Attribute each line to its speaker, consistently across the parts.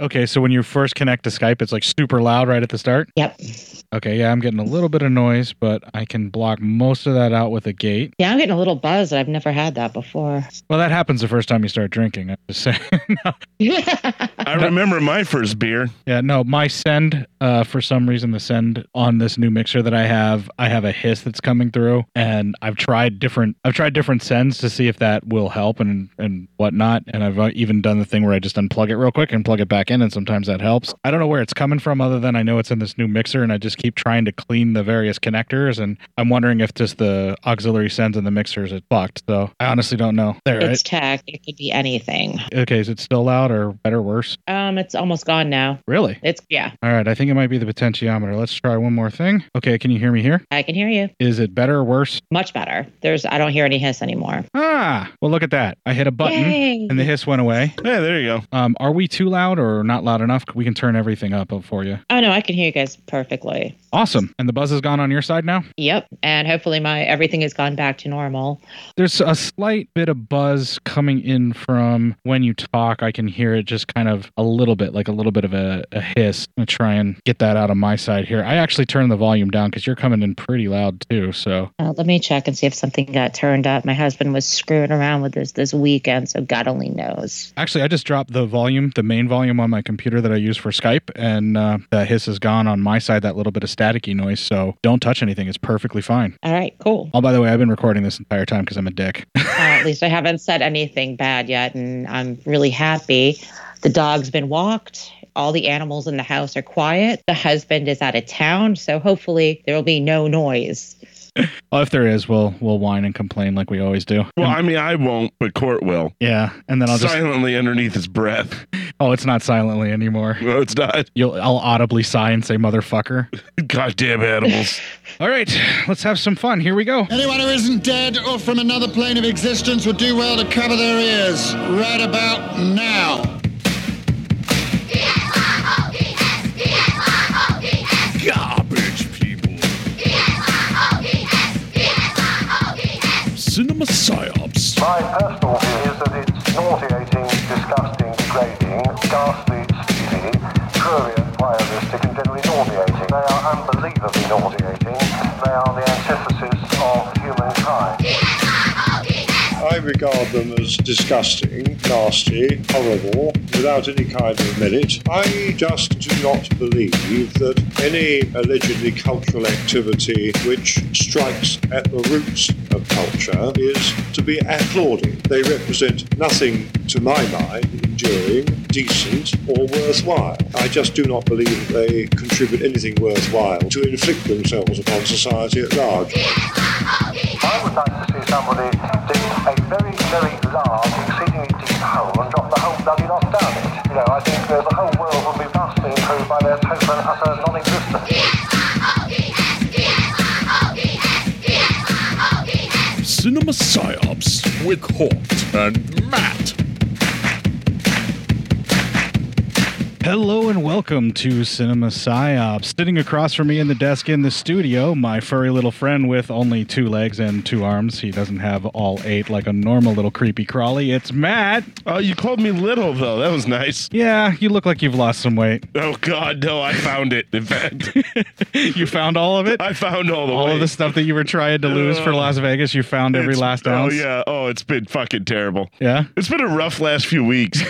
Speaker 1: Okay, so when you first connect to Skype, it's like super loud right at the start.
Speaker 2: Yep.
Speaker 1: Okay, yeah, I'm getting a little bit of noise, but I can block most of that out with a gate.
Speaker 2: Yeah, I'm getting a little buzz. I've never had that before.
Speaker 1: Well, that happens the first time you start drinking. I'm just saying.
Speaker 3: I remember my first beer.
Speaker 1: yeah, no, my send, uh, for some reason, the send on this new mixer that I have, I have a hiss that's coming through, and I've tried different, I've tried different sends to see if that will help and and whatnot, and I've uh, even done the thing where I just unplug it real quick and plug it back in, and sometimes that helps. I don't know where it's coming from, other than I know it's in this new mixer, and I just keep trying to clean the various connectors, and I'm wondering if just the auxiliary sends in the mixers is blocked. So I honestly don't know. There, right?
Speaker 2: It's tech. It could be anything.
Speaker 1: Okay, is it still loud or better, worse?
Speaker 2: Um, it's almost gone now.
Speaker 1: Really?
Speaker 2: It's yeah.
Speaker 1: All right, I think it might be the potentiometer. Let's try one more thing. Okay, can you hear me here?
Speaker 2: I can hear you
Speaker 1: Is it better or worse?
Speaker 2: much better. There's I don't hear any hiss anymore.
Speaker 1: Ah, well, look at that. I hit a button
Speaker 2: Yay.
Speaker 1: and the hiss went away.
Speaker 3: Yeah, there you go.
Speaker 1: Um, are we too loud or not loud enough? We can turn everything up for you.
Speaker 2: Oh no, I can hear you guys perfectly.
Speaker 1: Awesome. And the buzz is gone on your side now?
Speaker 2: Yep. And hopefully my everything has gone back to normal.
Speaker 1: There's a slight bit of buzz coming in from when you talk. I can hear it just kind of a little bit, like a little bit of a, a hiss. I'm going to try and get that out of my side here. I actually turned the volume down because you're coming in pretty loud too. So
Speaker 2: Uh, let me check and see if something got turned up. My husband was screwing around with this this weekend, so God only knows.
Speaker 1: Actually, I just dropped the volume, the main volume on my computer that I use for Skype, and uh, the hiss is gone on my side, that little bit of staticky noise. So don't touch anything. It's perfectly fine.
Speaker 2: All right, Uh, cool.
Speaker 1: Oh, by the way, I've been recording this entire time because I'm a dick.
Speaker 2: Uh, at least I haven't said anything bad yet, and I'm really happy. The dog's been walked. All the animals in the house are quiet. The husband is out of town, so hopefully there will be no noise.
Speaker 1: well, if there is, we'll we'll whine and complain like we always do.
Speaker 3: Well, I mean, I won't, but Court will.
Speaker 1: yeah, and then I'll just
Speaker 3: Silently underneath his breath.
Speaker 1: oh, it's not silently anymore.
Speaker 3: No, it's not.
Speaker 1: You'll I'll audibly sigh and say motherfucker.
Speaker 3: Goddamn animals.
Speaker 1: All right, let's have some fun. Here we go.
Speaker 4: Anyone who isn't dead or from another plane of existence would do well to cover their ears right about now.
Speaker 5: Garbage people. Cinema psyops.
Speaker 6: My personal view is that it's nauseating, disgusting, degrading, ghastly, sleazy, prurient, voyeuristic, and generally nauseating. They are unbelievably nauseating. They are the antithesis of humankind.
Speaker 7: I regard them as disgusting, nasty, horrible, without any kind of merit. I just do not believe that any allegedly cultural activity which strikes at the roots of culture is to be applauded. They represent nothing, to my mind, enduring, decent, or worthwhile. I just do not believe they contribute anything worthwhile to inflict themselves upon society at large.
Speaker 6: I would like to see somebody dig a very, very large, exceedingly deep hole and drop the whole bloody lot down it. You know, I think uh, the whole world would be vastly improved by their total and utter non-existence.
Speaker 5: Cinema psyops with Hort and Matt.
Speaker 1: Hello and welcome to Cinema Psyops. Sitting across from me in the desk in the studio, my furry little friend with only two legs and two arms. He doesn't have all eight like a normal little creepy crawly. It's Matt.
Speaker 3: Oh, you called me little, though. That was nice.
Speaker 1: Yeah, you look like you've lost some weight.
Speaker 3: Oh, God, no, I found it. In fact,
Speaker 1: you found all of it?
Speaker 3: I found all the
Speaker 1: all
Speaker 3: way.
Speaker 1: of the stuff that you were trying to lose for Las Vegas, you found every
Speaker 3: It's-
Speaker 1: last
Speaker 3: Oh,
Speaker 1: ounce.
Speaker 3: yeah. Oh, it's been fucking terrible.
Speaker 1: Yeah?
Speaker 3: It's been a rough last few weeks.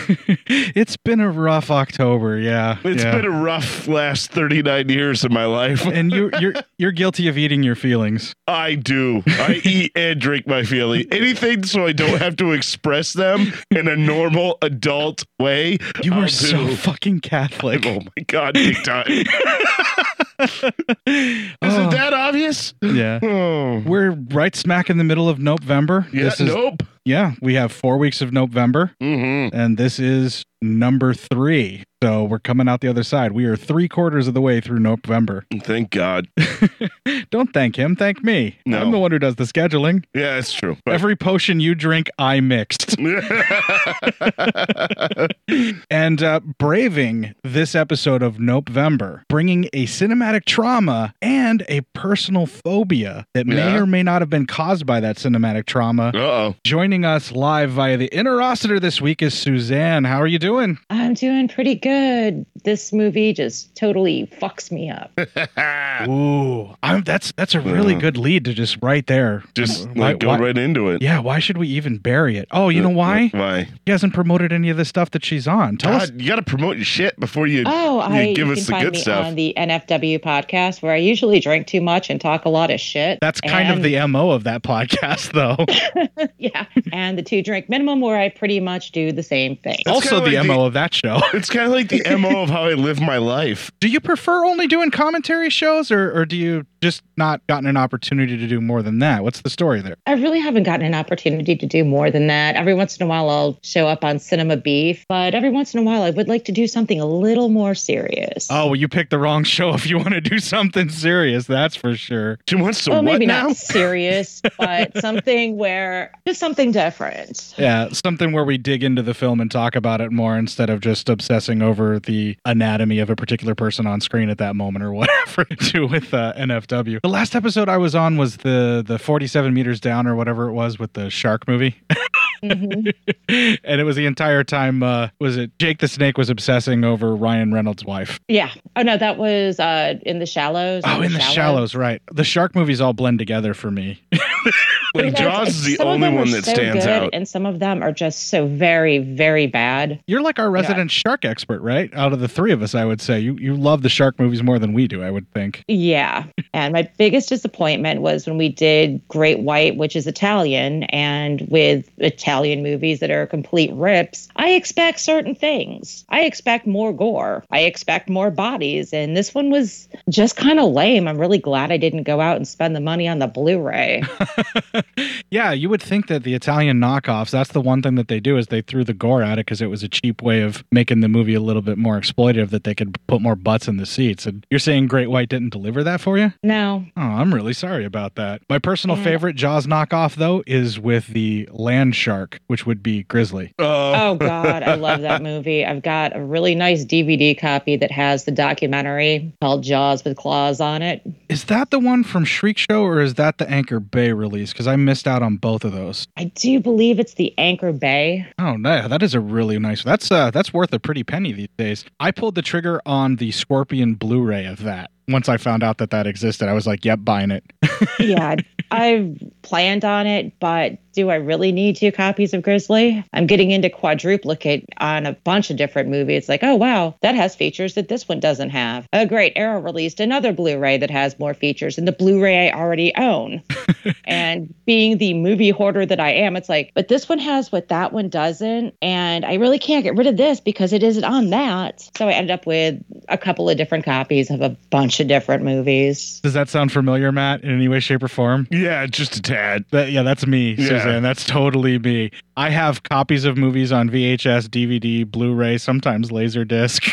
Speaker 1: it's been a rough October, yeah.
Speaker 3: It's
Speaker 1: It's
Speaker 3: been a rough last 39 years of my life.
Speaker 1: and you you're you're guilty of eating your feelings.
Speaker 3: I do. I eat and drink my feeling. Anything so I don't have to express them in a normal adult way.
Speaker 1: You
Speaker 3: I'll
Speaker 1: are so
Speaker 3: do.
Speaker 1: fucking Catholic.
Speaker 3: Oh my god, big time. Isn't
Speaker 1: Oh.
Speaker 3: that obvious?
Speaker 1: Yeah.
Speaker 3: Oh.
Speaker 1: We're right smack in the middle of November.
Speaker 3: Yeah,
Speaker 1: this is
Speaker 3: nope.
Speaker 1: yeah, we have 4 weeks of November
Speaker 3: Mm-hmm.
Speaker 1: and this is number 3. So we're coming out the other side. We are 3 quarters of the way through November.
Speaker 3: Thank God.
Speaker 1: Don't thank him, thank me.
Speaker 3: No.
Speaker 1: I'm the one who does the scheduling.
Speaker 3: Yeah, that's true. But-
Speaker 1: Every potion you drink, I mixed. and uh, braving this episode of November, bringing a cinematic trauma and a personal phobia that may
Speaker 3: Yeah.
Speaker 1: or may not have been caused by that cinematic trauma.
Speaker 3: Uh-oh.
Speaker 1: Joining us live via the Interocitor this week is Suzanne. How are you doing?
Speaker 2: I'm doing pretty good. good. This movie just totally fucks me up.
Speaker 1: Ooh, I'm, that's that's a really
Speaker 3: Yeah.
Speaker 1: good lead to just right there.
Speaker 3: Just
Speaker 1: Why-
Speaker 3: like, go
Speaker 1: why-
Speaker 3: right into it. Uh,
Speaker 1: Yeah, why should we even bury it? Oh, you know why?
Speaker 3: Why?
Speaker 1: He hasn't promoted any of the stuff that she's on. Tell us.
Speaker 3: God, you got to promote your shit before you,
Speaker 2: Oh,
Speaker 3: you
Speaker 2: I
Speaker 3: give
Speaker 2: you
Speaker 3: us
Speaker 2: can
Speaker 3: the
Speaker 2: find
Speaker 3: good
Speaker 2: me
Speaker 3: stuff.
Speaker 2: on the NFW podcast where I usually drink too much and talk a lot of shit.
Speaker 1: That's kind of
Speaker 2: And-
Speaker 1: the mo of that podcast, though.
Speaker 2: yeah, and the two drink minimum where I pretty much do the same thing.
Speaker 3: That's
Speaker 1: also,
Speaker 3: kinda
Speaker 1: the
Speaker 3: like the-
Speaker 1: mo of that show.
Speaker 3: It's kind of like the MO of how I live my life.
Speaker 1: Do you prefer only doing commentary shows, or or do you just not gotten an opportunity to do more than that? What's the story there?
Speaker 2: I really haven't gotten an opportunity to do more than that. Every once in a while, I'll show up on Cinema Beef, but every once in a while, I would like to do something a little more serious.
Speaker 1: Oh, well, you picked the wrong show if you want to do something serious. That's for sure.
Speaker 3: She wants to
Speaker 2: well,
Speaker 3: what
Speaker 2: maybe
Speaker 3: now?
Speaker 2: not serious, but something where just something different.
Speaker 1: Yeah, something where we dig into the film and talk about it more instead of just obsessing over the anatomy of a particular person on screen at that moment or whatever to do with uh, NFW. The last episode I was on was the the 47 meters down or whatever it was with the shark movie.
Speaker 2: Mhm.
Speaker 1: and it was the entire time uh was it Jake the Snake was obsessing over Ryan Reynolds' wife.
Speaker 2: yeah. Oh no, that was uh, in the shallows.
Speaker 1: Oh, in the shallows, right. The shark movies all blend together for me.
Speaker 3: Like Jaws is the
Speaker 2: Some of
Speaker 3: only
Speaker 2: them are
Speaker 3: one that
Speaker 2: so
Speaker 3: stands
Speaker 2: good,
Speaker 3: out.
Speaker 2: and some of them are just so very, very bad.
Speaker 1: You're like our resident shark expert, right? Out of the three of us, I would say you you love the shark movies more than we do. I would think.
Speaker 2: Yeah. And my biggest disappointment was when we did Great White, which is Italian, and with Italian movies that are complete rips, I expect certain things. I expect more gore. I expect more bodies. And this one was just kind of lame. I'm really glad I didn't go out and spend the money on the Blu ray.
Speaker 1: yeah, you would think that the Italian knockoffs, that's the one thing that they do is they threw the gore at it because it was a cheap way of making the movie a little bit more exploitative that they could put more butts in the seats. And you're saying Great White didn't deliver that for you?
Speaker 2: no.
Speaker 1: Oh, I'm really sorry about that. My personal
Speaker 2: Yeah.
Speaker 1: favorite Jaws knockoff though is with the land shark, which would be Grizzly.
Speaker 3: Uh,
Speaker 2: Oh, God. I love that movie. I've got a really nice DVD copy that has the documentary called Jaws with Claws on it.
Speaker 1: Is that the one from Shriek Show or is that the Anchor Bay release? Because I missed out on both of those.
Speaker 2: I do believe it's the Anchor Bay.
Speaker 1: Oh no, that is a really nice. That's uh, that's worth a pretty penny these days. I pulled the trigger on the Scorpion Blu-ray of that. Once I found out that that existed, I was like, "Yep, buying it."
Speaker 2: yeah, I've planned on it, but do I really need two copies of Grizzly? I'm getting into quadruplicate on a bunch of different movies. It's like, oh, wow, that has features that this one doesn't have. Oh, great. Arrow released another Blu ray that has more features than the Blu ray I already own. and being the movie hoarder that I am, it's like, but this one has what that one doesn't. And I really can't get rid of this because it isn't on that. So I ended up with a couple of different copies of a bunch of different movies.
Speaker 1: Does that sound familiar, Matt? In any way, shape, or form?
Speaker 3: yeah, just a tad.
Speaker 1: That, yeah, that's me,
Speaker 3: Yeah.
Speaker 1: Suzanne. That's totally me. I have copies of movies on VHS, DVD, Blu-ray, sometimes Laserdisc.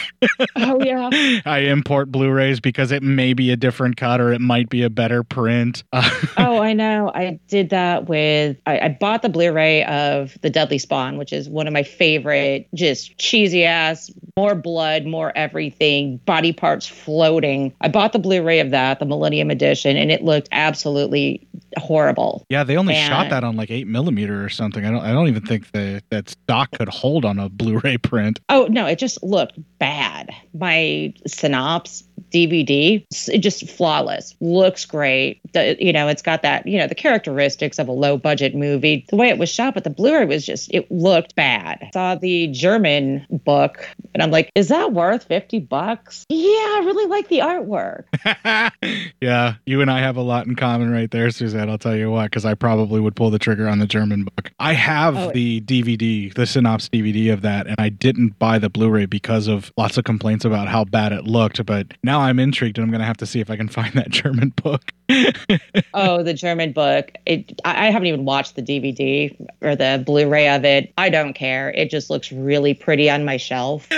Speaker 2: Oh, yeah.
Speaker 1: I import Blu-rays because it may be a different cut or it might be a better print. Uh,
Speaker 2: oh, I know. I did that with I, I bought the Blu-ray of the Deadly Spawn, which is one of my favorite, just cheesy ass, more blood, more everything, body parts floating. I bought the Blu-ray of that, the Millennium Edition, and it looked absolutely horrible.
Speaker 1: Yeah, they only shot
Speaker 2: And-
Speaker 1: that on like eight millimeter or something. I don't. I don't even think the, that stock could hold on a Blu-ray print.
Speaker 2: Oh no, it just looked bad. My Synopse DVD, s- it just flawless. Looks great. The- you know, it's got that, you know, the characteristics of a low budget movie. The way it was shot, but the Blu-ray was just it looked bad. Saw the German book and I'm like, is that worth 50 bucks? Yeah, I really like the artwork.
Speaker 1: yeah, you and I have a lot in common right there, Suzanne. I'll tell you what, because I probably would pull the trigger on the German book. I have
Speaker 2: Oh.
Speaker 1: the DVD, the Synopse DVD of that, and I didn't buy the Blu-ray because of lots of complaints about how bad it looked. But now I'm intrigued, and I'm gonna have to see if I can find that German book.
Speaker 2: Oh, the German book. It, I I haven't even watched the DVD or the Blu-ray of it. I don't care. It just looks really pretty on my shelf.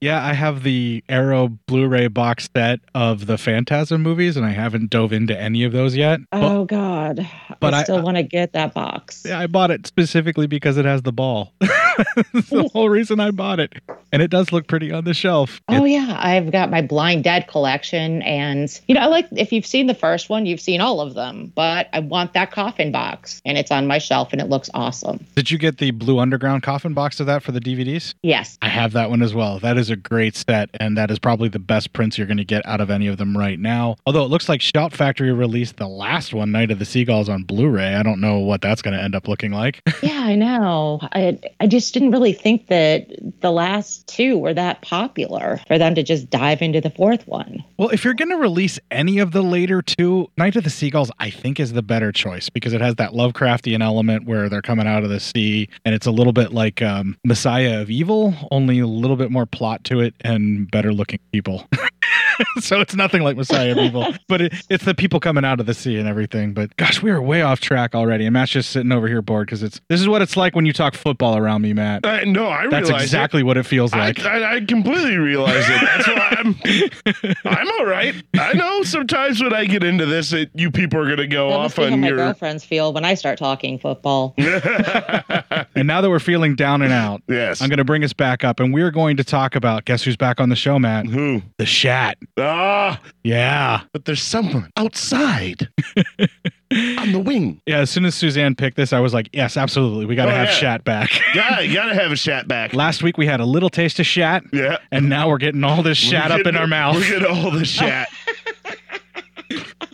Speaker 1: Yeah, I have the Arrow Blu-ray box set of the Phantasm movies, and I haven't dove into any of those yet. But-
Speaker 2: Oh God!
Speaker 1: but I-
Speaker 2: I still
Speaker 1: I-
Speaker 2: want to get that box.
Speaker 1: Yeah, I bought it specifically because it has the ball. That's the whole reason I bought it. And it does look pretty on the shelf.
Speaker 2: Oh yeah, I've got my Blind Dead collection, and you know, I like if you've seen the first one, you've seen all of them. But I want that coffin box, and it's on my shelf, and it looks awesome.
Speaker 1: Did you get the Blue Underground coffin box of that for the DVDs?
Speaker 2: Yes,
Speaker 1: I have that one as well. That is a great set, and that is probably the best prints you're going to get out of any of them right now. Although it looks like Shout Factory released the last one, Night of the Seagulls, on Blu ray. I don't know what that's going to end up looking like.
Speaker 2: yeah, I know. I I just didn't really think that the last two were that popular for them to just dive into the fourth one.
Speaker 1: Well, if you're going to release any of the later two, Night of the Seagulls, I think, is the better choice because it has that Lovecraftian element where they're coming out of the sea and it's a little bit like um, Messiah of Evil, only a little bit more plot to it and better looking people. so it's nothing like Messiah of Evil, but it, it's the people coming out of the sea and everything. But gosh, we are way off track already. And Matt's just sitting over here bored because it's this is what it's like when you talk football around me, Matt.
Speaker 3: I, no, I
Speaker 1: That's
Speaker 3: realize it.
Speaker 1: exactly what it feels
Speaker 3: I,
Speaker 1: like.
Speaker 3: I, I completely realize it. That's why I'm I'm all right. I know sometimes when I get into this, it, you people are gonna go
Speaker 2: That must
Speaker 3: off
Speaker 2: be how
Speaker 3: on
Speaker 2: my
Speaker 3: your.
Speaker 2: girlfriends feel when I start talking football.
Speaker 1: and now that we're feeling down and out,
Speaker 3: Yes.
Speaker 1: I'm going to bring us back up, and we're going to talk about guess who's back on the show, Matt?
Speaker 3: Who?
Speaker 1: The Shat.
Speaker 3: Ah,
Speaker 1: Yeah.
Speaker 3: but there's someone outside on the wing.
Speaker 1: Yeah. As soon as Suzanne picked this, I was like, yes, absolutely. We got to
Speaker 3: Oh,
Speaker 1: have
Speaker 3: yeah.
Speaker 1: Shat back.
Speaker 3: Yeah, you gotta have a shat back.
Speaker 1: Last week we had a little taste of Shat,
Speaker 3: Yeah.
Speaker 1: and now we're getting all this Shat
Speaker 3: We're
Speaker 1: up in
Speaker 3: getting-
Speaker 1: our mouth.
Speaker 3: We're getting all the shat.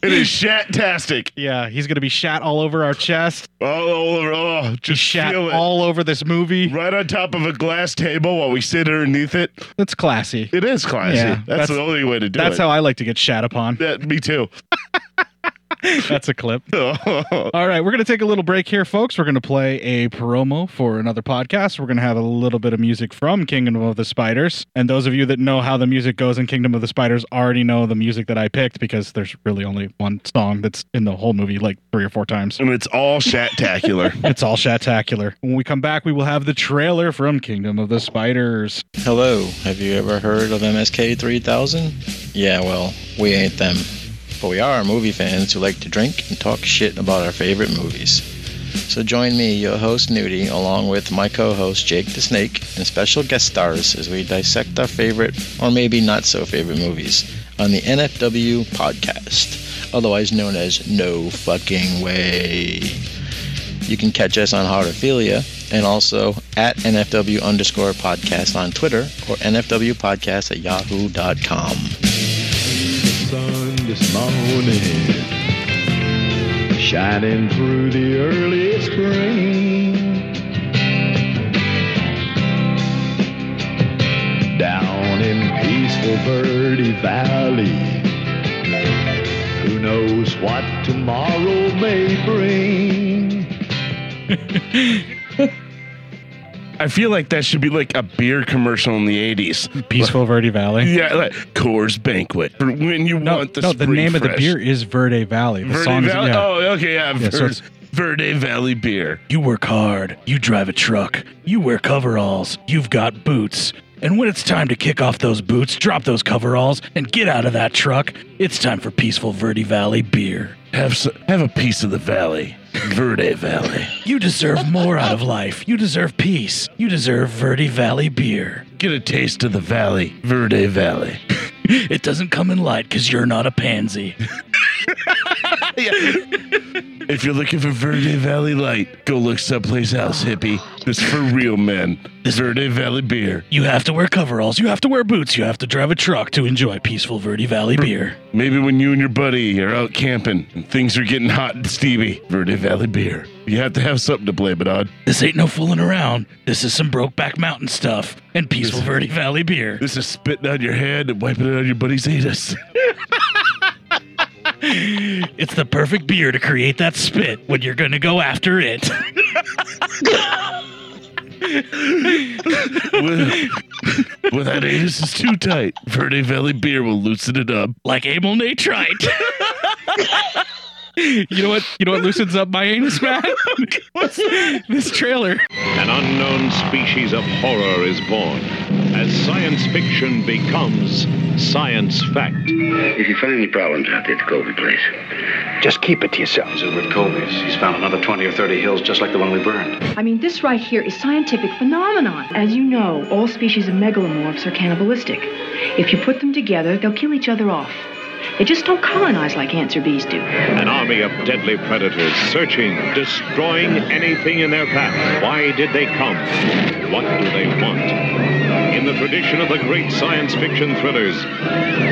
Speaker 3: it is shat-tastic.
Speaker 1: Yeah, he's going to be shat all over our chest,
Speaker 3: All over. Oh, just
Speaker 1: shat
Speaker 3: feel it.
Speaker 1: all over this movie.
Speaker 3: Right on top of a glass table while we sit underneath it.
Speaker 1: That's classy.
Speaker 3: It is classy.
Speaker 1: Yeah,
Speaker 3: that's,
Speaker 1: that's-
Speaker 3: the only way to do
Speaker 1: That's
Speaker 3: it.
Speaker 1: how I like to get shat upon.
Speaker 3: That's how. me too. Oh.
Speaker 1: That's a clip. All right, we're going to take a little break here, folks. We're going to play a promo for another podcast. We're going to have a little bit of music from Kingdom of the Spiders. And those of you that know how the music goes in Kingdom of the Spiders already know the music that I picked because there's really only one song that's in the whole movie like three or four times.
Speaker 3: and it's all shat-tacular.
Speaker 1: It's all shatacular. When we come back, we will have the trailer from Kingdom of the Spiders.
Speaker 8: Hello, have you ever heard of MSK 3000? Yeah, well, we ain't them. But we are movie fans who like to drink and talk shit about our favorite movies. So join me, your host Nudie, along with my co host Jake the Snake, and special guest stars as we dissect our favorite, or maybe not so favorite movies, on the NFW podcast, otherwise known as No Fucking Way. You can catch us on Heartophilia and also at NFW underscore podcast on Twitter or NFW podcast at yahoo.com.
Speaker 9: sun this morning, shining through the early spring. Down in peaceful Verde Valley, who knows what tomorrow may bring?
Speaker 3: I feel like that should be like a beer commercial in the 80s.
Speaker 1: Peaceful Verde Valley.
Speaker 3: Yeah, like Coors Banquet. For when you
Speaker 1: No,
Speaker 3: want the
Speaker 1: no the
Speaker 3: spring
Speaker 1: name of the
Speaker 3: fresh.
Speaker 1: beer is Verde Valley. The
Speaker 3: Verde
Speaker 1: song is-
Speaker 3: Valley.
Speaker 1: yeah.
Speaker 3: Oh, okay, yeah.
Speaker 1: Yeah, so
Speaker 3: Ver-
Speaker 1: it's-
Speaker 3: Verde Valley beer.
Speaker 1: You work hard. You drive a truck. You wear coveralls. You've got boots. And when it's time to kick off those boots, drop those coveralls, and get out of that truck, it's time for peaceful Verde Valley beer.
Speaker 3: Have s have a piece of the valley. Verde Valley.
Speaker 1: You deserve more out of life. You deserve peace. You deserve Verde Valley beer.
Speaker 3: Get a taste of the valley. Verde Valley.
Speaker 1: It doesn't come in light because you're not a pansy.
Speaker 3: If you're looking for Verde Valley light, go look someplace else, hippie. This is for real men. Verde Valley beer.
Speaker 1: You have to wear coveralls. You have to wear boots. You have to drive a truck to enjoy peaceful Verde Valley beer.
Speaker 3: Maybe when you and your buddy are out camping and things are getting hot and steamy, Verde Valley beer. You have to have something to blame it on.
Speaker 1: This ain't no fooling around. This is some Brokeback Mountain stuff and peaceful
Speaker 3: This-
Speaker 1: Verde Valley beer.
Speaker 3: This is spitting on your hand and wiping it on your buddy's anus.
Speaker 1: It's the perfect beer to create that spit when you're going to go after it.
Speaker 3: when, when that anus is too tight, Verde Valley beer will loosen it up.
Speaker 1: like amyl nitrite. you know what? You know what loosens up my anus, Matt? this trailer.
Speaker 10: An unknown species of horror is born as science. science fiction becomes science fact.
Speaker 11: If you find any problems out there at the Colby place, just keep it to yourself. He's over at Colby's. He's found another 20 or 30 hills just like the one we burned.
Speaker 12: I mean, this right here is scientific phenomenon. As you know, all species of megalomorphs are cannibalistic. If you put them together, they'll kill each other off. They just don't colonize like ants or bees do.
Speaker 10: An army of deadly predators searching, destroying anything in their path. Why did they come? What do they want? In the tradition of the great science fiction thrillers,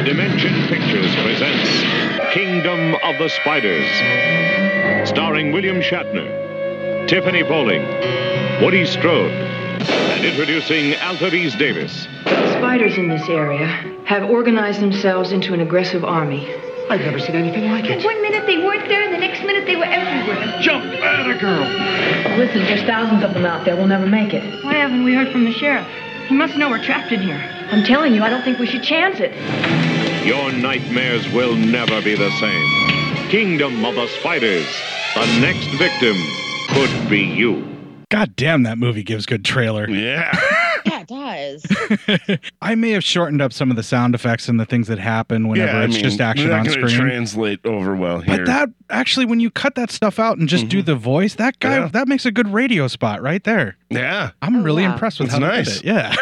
Speaker 10: Dimension Pictures presents Kingdom of the Spiders, starring William Shatner, Tiffany Bowling, Woody Strode, and introducing Alterice Davis.
Speaker 12: Spiders in this area have organized themselves into an aggressive army. I've never seen anything like it.
Speaker 13: One minute they weren't there, and the next minute they were everywhere. Jump at a girl.
Speaker 12: Listen, there's thousands of them out there. We'll never make it.
Speaker 13: Why haven't we heard from the sheriff? He must know we're trapped in here.
Speaker 12: I'm telling you, I don't think we should chance it.
Speaker 10: Your nightmares will never be the same. Kingdom of the Spiders. The next victim could be you.
Speaker 1: God damn, that movie gives good trailer.
Speaker 3: Yeah.
Speaker 2: Yeah, it does.
Speaker 1: I may have shortened up some of the sound effects and the things that happen whenever
Speaker 3: Yeah, I
Speaker 1: it's
Speaker 3: mean,
Speaker 1: just action
Speaker 3: they're
Speaker 1: on
Speaker 3: not gonna
Speaker 1: screen.
Speaker 3: Translate over well here.
Speaker 1: but that actually, when you cut that stuff out and just do the voice, that guy
Speaker 3: Mm-hmm. Yeah.
Speaker 1: that makes a good radio spot right there.
Speaker 3: yeah,
Speaker 1: I'm really
Speaker 2: yeah.
Speaker 1: impressed with
Speaker 3: That's
Speaker 1: how they
Speaker 3: nice.
Speaker 1: did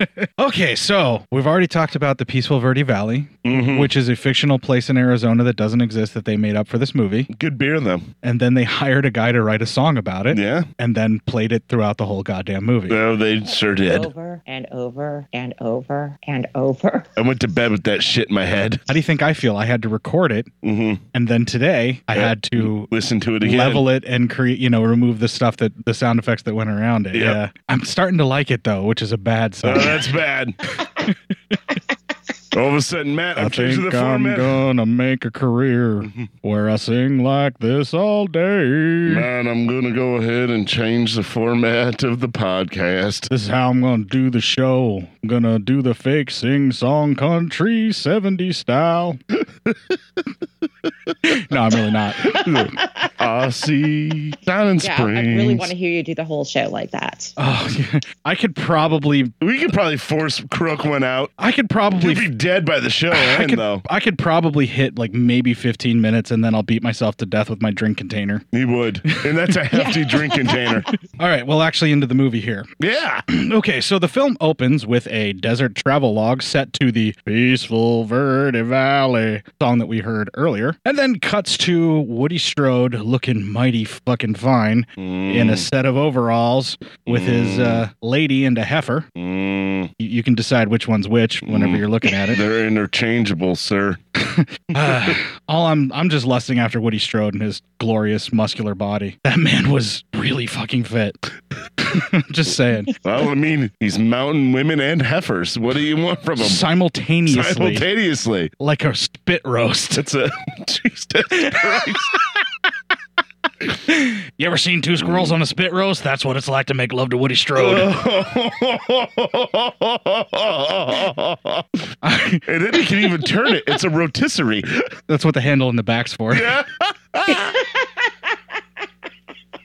Speaker 1: it. Yeah. okay, so we've already talked about the peaceful Verde Valley,
Speaker 3: Mhm.
Speaker 1: which is a fictional place in Arizona that doesn't exist that they made up for this movie,
Speaker 3: good beer though.
Speaker 1: and then they hired a guy to write a song about it,
Speaker 3: Yeah,
Speaker 1: and then played it throughout the whole goddamn movie.
Speaker 3: no, they sure did.
Speaker 2: Over and over and over and over.
Speaker 3: I went to bed with that shit in my head.
Speaker 1: How do you think I feel? I had to record it,
Speaker 3: hmm
Speaker 1: and then today I had to
Speaker 3: Uh, Listen to it again.
Speaker 1: level it and create, you know, remove the stuff that the sound effects that went around it.
Speaker 3: Yep.
Speaker 1: Yeah, I'm starting to like it though, which is a bad
Speaker 3: Oh,
Speaker 1: sign.
Speaker 3: that's bad. All of a sudden, Matt,
Speaker 1: I
Speaker 3: I'm changing
Speaker 1: think
Speaker 3: the
Speaker 1: I'm
Speaker 3: format. Mm-hmm.
Speaker 1: gonna make a career where I sing like this all day.
Speaker 3: Matt, I'm gonna go ahead and change the format of the podcast.
Speaker 1: This is how I'm gonna do the show. I'm gonna do the fake sing song country 70s style. no, I'm really not.
Speaker 3: I'll see down in
Speaker 2: Yeah,
Speaker 3: Springs.
Speaker 2: I really want to hear you do the whole show like that.
Speaker 1: Oh, yeah. I could probably,
Speaker 3: we could probably force Crook one out.
Speaker 1: I could probably
Speaker 3: He'll be dead by the show
Speaker 1: I
Speaker 3: end,
Speaker 1: could,
Speaker 3: though.
Speaker 1: I could probably hit like maybe 15 minutes and then I'll beat myself to death with my drink container.
Speaker 3: He would, and that's a hefty drink container.
Speaker 1: All right, well, actually, into the movie here.
Speaker 3: Yeah,
Speaker 1: okay, so the film opens with a desert travel log set to the peaceful Verde Valley song that we heard earlier, and then cuts to Woody Strode looking mighty fucking fine in a set of overalls with his uh, lady and a heifer.
Speaker 3: Mm,
Speaker 1: You, you can decide which one's which whenever you're looking at it.
Speaker 3: they're interchangeable, sir.
Speaker 1: Uh, all I'm I'm just lusting after Woody Strode and his glorious muscular body. That man was really fucking fit. just saying.
Speaker 3: Well, I mean, he's mountain women and heifers. What do you want from him?
Speaker 1: Simultaneously,
Speaker 3: Simultaneously.
Speaker 1: like a spit roast.
Speaker 3: That's a Jesus Christ.
Speaker 1: You ever seen two
Speaker 3: Mm.
Speaker 1: squirrels on a spit roast? That's what it's like to make love to Woody
Speaker 3: Oh.
Speaker 1: Strode.
Speaker 3: and then he can even turn it. It's a rotisserie.
Speaker 1: That's what the handle in the back's for.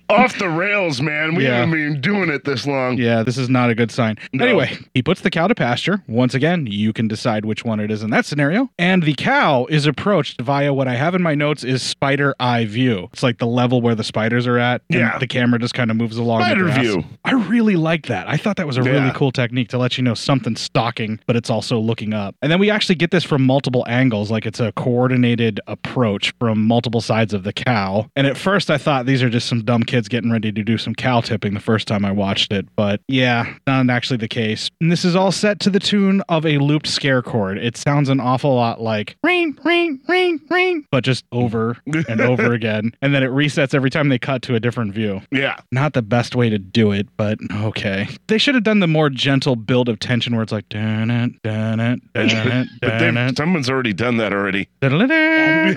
Speaker 3: Off the rails, man. We
Speaker 1: Yeah.
Speaker 3: haven't been doing it this long.
Speaker 1: Yeah, this is not a good sign.
Speaker 3: No.
Speaker 1: Anyway, he puts the cow to pasture. Once again, you can decide which one it is in that scenario. And the cow is approached via what I have in my notes is spider eye view. It's like the level where the spiders are at. and
Speaker 3: Yeah.
Speaker 1: The camera just kind of moves along. the
Speaker 3: Spider
Speaker 1: grass.
Speaker 3: view.
Speaker 1: I really like that. I thought that was a really
Speaker 3: Yeah.
Speaker 1: cool technique to let you know something's stalking, but it's also looking up. And then we actually get this from multiple angles, like it's a coordinated approach from multiple sides of the cow. And at first, I thought these are just some dumb kids getting ready to do some cow tipping the first time I watched it, but yeah, not actually the case. And this is all set to the tune of a looped scare chord. It sounds an awful lot like ring, ring, ring, ring, but just over and over again. And then it resets every time they cut to a different view
Speaker 3: Yeah.
Speaker 1: not the best way to do it, but okay. They should have done the more gentle build of tension where it's like dun it, dun it, dun it,
Speaker 3: But
Speaker 1: dun
Speaker 3: they've-
Speaker 1: it,
Speaker 3: someone's already done that already.
Speaker 1: dun it, dun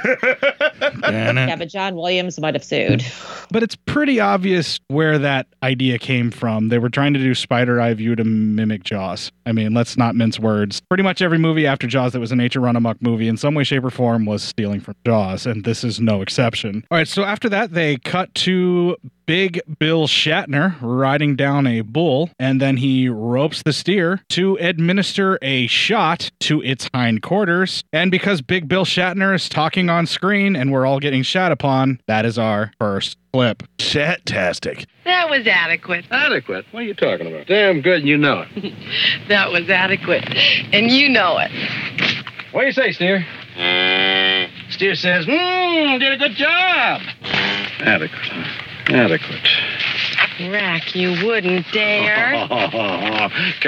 Speaker 1: it.
Speaker 2: Yeah, but John Williams might have sued.
Speaker 1: But it's pretty obvious where that idea came from. They were trying to do Spider Eye View to mimic Jaws. I mean, let's not mince words. Pretty much every movie after Jaws that was a nature run amok movie in some way, shape, or form was stealing from Jaws, and this is no exception. All right, so after that, they cut to Big Bill Shatner riding down a bull, and then he ropes the steer to administer a shot to its hindquarters. And because Big Bill Shatner is talking on screen and we're all getting shat upon, that is our first clip.
Speaker 3: Shatastic.
Speaker 14: That was adequate.
Speaker 15: Adequate? What are you talking about? Damn good, and you know it.
Speaker 14: That was adequate. And you know it.
Speaker 15: What do you say, Steer? Steer says, mmm, did a good job. Adequate. Adequate.
Speaker 14: Rack, you wouldn't
Speaker 11: Oh,
Speaker 14: dare.
Speaker 15: Come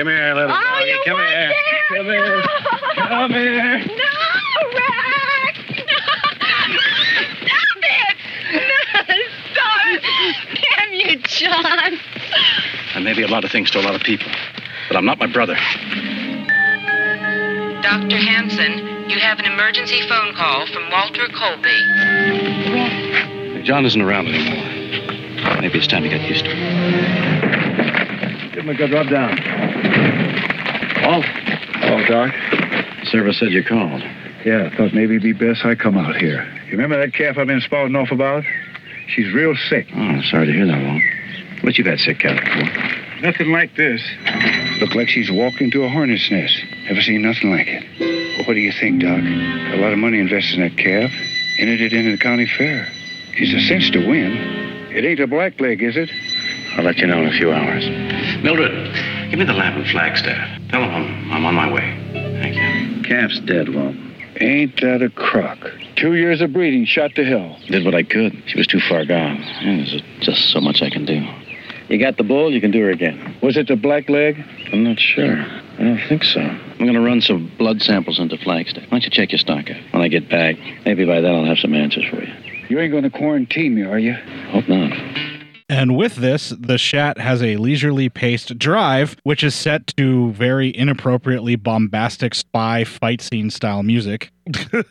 Speaker 15: here, little
Speaker 14: Oh,
Speaker 15: doggy.
Speaker 14: you
Speaker 15: Come
Speaker 14: wouldn't
Speaker 15: here. Come here. Come here.
Speaker 14: No, Rack! No! Stop it! No, stop it! Damn you, John!
Speaker 11: I may be a lot of things to a lot of people, but I'm not my brother.
Speaker 16: Dr. Hanson, you have an emergency phone call from Walter Colby.
Speaker 11: John isn't around anymore. Maybe it's time to get used to it.
Speaker 15: Give him a good rub down. Walt? Oh, Doc? Server said you called.
Speaker 17: Yeah, I thought maybe it'd be best I come out here. You remember that calf I've been spouting off about? She's real sick.
Speaker 11: Oh, sorry to hear that, Walt. What you had sick cat before?
Speaker 17: Nothing like this. Look like she's walked into a hornet's nest. Never seen nothing like it. Well, what do you think, Doc? A lot of money invested in that calf. Entered it into the county fair. She's a cinch to win. It ain't a blackleg, is it?
Speaker 11: I'll let you know in a few hours. Mildred, give me the lamp and flagstaff. Tell him I'm, I'm on my way. Thank you. Calf's dead, Walt.
Speaker 17: Ain't that a crock? Two years of breeding shot to hell.
Speaker 11: Did what I could. She was too far gone. And there's just so much I can do. You got the bull, you can do her again.
Speaker 17: Was it the blackleg?
Speaker 11: I'm not sure. I don't think so. I'm going to run some blood samples into Flagstaff. Why don't you check your stock out? When I get back, maybe by then I'll have some answers for you.
Speaker 17: You ain't going to quarantine me, are you?
Speaker 11: Hope not.
Speaker 1: And with this, the Shat has a leisurely paced drive, which is set to very inappropriately bombastic spy fight scene style music.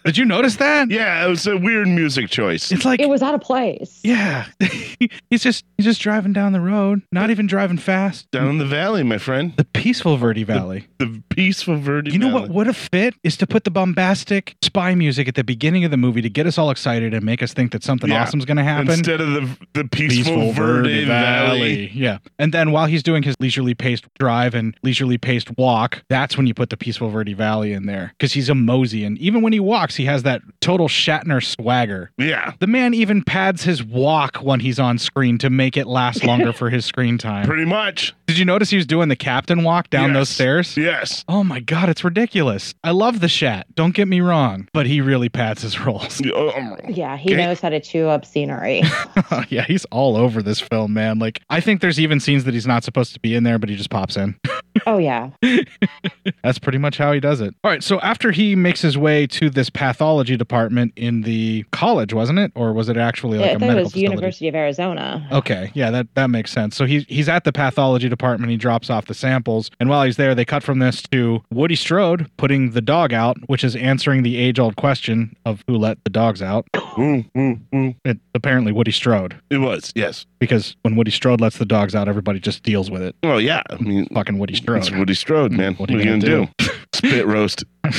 Speaker 1: Did you notice that?
Speaker 3: Yeah, it was a weird music choice.
Speaker 1: It's like
Speaker 2: it was out of place.
Speaker 1: Yeah. he's just he's just driving down the road, not even driving fast.
Speaker 3: Down in the valley, my friend.
Speaker 1: The peaceful Verde Valley.
Speaker 3: The, peaceful Verde
Speaker 1: You know what would have fit is to put the bombastic spy music at the beginning of the movie to get us all excited and make us think that something
Speaker 3: Yeah.
Speaker 1: awesome's going to happen.
Speaker 3: Instead of the the peaceful, Verde, Valley.
Speaker 1: Yeah. And then while he's doing his leisurely paced drive and leisurely paced walk, that's when you put the peaceful Verde Valley in there because he's a mosey. And even when he walks, he has that total Shatner swagger.
Speaker 3: Yeah.
Speaker 1: The man even pads his walk when he's on screen to make it last longer for his screen time.
Speaker 3: Pretty much.
Speaker 1: Did you notice he was doing the captain walk down those stairs?
Speaker 3: Yes.
Speaker 1: Oh my God, it's ridiculous. I love the Shat. Don't get me wrong, but he really pads his roles.
Speaker 3: oh,
Speaker 2: Yeah, he
Speaker 1: Okay.
Speaker 2: knows how to chew up scenery.
Speaker 1: yeah, he's all over this film, man. Like, I think there's even scenes that he's not supposed to be in there, but he just pops in.
Speaker 2: oh yeah.
Speaker 1: That's pretty much how he does it. All right, so after he makes his way to this pathology department in the college, wasn't it? Or was it actually like
Speaker 2: yeah, I
Speaker 1: a
Speaker 2: thought it
Speaker 1: medical
Speaker 2: was
Speaker 1: facility?
Speaker 2: University of Arizona.
Speaker 1: Okay, yeah, that that makes sense. So he's he's at the pathology department. He drops off the samples, and while he's there, they cut from this to Woody Strode putting the dog out, which is answering the age-old question of who let the dogs out. It, apparently, Woody Strode.
Speaker 3: It was yes,
Speaker 1: because when Woody Strode lets the dogs out, everybody just deals with it.
Speaker 3: Oh yeah, I mean,
Speaker 1: fucking Woody Strode.
Speaker 3: It's Woody Strode, man. What
Speaker 1: are you
Speaker 3: gonna,
Speaker 1: gonna
Speaker 3: do? Spit roast.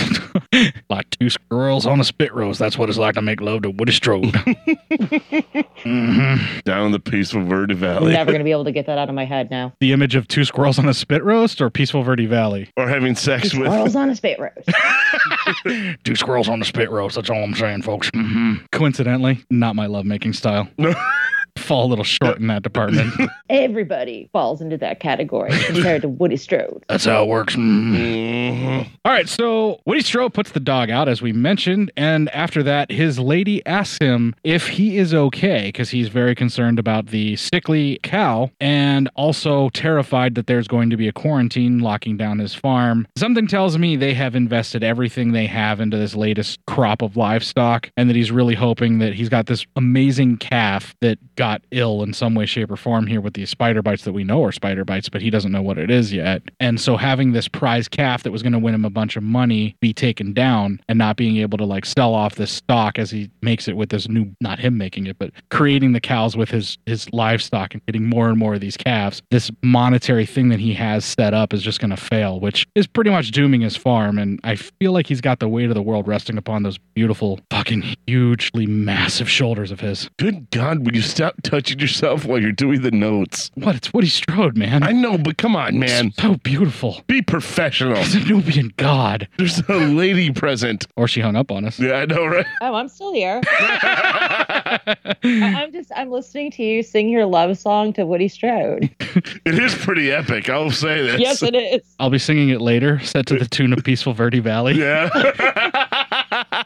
Speaker 1: like two squirrels on a spit roast. That's what it's like to make love to Woody Strode. Mm-hmm.
Speaker 3: Down in the peaceful Verde
Speaker 2: I'm
Speaker 3: Valley.
Speaker 2: never gonna be able to get that out of my head now.
Speaker 1: the image of two squirrels on a spit roast or Peaceful Verde Valley?
Speaker 3: Or having sex
Speaker 2: Two squirrels on a spit roast.
Speaker 1: Two squirrels on the spit roast. That's all I'm saying, folks. hmm Coincidentally, not my lovemaking style. Fall a little short in that department.
Speaker 2: Everybody falls into that category compared to Woody Strode.
Speaker 1: That's how it works. Mm-hmm. All right, so Woody Strode puts the dog out, as we mentioned, and after that, his lady asks him if he is okay because he's very concerned about the sickly cow and also terrified that there's going to be a quarantine locking down his farm. Something tells me they have invested everything they have into this latest crop of livestock and that he's really hoping that he's got this amazing calf that got ill in some way, shape, or form here with these spider bites that we know are spider bites, but he doesn't know what it is yet. And so having this prize calf that was going to win him a bunch of money be taken down and not being able to like sell off this stock as he makes it with this new not him making it but creating the cows with his his livestock and getting more and more of these calves this monetary thing that he has set up is just going to fail which is pretty much dooming his farm and i feel like he's got the weight of the world resting upon those beautiful fucking hugely massive shoulders of his
Speaker 3: Good God, will you stop touching yourself while you're doing the notes?
Speaker 1: What? It's Woody Strode, man.
Speaker 3: I know, but come on, man.
Speaker 1: So beautiful.
Speaker 3: Be professional.
Speaker 1: He's a Nubian god.
Speaker 3: There's a lady present.
Speaker 1: Or she hung up on us.
Speaker 3: Yeah, I know, right?
Speaker 2: Oh, I'm still here. I- I'm just I'm listening to you sing your love song to Woody Strode.
Speaker 3: It is pretty epic. I'll say this.
Speaker 2: yes, it is.
Speaker 1: I'll be singing it later, set to the tune of Peaceful Verde Valley.
Speaker 3: Yeah.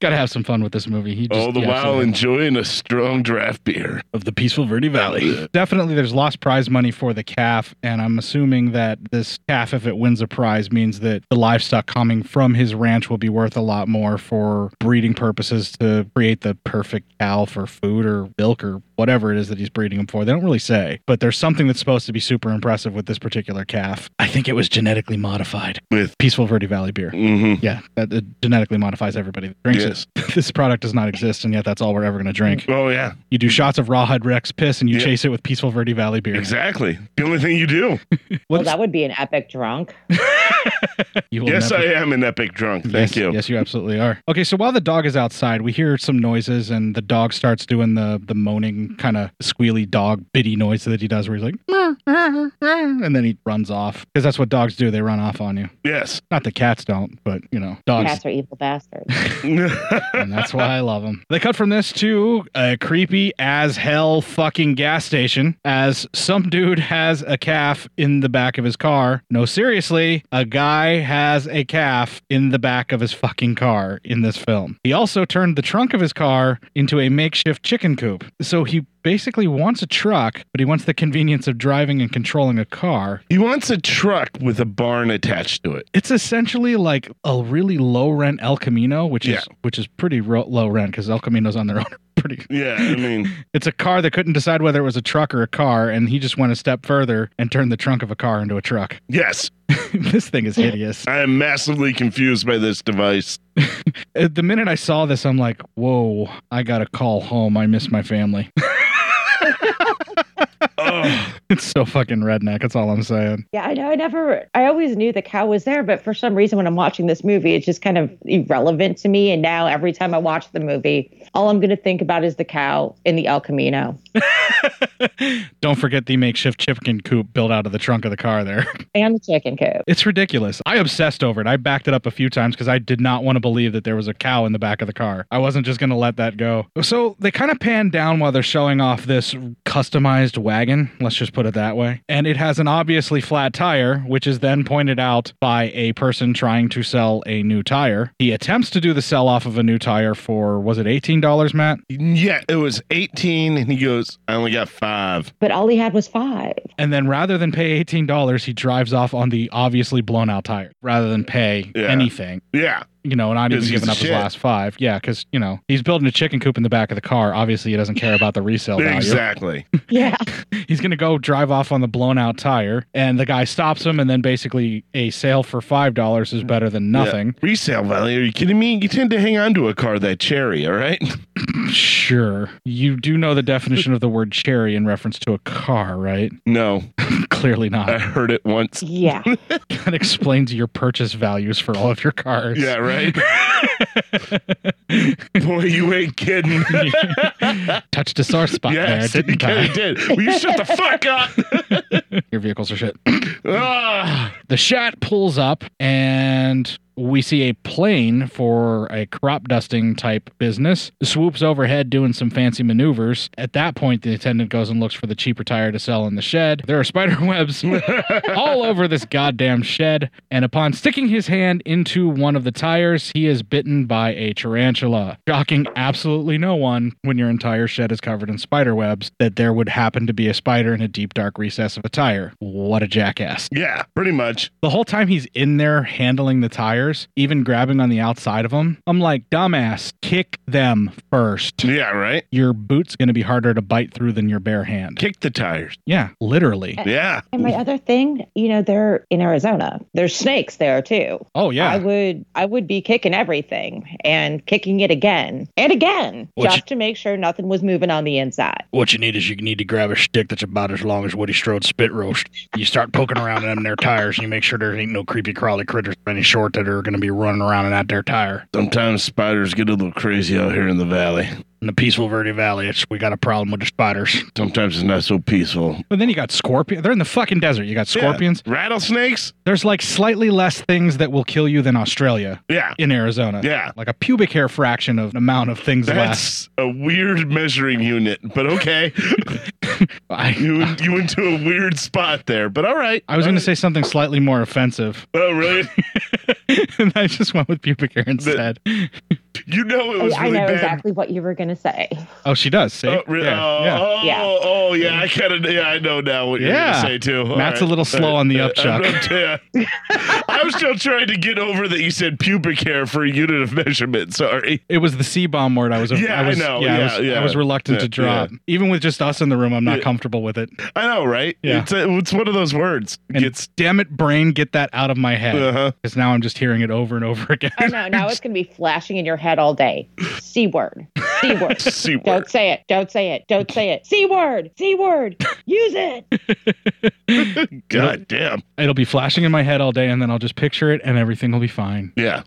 Speaker 1: Gotta have some fun with this movie. He just,
Speaker 3: All the
Speaker 1: yeah,
Speaker 3: while
Speaker 1: absolutely.
Speaker 3: enjoying a strong draft beer
Speaker 1: of the peaceful Verde
Speaker 3: Valley.
Speaker 1: Definitely, there's lost prize money for the calf, and I'm assuming that this calf, if it wins a prize, means that the livestock coming from his ranch will be worth a lot more for breeding purposes to create the perfect cow for food or milk or whatever it is that he's breeding them for. They don't really say, but there's something that's supposed to be super impressive with this particular calf. I think it was genetically modified
Speaker 3: with
Speaker 1: Peaceful Verde Valley beer.
Speaker 3: Mm-hmm.
Speaker 1: Yeah, that it genetically modifies everybody that drinks
Speaker 3: Yes.
Speaker 1: it. this product does not exist, and yet that's all we're ever going to drink.
Speaker 3: Oh yeah,
Speaker 1: you do shots of Rawhide Rex piss, and you
Speaker 3: Yeah.
Speaker 1: chase it with Peaceful Verde Valley beer.
Speaker 3: Exactly. The only thing you do.
Speaker 2: Well, that would be an epic drunk.
Speaker 1: You will
Speaker 3: yes,
Speaker 1: never-
Speaker 3: I am an epic drunk. Thank
Speaker 1: Yes,
Speaker 3: you.
Speaker 1: yes, you absolutely are. Okay, so while the dog is outside, we hear some noises, and the dog starts doing the the moaning kind of squealy dog bitty noise that he does, where he's like,
Speaker 2: Uh-huh.
Speaker 1: and then he runs off because that's what dogs do. They run off on you.
Speaker 3: Yes.
Speaker 1: Not that cats don't, but you know, dogs.
Speaker 2: Cats are evil bastards.
Speaker 1: and that's why I love them. They cut from this to a creepy as hell fucking gas station as some dude has a calf in the back of his car. No, seriously, a guy has a calf in the back of his fucking car in this film. He also turned the trunk of his car into a makeshift chicken coop. So he basically wants a truck, but he wants the convenience of driving and controlling a car.
Speaker 3: He wants a truck with a barn attached to it.
Speaker 1: It's essentially like a really low rent El Camino, which
Speaker 3: Yeah.
Speaker 1: is which is pretty ro- low rent because El Caminos on their own are pretty.
Speaker 3: Yeah, I mean,
Speaker 1: It's a car that couldn't decide whether it was a truck or a car, and he just went a step further and turned the trunk of a car into a truck.
Speaker 3: yes.
Speaker 1: this thing is hideous.
Speaker 3: I am massively confused by this device.
Speaker 1: Uh, The minute I saw this, I'm like, "Whoa! I gotta call home. I miss my family." It's so fucking redneck. That's all I'm saying.
Speaker 2: Yeah, I know. I never, I always knew the cow was there, but for some reason, when I'm watching this movie, it's just kind of irrelevant to me. And now every time I watch the movie, all I'm going to think about is the cow in the El Camino.
Speaker 1: Don't forget the makeshift chicken coop built out of the trunk of the car there.
Speaker 2: and the chicken coop.
Speaker 1: It's ridiculous. I obsessed over it. I backed it up a few times because I did not want to believe that there was a cow in the back of the car. I wasn't just going to let that go. So they kind of pan down while they're showing off this customized wagon. Let's just put it that way. And it has an obviously flat tire, which is then pointed out by a person trying to sell a new tire. He attempts to do the sell off of a new tire for, was it $18, Matt?
Speaker 3: Yeah, it was 18, and he goes, I only got five.
Speaker 2: But all he had was five.
Speaker 1: And then rather than pay $18, he drives off on the obviously blown out tire rather than pay anything.
Speaker 3: Yeah.
Speaker 1: You know, not even
Speaker 3: 'Cause he's
Speaker 1: giving
Speaker 3: the
Speaker 1: up his
Speaker 3: shit.
Speaker 1: last five. Yeah, because, you know, he's building a chicken coop in the back of the car. Obviously, he doesn't care about the resale value.
Speaker 3: Exactly.
Speaker 2: Yeah.
Speaker 1: He's going to go drive off on the blown out tire, and the guy stops him, and then basically a sale for $5 is better than nothing.
Speaker 3: Yeah. Resale value. Are you kidding me? You tend to hang on to a car that cherry, all right?
Speaker 1: Sure. You do know the definition of the word cherry in reference to a car, right?
Speaker 3: No.
Speaker 1: Clearly not.
Speaker 3: I heard it once.
Speaker 2: Yeah.
Speaker 1: that explains your purchase values for all of your cars.
Speaker 3: Yeah, right? Boy, you ain't kidding.
Speaker 1: Touched a sore spot
Speaker 3: yes,
Speaker 1: there,
Speaker 3: you
Speaker 1: didn't I?
Speaker 3: kinda did. Will you shut the fuck up?
Speaker 1: Your vehicles are shit.
Speaker 3: Ah.
Speaker 1: the shot pulls up and we see a plane for a crop dusting type business swoops overhead doing some fancy maneuvers at that point the attendant goes and looks for the cheaper tire to sell in the shed there are spider webs all over this goddamn shed and upon sticking his hand into one of the tires he is bitten by a tarantula shocking absolutely no one when your entire shed is covered in spider webs that there would happen to be a spider in a deep dark recess of a tire what a jackass
Speaker 3: Yeah, pretty much.
Speaker 1: the whole time he's in there handling the tire, tires, even grabbing on the outside of them. I'm like, dumbass, kick them first.
Speaker 3: Yeah, right.
Speaker 1: Your boot's going to be harder to bite through than your bare hand.
Speaker 3: Kick the tires.
Speaker 1: Yeah, literally.
Speaker 3: Yeah.
Speaker 2: And my other thing, you know, they're in Arizona. There's snakes there too.
Speaker 1: Oh, yeah.
Speaker 2: I would I would be kicking everything and kicking it again and again
Speaker 18: What
Speaker 2: just to make sure nothing was moving on the inside.
Speaker 18: What you need is you need to grab a stick that's about as long as Woody Strode's spit roast. You start poking around in them their tires, and you make sure there ain't no creepy crawly critters of any sort that are going to be running around in that their tire.
Speaker 3: Sometimes spiders get a little crazy out here in the valley.
Speaker 18: In the peaceful Verde Valley, it's we got a problem with the spiders.
Speaker 3: Sometimes it's not so peaceful.
Speaker 1: But then you got scorpions. They're in the fucking desert. You got
Speaker 3: Yeah.
Speaker 1: scorpions.
Speaker 3: Rattlesnakes?
Speaker 1: There's like slightly less things that will kill you than Australia.
Speaker 3: Yeah.
Speaker 1: In Arizona.
Speaker 3: Yeah.
Speaker 1: Like a pubic hair fraction of amount of things
Speaker 3: That's
Speaker 1: less.
Speaker 3: a weird measuring unit, but okay. you, went- you went to a weird spot there, but all right.
Speaker 1: I was going to say something slightly more offensive.
Speaker 3: Oh, really?
Speaker 1: and I just went with pubic hair instead.
Speaker 3: You know it was
Speaker 2: I, I
Speaker 3: really
Speaker 2: know
Speaker 3: bad.
Speaker 2: exactly what you were going to say.
Speaker 1: oh, she does. See?
Speaker 3: Oh, really?
Speaker 1: Yeah,
Speaker 3: oh,
Speaker 1: yeah.
Speaker 3: Oh,
Speaker 2: Yeah.
Speaker 3: oh, oh, yeah. I kind of, yeah, I know now what you're
Speaker 1: Yeah.
Speaker 3: gonna say too. All
Speaker 1: Matt's a little slow on the
Speaker 3: Uh,
Speaker 1: upchuck.
Speaker 3: I'm not- yeah. I was still trying to get over that you said pubic hair for a unit of measurement. Sorry.
Speaker 1: It was the C bomb word. I was.
Speaker 3: Yeah,
Speaker 1: I, was,
Speaker 3: I know.
Speaker 1: Yeah,
Speaker 3: Yeah,
Speaker 1: I, was,
Speaker 3: yeah.
Speaker 1: I was reluctant
Speaker 3: Yeah,
Speaker 1: to drop, even with just us in the room. I'm not
Speaker 3: Yeah.
Speaker 1: comfortable with it.
Speaker 3: I know, right?
Speaker 1: Yeah.
Speaker 3: It's, a, it's one of those words.
Speaker 1: And damn it, brain, get that out of my head.
Speaker 3: Uh-huh.
Speaker 1: Because now I'm just hearing it over and over again.
Speaker 2: Oh no, now it's going to be flashing in your head all day. C word. C word.
Speaker 3: C word.
Speaker 2: Don't say it. Don't say it. Don't say it. C word. C word. Use it.
Speaker 3: God damn.
Speaker 1: It'll be flashing in my head all day, and then I'll just picture it, and everything will be fine.
Speaker 3: Yeah.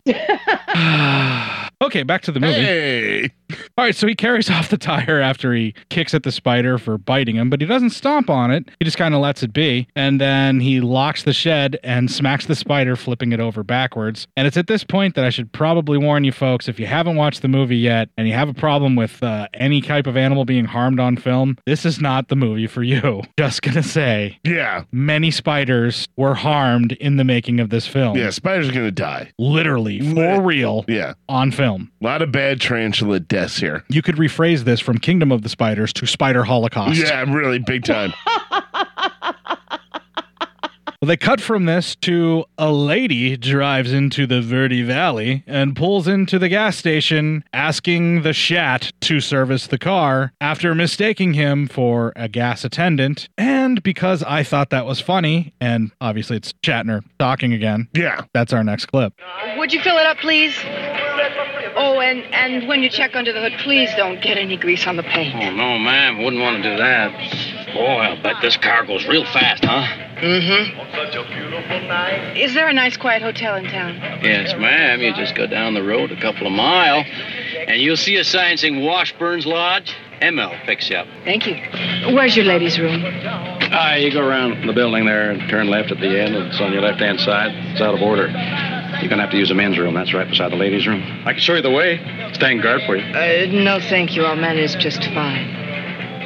Speaker 1: okay, back to the movie.
Speaker 3: Hey.
Speaker 1: All right, so he carries off the tire after he kicks at the spider for biting him, but he doesn't stomp on it. He just kind of lets it be. And then he locks the shed and smacks the spider, flipping it over backwards. And it's at this point that I should probably warn you folks if you haven't watched the movie yet and you have a problem with uh, any type of animal being harmed on film, this is not the movie for you. Just going to say.
Speaker 3: Yeah.
Speaker 1: Many spiders were harmed in the making of this film.
Speaker 3: Yeah, spiders are going to die.
Speaker 1: Literally, for real.
Speaker 3: Yeah.
Speaker 1: On film.
Speaker 3: A lot of bad tarantula deaths here.
Speaker 1: You could rephrase this from Kingdom of the Spiders to Spider Holocaust.
Speaker 3: Yeah, really big time.
Speaker 1: Well, they cut from this to a lady drives into the Verde Valley and pulls into the gas station asking the shat to service the car after mistaking him for a gas attendant. And because I thought that was funny, and obviously it's Shatner talking again.
Speaker 3: Yeah.
Speaker 1: That's our next clip.
Speaker 12: Would you fill it up, please? Oh, and, and when you check under the hood, please don't get any grease on the paint.
Speaker 11: Oh, no, ma'am. Wouldn't want to do that. Boy, I'll bet this car goes real fast, huh? Mm-hmm.
Speaker 12: Is there a nice, quiet hotel in town?
Speaker 11: Yes, ma'am. You just go down the road a couple of mile, and you'll see a sign saying Washburn's Lodge. ML picks you up.
Speaker 12: Thank you. Where's your ladies' room?
Speaker 11: Ah, you go around the building there and turn left at the end. It's on your left-hand side. It's out of order. You're gonna have to use the men's room. That's right beside the ladies' room. I can show you the way. Stand guard for you.
Speaker 12: Uh, no, thank you. I'll manage just fine.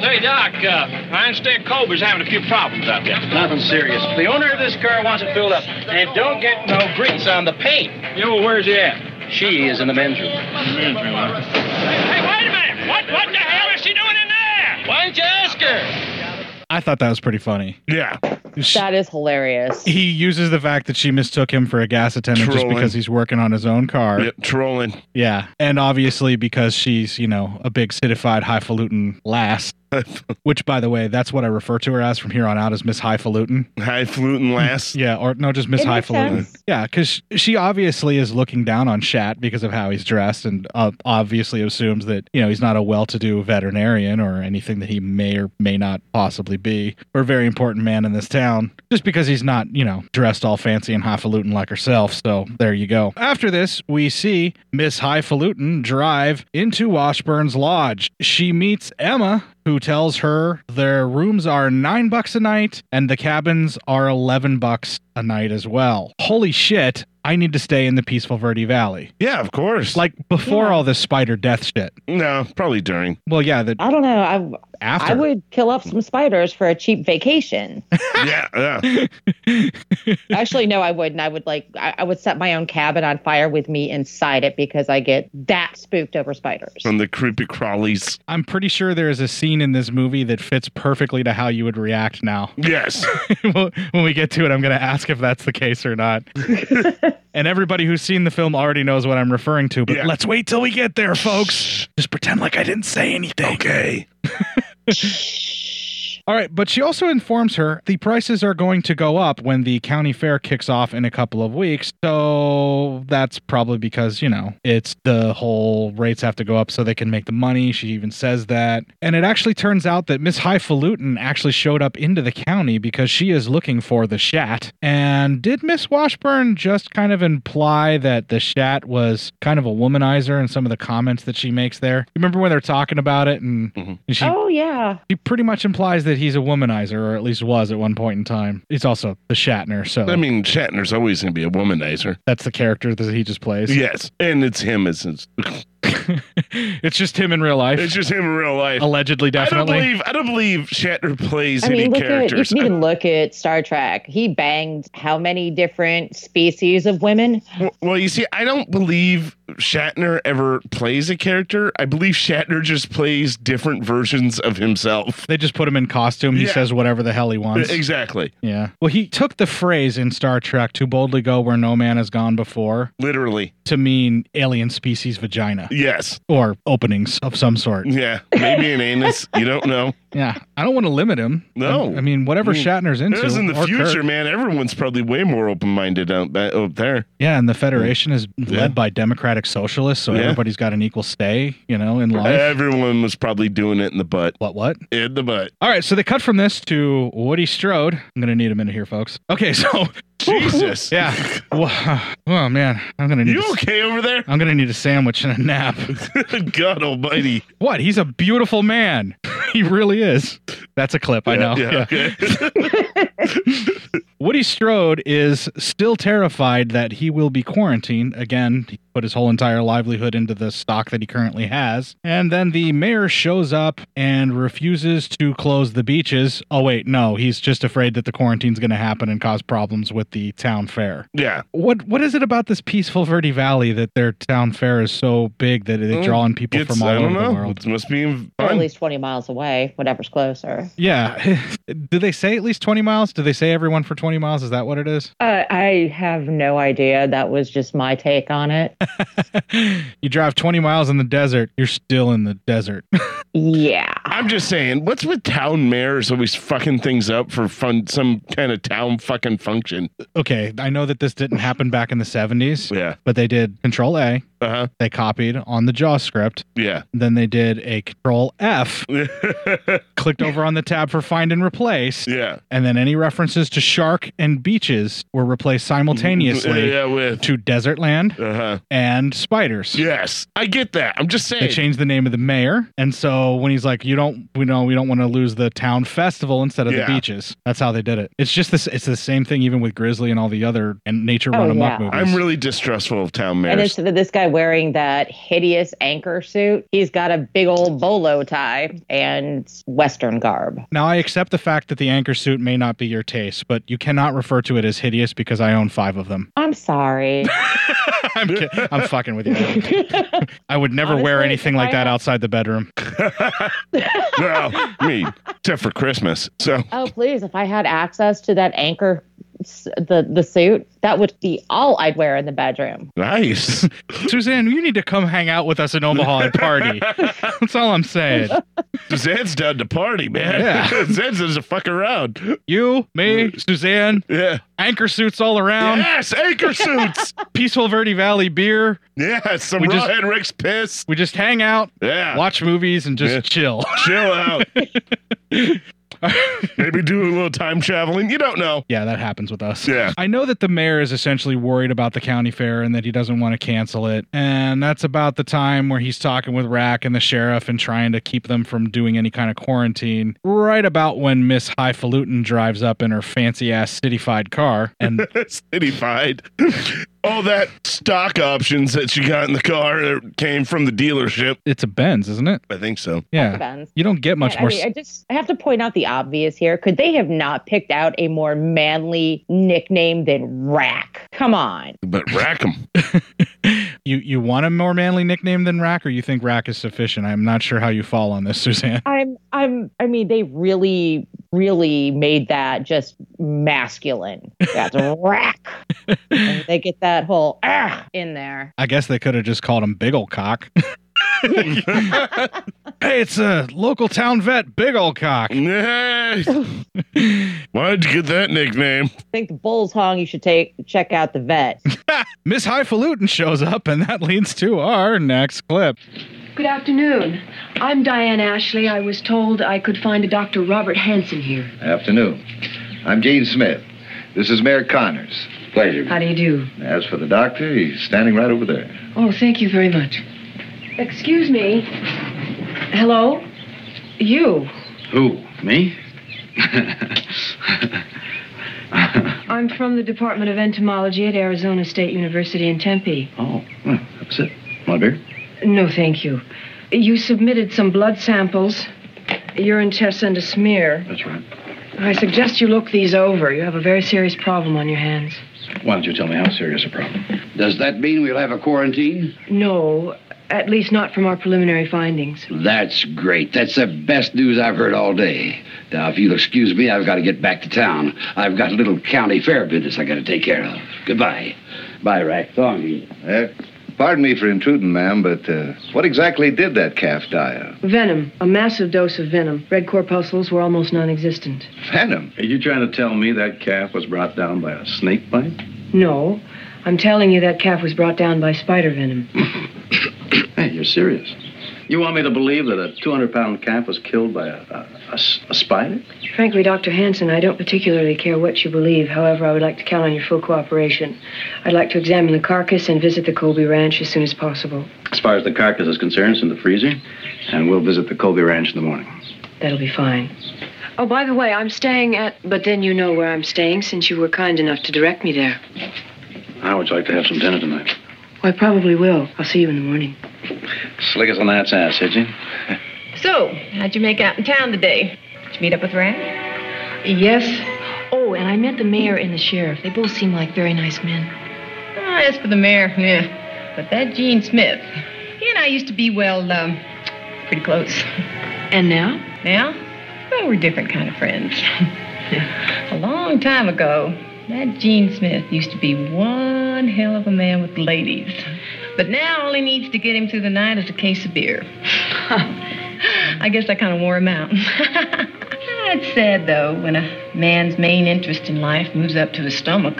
Speaker 11: Say, Doc, uh, I understand Colby's having a few problems out there. Nothing serious. The owner of this car wants it filled up. And don't get no grease on the paint. You know, where's he at? She is in the men's room. men's room, Hey, wait a minute. What, what the hell is she doing in there? Why don't you ask her?
Speaker 1: I thought that was pretty funny.
Speaker 3: Yeah.
Speaker 2: That is hilarious.
Speaker 1: He uses the fact that she mistook him for a gas attendant just
Speaker 3: Trolling.
Speaker 1: because he's working on his own car.
Speaker 3: Yep, trolling.
Speaker 1: Yeah. And obviously because she's, you know, a big citified highfalutin lass. which by the way, that's what I refer to her as from here on out as Miss Highfalutin.
Speaker 3: Highfalutin lass.
Speaker 1: yeah, or no, just Miss
Speaker 3: It makes
Speaker 1: Highfalutin.
Speaker 3: sense.
Speaker 1: Yeah, because she obviously is looking down on Shat because of how he's dressed and uh, obviously assumes that, you know, he's not a well to do veterinarian or anything that he may or may not possibly be, or a very important man in this town, just because he's not, you know, dressed all fancy and highfalutin like herself. So there you go. After this, we see Miss Highfalutin drive into Washburn's lodge. She meets Emma, who tells her their rooms are nine bucks a night and the cabins are 11 bucks a night as well. Holy shit. I need to stay in the peaceful Verde Valley.
Speaker 3: Yeah, of course.
Speaker 1: Like before all this spider death shit.
Speaker 3: No, probably during.
Speaker 1: Well, yeah, the,
Speaker 2: I don't know. I
Speaker 1: After.
Speaker 2: I would kill up some spiders for a cheap vacation.
Speaker 3: yeah, yeah.
Speaker 2: Actually, no, I wouldn't. I would like I, I would set my own cabin on fire with me inside it because I get that spooked over spiders.
Speaker 3: From the creepy crawlies.
Speaker 1: I'm pretty sure there is a scene in this movie that fits perfectly to how you would react now.
Speaker 3: Yes.
Speaker 1: when we get to it, I'm going to ask ask if that's the case or not. and everybody who's seen the film already knows what I'm referring to, but let's wait till we get there, folks. Just pretend like I didn't say anything. Okay. All right, but she also informs her the prices are going to go up when the county fair kicks off in a couple of weeks. So that's probably because, you know, it's the whole rates have to go up so they can make the money. She even says that. And it actually turns out that Miss Highfalutin actually showed up into the county because she is looking for the shat. And did Miss Washburn just kind of imply that the shat was kind of a womanizer in some of the comments that she makes there? Remember when they're talking about it and, and she
Speaker 2: oh yeah.
Speaker 1: he pretty much implies that he's a womanizer, or at least was at one point in time. He's also the Shatner, so
Speaker 3: I mean, Shatner's always going to be a womanizer.
Speaker 1: that's the character that he just plays.
Speaker 3: Yes, and it's him. It's, it's,
Speaker 1: it's just him in real life.
Speaker 3: It's just him in real life.
Speaker 1: Allegedly,
Speaker 3: I
Speaker 1: definitely.
Speaker 3: don't believe I don't believe Shatner plays
Speaker 2: I
Speaker 3: any
Speaker 2: mean, look at you
Speaker 3: characters.
Speaker 2: can even look at Star Trek. He banged how many different species of women?
Speaker 3: Well, well, you see, I don't believe Shatner ever plays a character. I believe Shatner just plays different versions of himself.
Speaker 1: They just put him in costume. He
Speaker 3: Yeah.
Speaker 1: says whatever the hell he wants.
Speaker 3: Exactly.
Speaker 1: Yeah. Well, he took the phrase in Star Trek to boldly go where no man has gone before
Speaker 3: Literally.
Speaker 1: to mean alien species vagina
Speaker 3: Yes.
Speaker 1: or openings of some sort.
Speaker 3: Yeah. Maybe an anus. You don't know.
Speaker 1: Yeah. I don't want to limit him.
Speaker 3: No.
Speaker 1: I, I mean, whatever
Speaker 3: I mean,
Speaker 1: Shatner's into.
Speaker 3: Whereas in the
Speaker 1: or
Speaker 3: future,
Speaker 1: Kirk.
Speaker 3: man, everyone's probably way more open minded out, ba- out there.
Speaker 1: Yeah, and the Federation is
Speaker 3: Yeah.
Speaker 1: led by democratic socialists, so
Speaker 3: Yeah.
Speaker 1: everybody's got an equal say, you know, in life.
Speaker 3: Everyone was probably doing it in the butt.
Speaker 1: What, what?
Speaker 3: In the butt.
Speaker 1: All right, so they cut from this to Woody Strode. I'm going to need a minute here, folks. Okay, so
Speaker 3: Jesus.
Speaker 1: yeah. Wha- Oh man, I'm going to need
Speaker 3: You
Speaker 1: a-
Speaker 3: okay over there?
Speaker 1: I'm going to need a sandwich and a nap.
Speaker 3: God almighty.
Speaker 1: What? He's a beautiful man. he really is. That's a clip, I
Speaker 3: Yeah,
Speaker 1: know.
Speaker 3: yeah,
Speaker 1: Yeah. Woody Strode is still terrified that he will be quarantined. Again, he put his whole entire livelihood into the stock that he currently has. And then the mayor shows up and refuses to close the beaches. Oh, wait, no, he's just afraid that the quarantine's going to happen and cause problems with the town fair.
Speaker 3: Yeah.
Speaker 1: What What is it about this peaceful Verde Valley that their town fair is so big that they draw in people
Speaker 3: It's-
Speaker 1: from all
Speaker 3: I
Speaker 1: over
Speaker 3: don't
Speaker 1: the
Speaker 3: know.
Speaker 1: world?
Speaker 3: It must be
Speaker 2: Or at
Speaker 3: fun.
Speaker 2: least 20 miles away, whatever's closer.
Speaker 1: Yeah. Do they say at least 20 miles? Do they say everyone for 20 miles? Is that what it is?
Speaker 2: Uh, I have no idea. That was just my take on it.
Speaker 1: You drive 20 miles in the desert, you're still in the desert.
Speaker 2: yeah.
Speaker 3: I'm just saying, what's with town mayors always fucking things up for fun, some kind of town fucking function?
Speaker 1: okay, I know that this didn't happen back in the 70s.
Speaker 3: Yeah.
Speaker 1: But they did Control A.
Speaker 3: Uh-huh.
Speaker 1: They copied on the JAWS script.
Speaker 3: Yeah.
Speaker 1: Then they did a Control F. clicked over on the tab for find and replace.
Speaker 3: Yeah.
Speaker 1: And then any references to shark and beaches were replaced simultaneously
Speaker 3: Mm-hmm. Yeah, with.
Speaker 1: to desert land
Speaker 3: Uh-huh.
Speaker 1: and spiders.
Speaker 3: Yes. I get that. I'm just saying.
Speaker 1: They changed the name of the mayor, and so when he's like, "You don't, we know, we don't want to lose the town festival instead of
Speaker 3: Yeah.
Speaker 1: the beaches." That's how they did it. It's just this. It's the same thing, even with Grizzly and all the other and nature
Speaker 2: Oh,
Speaker 1: run amok
Speaker 2: yeah.
Speaker 1: movies.
Speaker 3: I'm really distrustful of town
Speaker 2: And
Speaker 3: mayors.
Speaker 2: instead of this guy wearing that hideous anchor suit, he's got a big old bolo tie and Western garb.
Speaker 1: now I accept the fact that the anchor suit may not be your taste, but you cannot refer to it as hideous because I own five of them.
Speaker 2: I'm sorry.
Speaker 1: I'm, kid- I'm fucking with you. I would never wear
Speaker 2: Honestly,
Speaker 1: anything
Speaker 2: if
Speaker 1: like
Speaker 2: I
Speaker 1: that
Speaker 2: had-
Speaker 1: outside the bedroom.
Speaker 3: well, I mean, except for Christmas. So,
Speaker 2: oh, please, if I had access to that anchor, s- the, the suit, that would be all I'd wear in the bedroom.
Speaker 3: nice.
Speaker 1: Suzanne, you need to come hang out with us in Omaha and party. That's all I'm saying.
Speaker 3: Zed's down to party, man.
Speaker 1: Yeah.
Speaker 3: Zed's doesn't fuck around.
Speaker 1: You, me, Suzanne,
Speaker 3: Yeah.
Speaker 1: anchor suits all around.
Speaker 3: Yes, anchor suits.
Speaker 1: Peaceful Verde Valley beer.
Speaker 3: yeah, some
Speaker 1: We just-
Speaker 3: rawhead Rick's piss.
Speaker 1: We just hang out,
Speaker 3: Yeah.
Speaker 1: watch movies, and just
Speaker 3: Yeah.
Speaker 1: chill.
Speaker 3: Chill out. Maybe do a little time traveling. You don't know.
Speaker 1: Yeah, that happens with us.
Speaker 3: Yeah.
Speaker 1: I know that the mayor is essentially worried about the county fair and that he doesn't want to cancel it. And that's about the time where he's talking with Rack and the sheriff and trying to keep them from doing any kind of quarantine. Right about when Miss Highfalutin drives up in her fancy ass cityfied car and
Speaker 3: Cityfied. All that stock options that she got in the car that came from the dealership.
Speaker 1: it's a Benz, isn't it?
Speaker 3: I think so.
Speaker 1: Yeah.
Speaker 2: Depends.
Speaker 1: You don't get much
Speaker 2: I,
Speaker 1: more.
Speaker 2: I mean, I just I have to point out the obvious here. Could they have not picked out a more manly nickname than Rack? Come on.
Speaker 3: But rack 'em.
Speaker 1: You you want a more manly nickname than Rack, or you
Speaker 2: Oh,
Speaker 1: think Rack is sufficient? I'm not sure how you fall on this, Suzanne.
Speaker 2: I'm I'm I mean they really really made that just masculine. That's rack. And they get that whole ah in there.
Speaker 1: I guess they could have just called him Big Ol' Cock. hey, it's a local town vet, Big Ol' Cock.
Speaker 3: Why'd you get that nickname?
Speaker 2: I think the bull's hung. You should take check out the vet.
Speaker 1: Miss Highfalutin shows up, and that leads to our next clip.
Speaker 12: Good afternoon. I'm Diane Ashley. I was told I could find a Dr. Robert Hanson here.
Speaker 19: Afternoon. I'm Gene Smith. This is Mayor Connors. Pleasure.
Speaker 12: How do you do?
Speaker 19: As for the doctor, he's standing right over there.
Speaker 12: Oh, thank you very much. Excuse me. Hello? You.
Speaker 19: Who? Me?
Speaker 12: I'm from the Department of Entomology at Arizona State University in Tempe.
Speaker 19: Oh, well, that's it. Want a beer?
Speaker 12: No, thank you. You submitted some blood samples, urine tests, and a smear.
Speaker 19: That's right.
Speaker 12: I suggest you look these over. You have a very serious problem on your hands.
Speaker 19: Why don't you tell me how serious a problem? Does that mean we'll have a quarantine?
Speaker 12: No, at least not from our preliminary findings.
Speaker 19: That's great. That's the best news I've heard all day. Now, if you'll excuse me, I've got to get back to town. I've got a little county fair business I got to take care of. Goodbye. Bye, Rack. Thongy. Uh, pardon me for intruding, ma'am, but uh, what exactly did that calf die of?
Speaker 12: Venom, a massive dose of venom. Red corpuscles were almost non existent.
Speaker 19: Venom? Are you trying to tell me that calf was brought down by a snake bite?
Speaker 12: No. I'm telling you that calf was brought down by spider venom.
Speaker 19: Hey, you're serious. You want me to believe that a 200 pound calf was killed by a, a, a, a spider?
Speaker 12: Frankly, Dr. Hanson, I don't particularly care what you believe. However, I would like to count on your full cooperation. I'd like to examine the carcass and visit the Colby Ranch as soon as possible.
Speaker 19: As far as the carcass is concerned, it's in the freezer, and we'll visit the Colby Ranch in the morning.
Speaker 12: That'll be fine. Oh, by the way, I'm staying at. But then you know where I'm staying since you were kind enough to direct me there.
Speaker 19: I would like to have some dinner tonight.
Speaker 12: Well, I probably will. I'll see you in the morning.
Speaker 19: Slick as an gnat's ass, did you?
Speaker 20: so, how'd you make out in town today? Did you meet up with Rand?
Speaker 12: Yes. Oh, and I met the mayor and the sheriff. They both seem like very nice men.
Speaker 20: Ah, as for the mayor, yeah. But that Gene Smith, he and I used to be, well, um, pretty close.
Speaker 12: And now?
Speaker 20: Now? Well, we're different kind of friends. A long time ago, that Gene Smith used to be one hell of a man with ladies. But now all he needs to get him through the night is a case of beer. I guess I kind of wore him out. it's sad, though, when a man's main interest in life moves up to his stomach.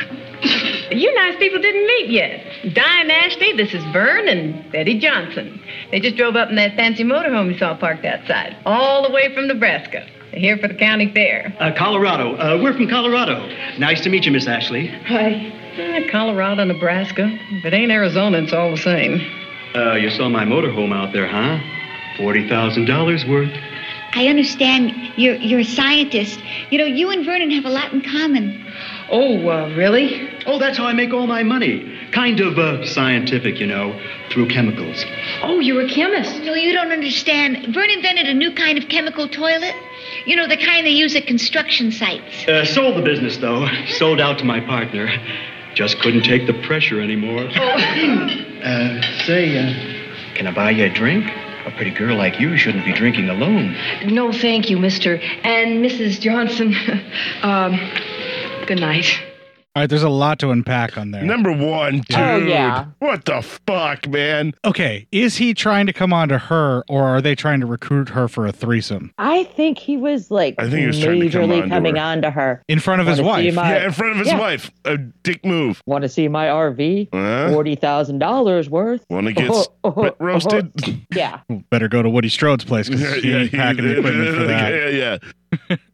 Speaker 20: you nice people didn't meet yet. Diane Ashley, this is Vern, and Betty Johnson. They just drove up in that fancy motorhome you saw parked outside, all the way from Nebraska. They're here for the county fair.
Speaker 21: Uh, Colorado. Uh, we're from Colorado. Nice to meet you, Miss Ashley.
Speaker 20: Hi. Eh, Colorado, Nebraska. If it ain't Arizona, it's all the same.
Speaker 21: Uh, you saw my motorhome out there, huh? $40,000 worth.
Speaker 22: I understand you're, you're a scientist. You know, you and Vernon have a lot in common.
Speaker 21: Oh, uh, really? Oh, that's how I make all my money. Kind of uh, scientific, you know, through chemicals.
Speaker 22: Oh, you're a chemist. No, you don't understand. Vern invented a new kind of chemical toilet. You know, the kind they use at construction sites.
Speaker 21: Uh, sold the business, though. Sold out to my partner. Just couldn't take the pressure anymore. uh, say, uh, can I buy you a drink? A pretty girl like you shouldn't be drinking alone.
Speaker 12: No, thank you, Mr. and Mrs. Johnson. um, good night.
Speaker 1: All right, there's a lot to unpack on there.
Speaker 3: Number one, dude.
Speaker 2: Oh, yeah.
Speaker 3: What the fuck, man?
Speaker 1: Okay, is he trying to come on to her, or are they trying to recruit her for a threesome
Speaker 2: I think he was like
Speaker 3: I think he was trying to come
Speaker 2: majorly
Speaker 3: on to
Speaker 2: coming
Speaker 3: her.
Speaker 2: on to her.
Speaker 1: in front of his
Speaker 2: Wanna see
Speaker 1: wife?
Speaker 2: my-
Speaker 3: yeah, in front of his
Speaker 2: Yeah.
Speaker 3: wife. A dick move.
Speaker 2: Want to see my RV?
Speaker 3: Huh?
Speaker 2: $40,000 worth?
Speaker 3: Want to get spit roasted?
Speaker 2: yeah.
Speaker 1: Better go to Woody Strode's place because he ain't packing the equipment for that.
Speaker 3: yeah, yeah.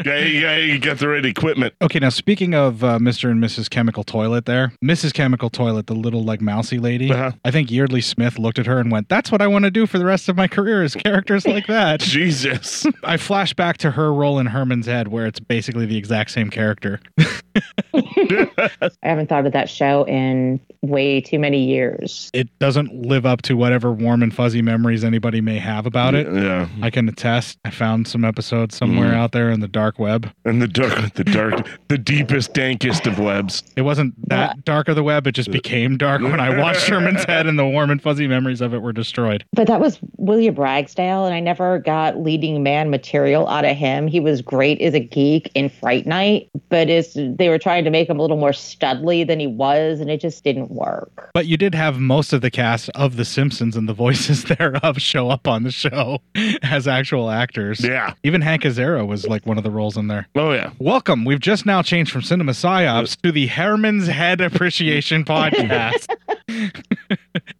Speaker 3: yeah, yeah, you got the right equipment.
Speaker 1: Okay, now speaking of uh, Mr. and Mrs. Chemical Toilet, there, Mrs. Chemical Toilet, the little like mousy lady,
Speaker 3: Uh-huh.
Speaker 1: I think Yeardley Smith looked at her and went, "That's what I want to do for the rest of my career is characters like that."
Speaker 3: Jesus.
Speaker 1: I flash back to her role in Herman's Head, where it's basically the exact same character.
Speaker 2: I haven't thought of that show in way too many years.
Speaker 1: It doesn't live up to whatever warm and fuzzy memories anybody may have about it.
Speaker 3: Yeah,
Speaker 1: I can attest. I found some episodes somewhere
Speaker 3: Mhm.
Speaker 1: out there. there in the dark web.
Speaker 3: And the dark, the dark, the deepest, dankest of webs.
Speaker 1: It wasn't that dark of the web. It just became dark when I watched Sherman's head, and the warm and fuzzy memories of it were destroyed.
Speaker 2: But that was William Ragsdale, and I never got leading man material out of him. He was great as a geek in Fright Night, but is they were trying to make him a little more studly than he was, and it just didn't work.
Speaker 1: But you did have most of the cast of The Simpsons and the voices thereof show up on the show as actual actors.
Speaker 3: Yeah.
Speaker 1: Even Hank Azera was like one of the roles in there.
Speaker 3: Oh yeah.
Speaker 1: Welcome. We've just now changed from Cinema Psyops to the Herman's Head Appreciation Podcast.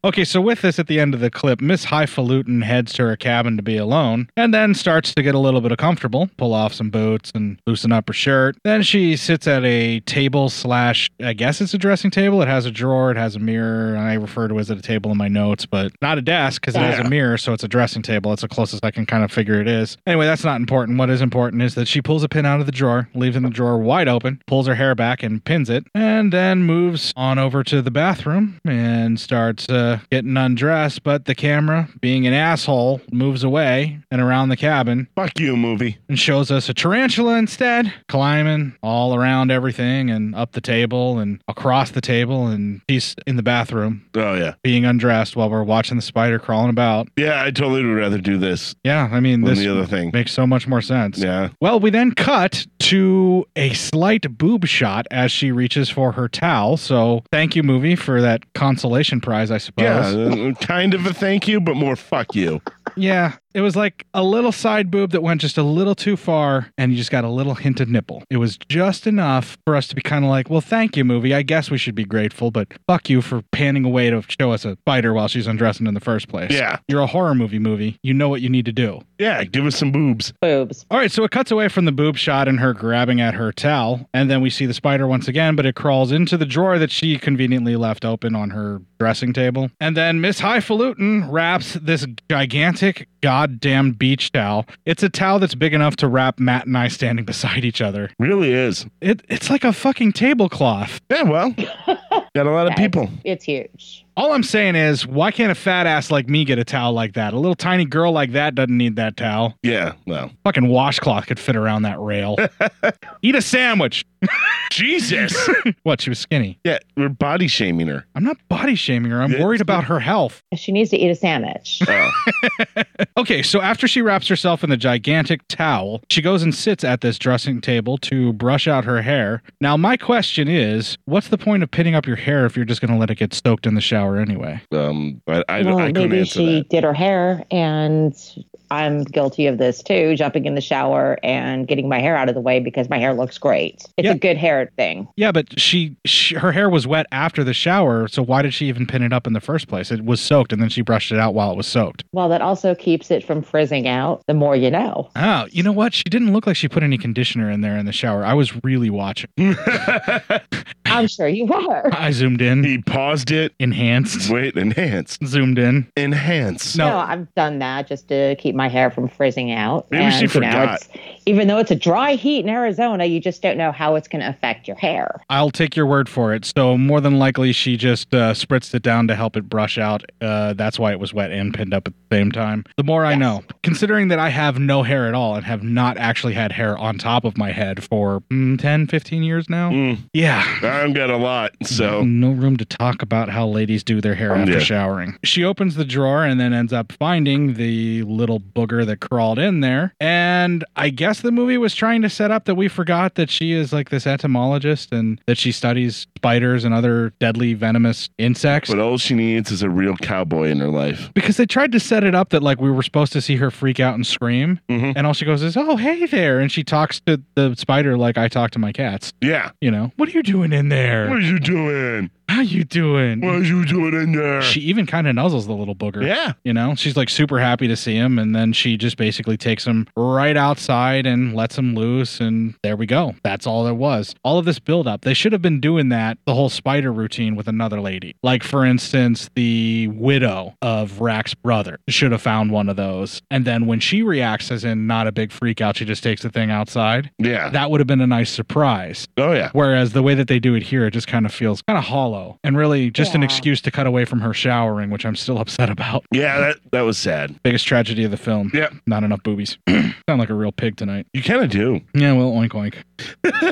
Speaker 1: okay, so with this at the end of the clip, Miss Highfalutin heads to her cabin to be alone and then starts to get a little bit of comfortable, pull off some boots and loosen up her shirt. Then she sits at a table slash, I guess it's a dressing table. It has a drawer, it has a mirror. I refer to it as a table in my notes, but not a desk because it has
Speaker 18: Yeah.
Speaker 1: a mirror, so it's a dressing table. That's the closest I can kind of figure it is. Anyway, that's not important. What is important is that she pulls a pin out of the drawer, leaves it in the drawer wide open, pulls her hair back and pins it, and then moves on over to the bathroom and starts uh, getting undressed. But the camera, being an asshole, moves away and around the cabin.
Speaker 3: Fuck you, movie.
Speaker 1: And shows us a tarantula instead, climbing all around everything and up the table and across the table. And she's in the bathroom.
Speaker 3: Oh yeah.
Speaker 1: Being undressed while we're watching the spider crawling about.
Speaker 3: Yeah, I totally would rather do this.
Speaker 1: Yeah, I mean,
Speaker 3: Than
Speaker 1: this
Speaker 3: the other thing.
Speaker 1: makes so much more sense.
Speaker 3: Yeah.
Speaker 1: Well, we then cut to a slight boob shot as she reaches for her towel. So, thank you, movie, for that consolation prize, I suppose.
Speaker 3: Yeah, uh, kind of a thank you, but more fuck you.
Speaker 1: Yeah, it was like a little side boob that went just a little too far, and you just got a little hint of nipple. It was just enough for us to be kind of like, well, thank you, movie. I guess we should be grateful, but fuck you for panning away to show us a spider while she's undressing in the first place.
Speaker 3: Yeah.
Speaker 1: You're a horror movie movie. You know what you need to do.
Speaker 3: Yeah, give us some boobs.
Speaker 2: Boobs.
Speaker 1: All right, so it cuts away from the boob shot and her grabbing at her towel, and then we see the spider once again, but it crawls into the drawer that she conveniently left open on her dressing table. And then Miss Highfalutin wraps this gigantic goddamn beach towel. It's a towel that's big enough to wrap Matt and I standing beside each other.
Speaker 3: Really is.
Speaker 1: It it's like a fucking tablecloth.
Speaker 3: Yeah, well. Got a lot of people.
Speaker 2: It's huge.
Speaker 1: All I'm saying is, why can't a fat ass like me get a towel like that? A little tiny girl like that doesn't need that towel.
Speaker 3: Yeah, well.
Speaker 1: Fucking washcloth could fit around that rail. Eat a sandwich.
Speaker 3: Jesus.
Speaker 1: what, she was skinny?
Speaker 3: Yeah, we're body shaming her.
Speaker 1: I'm not body shaming her. I'm worried about her health.
Speaker 2: She needs to eat a sandwich.
Speaker 3: Oh,
Speaker 1: Okay, so after she wraps herself in the gigantic towel, she goes and sits at this dressing table to brush out her hair. Now, my question is, what's the point of pinning up your hair if you're just going to let it get soaked in the shower anyway?
Speaker 3: Um, I, I,
Speaker 2: well,
Speaker 3: I couldn't
Speaker 2: maybe
Speaker 3: answer
Speaker 2: she
Speaker 3: that.
Speaker 2: did her hair, and I'm guilty of this too, jumping in the shower and getting my hair out of the way because my hair looks great. It's a good hair thing.
Speaker 1: Yeah, but she, she her hair was wet after the shower, so why did she even pin it up in the first place? It was soaked, and then she brushed it out while it was soaked.
Speaker 2: Well, that also keeps it from frizzing out. The more you know.
Speaker 1: Oh, you know what? She didn't look like she put any conditioner in there in the shower. I was really watching.
Speaker 2: I'm sure you were.
Speaker 1: I zoomed in.
Speaker 3: He paused it.
Speaker 1: Enhanced.
Speaker 3: Wait, enhanced.
Speaker 1: Zoomed in.
Speaker 3: Enhanced.
Speaker 2: No. I've done that just to keep my hair from frizzing out.
Speaker 3: Maybe she forgot.
Speaker 2: it's- even though it's a dry heat in Arizona, you just don't know how it's going to affect your hair.
Speaker 1: I'll take your word for it. So more than likely, she just uh, spritzed it down to help it brush out. Uh, that's why it was wet and pinned up at the same time. The more I know, considering that I have no hair at all and have not actually had hair on top of my head for mm, 10, 15 years now. Yeah.
Speaker 3: I've got a lot, so.
Speaker 1: No room to talk about how ladies do their hair
Speaker 3: Oh.
Speaker 1: after
Speaker 3: Yeah.
Speaker 1: showering. She opens the drawer and then ends up finding the little booger that crawled in there. And I guess the movie was trying to set up that we forgot that she is like this entomologist and that she studies spiders and other deadly venomous insects.
Speaker 3: But uh, all she needs is a real cowboy in her life.
Speaker 1: Because they tried to set it up that like we were supposed to see her freak out and scream,
Speaker 3: Mm-hmm.
Speaker 1: and all she goes is, "Oh, hey there," and she talks to the spider like I talk to my cats.
Speaker 3: Yeah.
Speaker 1: You know, what are you doing in there?
Speaker 3: What are you doing?
Speaker 1: How you doing?
Speaker 3: What are you doing in there?
Speaker 1: She even kind of nuzzles the little booger.
Speaker 3: Yeah.
Speaker 1: You know, she's like super happy to see him. And then she just basically takes him right outside and lets him loose. And there we go. That's all there was. All of this buildup. They should have been doing that, the whole spider routine with another lady. Like, for instance, the widow of Rack's brother should have found one of those. And then when she reacts, as in not a big freak out, she just takes the thing outside.
Speaker 3: Yeah.
Speaker 1: That would have been a nice surprise.
Speaker 3: Oh, yeah.
Speaker 1: Whereas the way that they do it here, it just kind of feels kind of hollow. low and really just an excuse to cut away from her showering, which I'm still upset about.
Speaker 3: Yeah, that, that was sad.
Speaker 1: Biggest tragedy of the film.
Speaker 3: Yeah.
Speaker 1: Not enough boobies. Sound like a real pig tonight.
Speaker 3: You kind of do.
Speaker 1: Yeah, well, oink oink.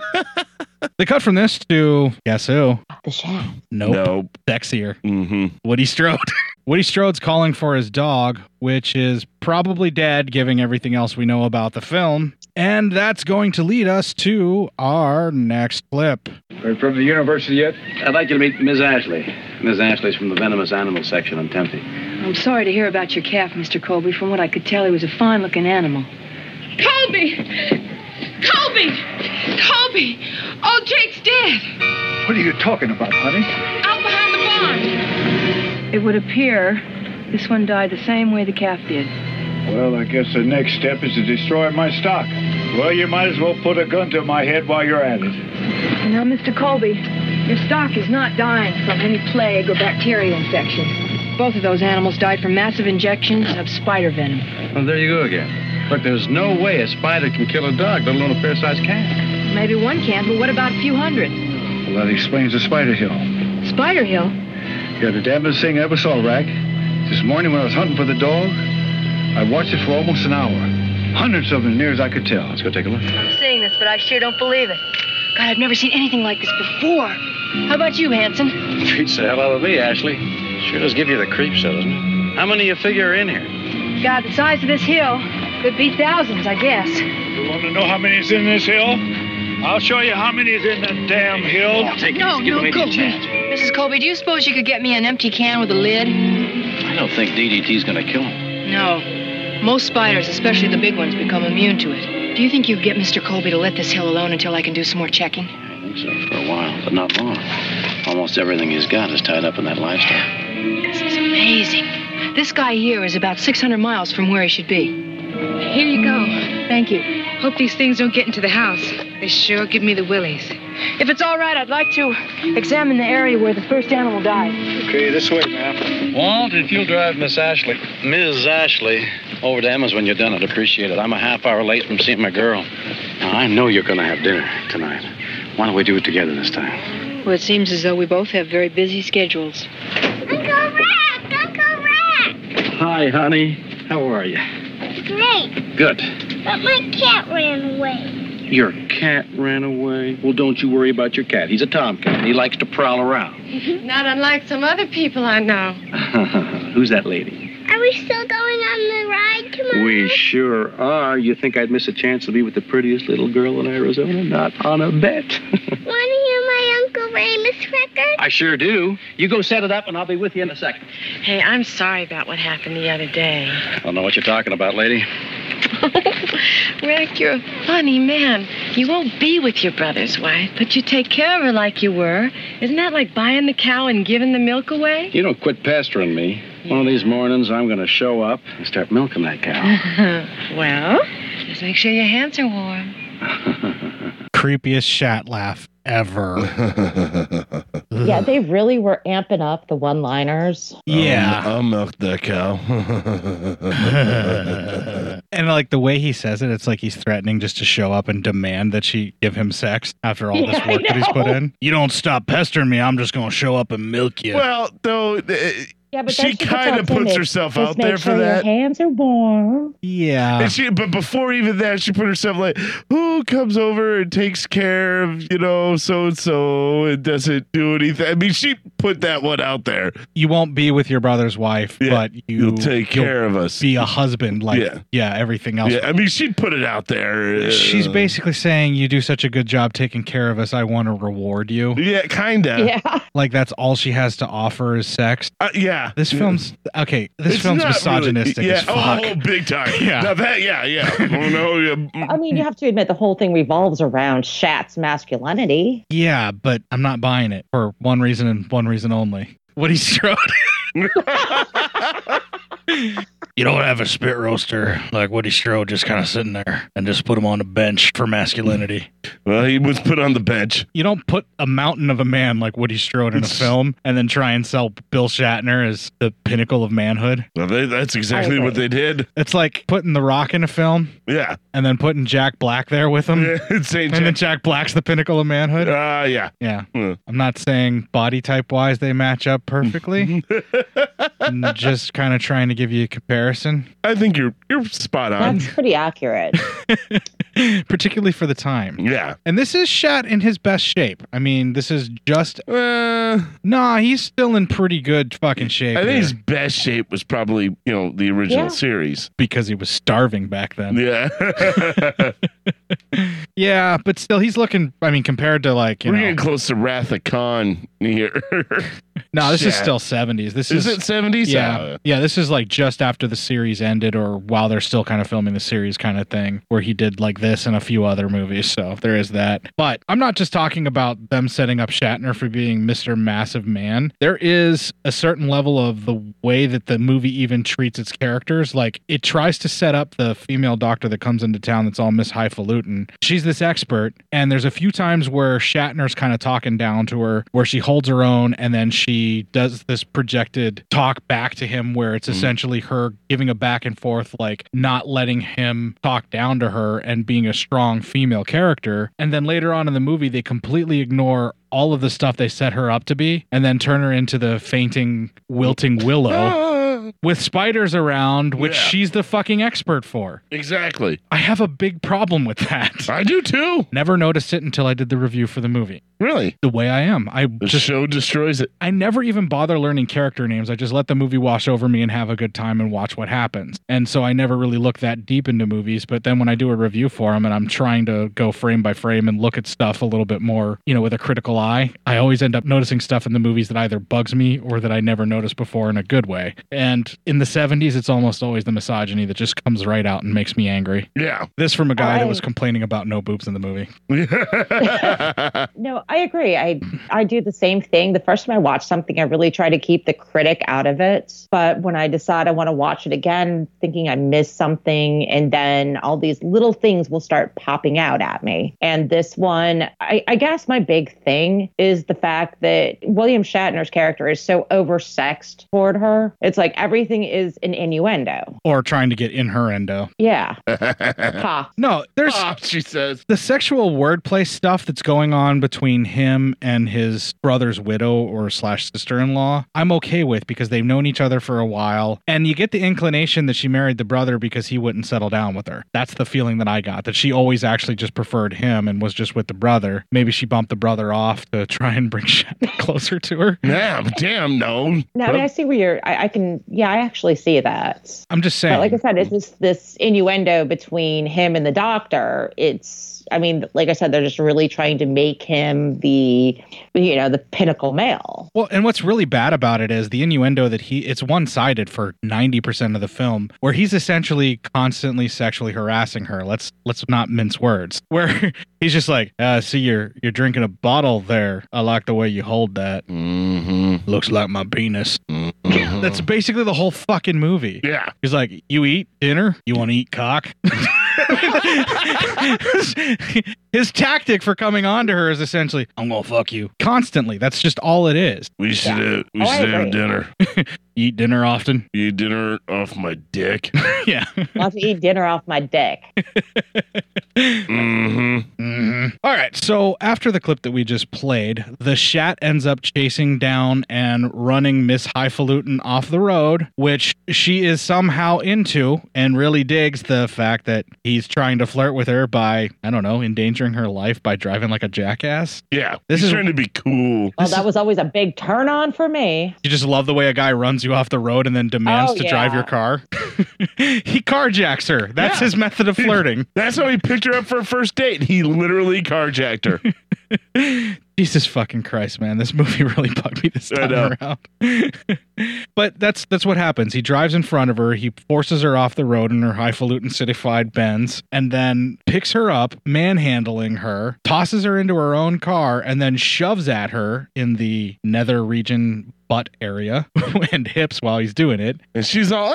Speaker 1: they cut from this to guess who?
Speaker 2: The shaft.
Speaker 1: Nope.
Speaker 3: Nope.
Speaker 1: Sexier.
Speaker 3: Mm-hmm.
Speaker 1: Woody Strode. Woody Strode's calling for his dog, which is probably dead, giving everything else we know about the film. And that's going to lead us to our next clip.
Speaker 11: Heard from the university yet? I'd like you to meet Ms. Ashley. Ms. Ashley's from the venomous animal section on Tempe.
Speaker 12: I'm sorry to hear about your calf, Mr. Colby. From what I could tell, he was a fine looking animal.
Speaker 14: Colby! Colby! Colby! Oh, Jake's dead.
Speaker 19: What are you talking about, honey?
Speaker 14: Out behind the barn.
Speaker 12: It would appear this one died the same way the calf did.
Speaker 17: Well, I guess the next step is to destroy my stock. Well, you might as well put a gun to my head while you're at it.
Speaker 12: And now, Mr. Colby, your stock is not dying from any plague or bacterial infection. Both of those animals died from massive injections of spider venom.
Speaker 11: Well, there you go again. Look, there's no way a spider can kill a dog, let alone a parasite cat.
Speaker 12: Maybe one can, but what about a few hundred?
Speaker 17: Well, that explains the spider hill.
Speaker 12: Spider Hill?
Speaker 17: You're the damnedest thing I ever saw, Rack. This morning when I was hunting for the dog, I watched it for almost an hour. Hundreds of them, near as I could tell. Let's go take a look.
Speaker 12: I'm seeing this, but I sure don't believe it. God, I've never seen anything like this before. How about you, Hanson?
Speaker 11: Treats the hell out of me, Ashley. Sure does give you the creeps, though, doesn't it? How many you figure are in here?
Speaker 12: God, the size of this hill could be thousands, I guess.
Speaker 9: You want to know how many's in this hill? I'll show you how many's in that damn hill.
Speaker 12: no, no, Colby. Mrs. Colby, do you suppose you could get me an empty can with a lid?
Speaker 11: I don't think DDT's gonna kill him.
Speaker 12: No. Most spiders, especially the big ones, become immune to it. Do you think you could get Mr. Colby to let this hill alone until I can do some more checking?
Speaker 11: I think so for a while, but not long. Almost everything he's got is tied up in that livestock.
Speaker 12: This is amazing. This guy here is about 600 miles from where he should be. Here you go. Thank you. Hope these things don't get into the house. They sure give me the willies. If it's all right, I'd like to examine the area where the first animal died.
Speaker 11: Okay, this way, ma'am. Walt, if you'll drive Miss Ashley. Ms. Ashley. Over to Emma's when you're done. I'd appreciate it. I'm a half hour late from seeing my girl. Now, I know you're gonna have dinner tonight. Why don't we do it together this time?
Speaker 12: Well, it seems as though we both have very busy schedules.
Speaker 14: Uncle Rack! Uncle Rack!
Speaker 11: Hi, honey. How are you?
Speaker 14: Great,
Speaker 11: Good.
Speaker 14: but my cat ran away.
Speaker 11: Your cat ran away. Well, don't you worry about your cat. He's a tomcat. He likes to prowl around.
Speaker 14: Not unlike some other people I know.
Speaker 11: Who's that lady?
Speaker 14: Are we still going on the ride tomorrow?
Speaker 11: We sure are. You think I'd miss a chance to be with the prettiest little girl in Arizona? Not on a bet.
Speaker 14: Want to hear my Uncle Ramus record?
Speaker 11: I sure do. You go set it up, and I'll be with you in a second.
Speaker 4: Hey, I'm sorry about what happened the other day.
Speaker 11: I don't know what you're talking about, lady.
Speaker 4: Rick, you're a funny man. You won't be with your brother's wife, but you take care of her like you were. Isn't that like buying the cow and giving the milk away?
Speaker 11: You don't quit pestering me. One of these mornings, I'm going to show up and start milking that cow.
Speaker 4: well, just make sure your hands are warm.
Speaker 1: Creepiest shat laugh
Speaker 3: Um,
Speaker 1: ever.
Speaker 2: Yeah, they really were amping up the one liners.
Speaker 1: Yeah.
Speaker 3: I'll milk that cow.
Speaker 1: and like the way he says it, it's like he's threatening just to show up and demand that she give him sex after all
Speaker 18: Yeah,
Speaker 1: this
Speaker 18: I
Speaker 1: work that he's put
Speaker 18: know.
Speaker 1: in. You don't stop pestering me. I'm just going to show up and milk you.
Speaker 3: Well, though, uh,
Speaker 2: Yeah, but
Speaker 3: she
Speaker 2: that's what
Speaker 3: kind of
Speaker 2: it's all
Speaker 3: puts
Speaker 2: timid.
Speaker 3: herself
Speaker 2: Just
Speaker 3: out
Speaker 2: make
Speaker 3: there
Speaker 2: sure
Speaker 3: for that.
Speaker 2: Your hands are warm.
Speaker 1: Yeah.
Speaker 3: And she, but before even that, she put herself like, who comes over and takes care of, you know, so and so and doesn't do anything. I mean, she put that one out there.
Speaker 1: You won't be with your brother's wife, but you,
Speaker 3: You'll take
Speaker 1: you'll
Speaker 3: care of us.
Speaker 1: Be a husband, like yeah,
Speaker 3: Yeah.
Speaker 1: everything else.
Speaker 3: Yeah, I mean, she put it out there. uh,
Speaker 1: She's basically saying you do such a good job taking care of us. I want to reward you.
Speaker 3: Yeah, kinda. Yeah.
Speaker 1: Like that's all she has to offer is sex.
Speaker 3: Uh, yeah.
Speaker 1: This film's okay. This
Speaker 3: It's
Speaker 1: film's
Speaker 3: not really-
Speaker 1: misogynistic
Speaker 3: yeah,
Speaker 1: as fuck.
Speaker 3: Oh, big time.
Speaker 1: Yeah.
Speaker 3: Now that, yeah, yeah. oh, no, yeah.
Speaker 2: I mean, you have to admit the whole thing revolves around Shat's masculinity.
Speaker 1: Yeah, but I'm not buying it for one reason and one reason only. Woody Strode.
Speaker 18: You don't have a spit roaster like Woody Strode just kind of sitting there and just put him on the bench for masculinity.
Speaker 3: Well, he was put on the bench.
Speaker 1: You don't put a mountain of a man like Woody Strode in a film and then try and sell Bill Shatner as the pinnacle of manhood.
Speaker 3: Well, they, that's exactly what they did.
Speaker 1: It's like putting The Rock in a film.
Speaker 3: Yeah.
Speaker 1: And then putting Jack Black there with him.
Speaker 3: and
Speaker 1: then Jack Black's the pinnacle of manhood.
Speaker 3: Ah, yeah.
Speaker 1: Yeah. I'm not saying body type wise they match up perfectly. I'm just kind of trying to give you a comparison,
Speaker 3: I think you're you're spot on.
Speaker 2: That's pretty accurate.
Speaker 1: particularly for the time.
Speaker 3: Yeah.
Speaker 1: And this is shot in his best shape. I mean, this is just. Uh, nah, he's still in pretty good fucking shape.
Speaker 3: I think
Speaker 1: here.
Speaker 3: his best shape was probably you know the original
Speaker 1: Yeah.
Speaker 3: series.
Speaker 1: because he was starving back then.
Speaker 3: Yeah.
Speaker 1: Yeah, but still, he's looking. I mean, compared to like you
Speaker 3: We're
Speaker 1: know,
Speaker 3: getting close to Wrath of Khan here.
Speaker 1: no, this is
Speaker 3: Shit.
Speaker 1: still seventies. This
Speaker 3: Is
Speaker 1: is,
Speaker 3: it 70s?
Speaker 1: Yeah,
Speaker 3: Uh,
Speaker 1: yeah. This is like just after the series ended, or while they're still kind of filming the series, kind of thing, where he did like this and a few other movies. So there is that. But I'm not just talking about them setting up Shatner for being Mr. Massive Man. There is a certain level of the way that the movie even treats its characters. Like it tries to set up the female doctor that comes into town that's all Miss Highfalutin. She's this expert, and there's a few times where Shatner's kind of talking down to her, where she holds her own, and then she does this projected talk back to him, where it's essentially her giving a back and forth, like not letting him talk down to her and being a strong female character. And then later on in the movie, they completely ignore all of the stuff they set her up to be and then turn her into the fainting, wilting
Speaker 3: uh,
Speaker 1: willow with spiders around, which she's the fucking expert for.
Speaker 3: exactly.
Speaker 1: I have a big problem with that.
Speaker 3: I do too.
Speaker 1: Never noticed it until I did the review for the movie.
Speaker 3: Really?
Speaker 1: The way I am. I
Speaker 3: The show destroys it.
Speaker 1: I never even bother learning character names. I just let the movie wash over me and have a good time and watch what happens. And so I never really look that deep into movies. But then when I do a review for them and I'm trying to go frame by frame and look at stuff a little bit more, you know, with a critical eye, I always end up noticing stuff in the movies that either bugs me or that I never noticed before in a good way. And in the 70s, it's almost always the misogyny that just comes right out and makes me angry.
Speaker 3: Yeah.
Speaker 1: This from a guy that
Speaker 2: I-
Speaker 1: was complaining about no boobs in the movie.
Speaker 2: No, I agree. I I do the same thing. The first time I watch something, I really try to keep the critic out of it. But when I decide I want to watch it again, thinking I missed something, and then all these little things will start popping out at me. And this one, I, I guess my big thing is the fact that William Shatner's character is so oversexed toward her. It's like everything is an innuendo.
Speaker 1: or trying to get in her endo.
Speaker 2: Yeah.
Speaker 1: Ha. No, there's
Speaker 3: she says
Speaker 1: the sexual wordplay stuff that's going on between him and his brother's widow or slash sister-in-law. I'm okay with because they've known each other for a while, and you get the inclination that she married the brother because he wouldn't settle down with her. That's the feeling that I got that she always actually just preferred him and was just with the brother. Maybe she bumped the brother off to try and bring Shatner closer to her.
Speaker 3: Damn, damn, no.
Speaker 2: No, I mean, I see where you're. I, I can. Yeah, I actually see that.
Speaker 1: I'm just saying.
Speaker 2: But like I said, it's just this innuendo between him and the doctor. It's, I mean, like I said, they're just really trying to make him the, you know, the pinnacle male.
Speaker 1: Well, and what's really bad about it is the innuendo that he it's one sided for ninety percent of the film, where he's essentially constantly sexually harassing her. Let's let's not mince words. Where he's just like, uh, see you're you're drinking a bottle there. I like the way you hold that. Mm-hmm. Looks like my penis. That's basically the whole fucking movie.
Speaker 3: Yeah.
Speaker 1: He's like, You eat dinner? You wanna eat cock? His tactic for coming on to her is essentially, I'm gonna fuck you. Constantly. That's just all it is.
Speaker 3: We should have, we
Speaker 2: Oh,
Speaker 1: Oh,
Speaker 3: should have dinner.
Speaker 1: Eat dinner often.
Speaker 3: Eat dinner off my dick.
Speaker 1: yeah.
Speaker 2: I'll eat dinner off my dick.
Speaker 3: Mm-hmm.
Speaker 1: Mm-hmm. All right. So after the clip that we just played, the Shat ends up chasing down and running Miss Highfalutin off the road, which she is somehow into and really digs the fact that he's trying to flirt with her by, I don't know, endangering her life by driving like a jackass.
Speaker 3: Yeah.
Speaker 1: This
Speaker 3: He's
Speaker 1: is-
Speaker 3: trying to be cool.
Speaker 2: Well, Oh, that was always a big turn on for me.
Speaker 1: You just love the way a guy runs you off the road and then demands
Speaker 2: Oh,
Speaker 1: to drive
Speaker 2: yeah.
Speaker 1: your car. he carjacks her. That's his method of flirting.
Speaker 3: That's how he picked her up for a first date. He literally carjacked her.
Speaker 1: Jesus fucking Christ, man. This movie really bugged me this
Speaker 3: I
Speaker 1: time
Speaker 3: know.
Speaker 1: around. But that's that's what happens. He drives in front of her. He forces her off the road in her highfalutin citified Benz, and then picks her up, manhandling her, tosses her into her own car, and then shoves at her in the nether region butt area and hips while he's doing it.
Speaker 3: And she's all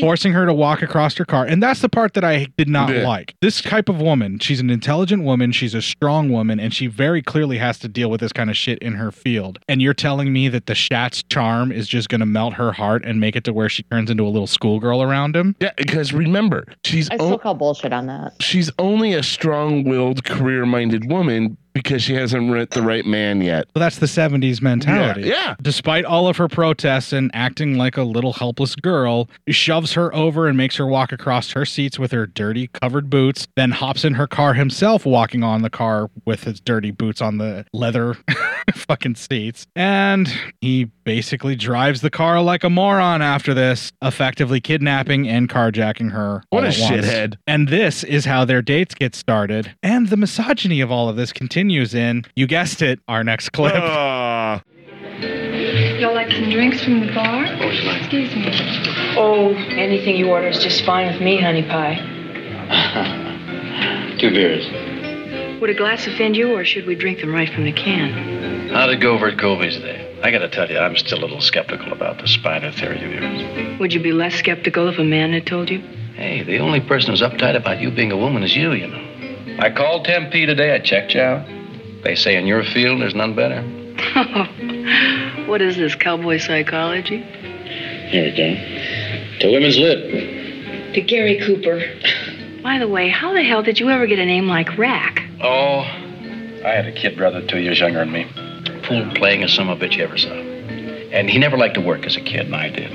Speaker 1: forcing her to walk across her car. And that's the part that I did not
Speaker 3: Yeah.
Speaker 1: like. This type of woman, she's an intelligent woman, she's a strong woman, and she very clearly has to deal with this kind of shit in her field. And you're telling me that the Shat's charm is just going to melt her heart and make it to where she turns into a little schoolgirl around him?
Speaker 3: Yeah, because remember, she's
Speaker 2: I still call bullshit on that.
Speaker 3: she's only a strong-willed, career-minded woman because she hasn't met the right man yet.
Speaker 1: Well, that's the 70s mentality.
Speaker 3: Yeah, yeah.
Speaker 1: Despite all of her protests and acting like a little helpless girl, he shoves her over and makes her walk across her seats with her dirty covered boots, then hops in her car himself, walking on the car with his dirty boots on the leather fucking seats. And he basically drives the car like a moron after this, effectively kidnapping and carjacking her.
Speaker 3: What
Speaker 1: all
Speaker 3: a
Speaker 1: at once.
Speaker 3: shithead.
Speaker 1: And this is how their dates get started. And the misogyny of all of this continues in, you guessed it, our next clip.
Speaker 3: Ah.
Speaker 12: Y'all like some drinks from the bar? Excuse me. Oh, anything you order is just fine with me, honey pie.
Speaker 11: Two beers.
Speaker 12: Would a glass offend you, or should we drink them right from the can?
Speaker 11: How'd it go over at Colby's today? I gotta tell you, I'm still a little skeptical about the spider theory of yours.
Speaker 12: Would you be less skeptical if a man had told you?
Speaker 11: Hey, the only person who's uptight about you being a woman is you, you know. I called Tempe today, I checked you out. They say in your field there's none better.
Speaker 12: what is this, cowboy psychology?
Speaker 11: Here we go. To women's lib.
Speaker 12: To Gary Cooper. By the way, how the hell did you ever get a name like Rack?
Speaker 11: Oh, I had a kid brother two years younger than me. Pool playing as some of bitch you ever saw. And he never liked to work as a kid, and I did.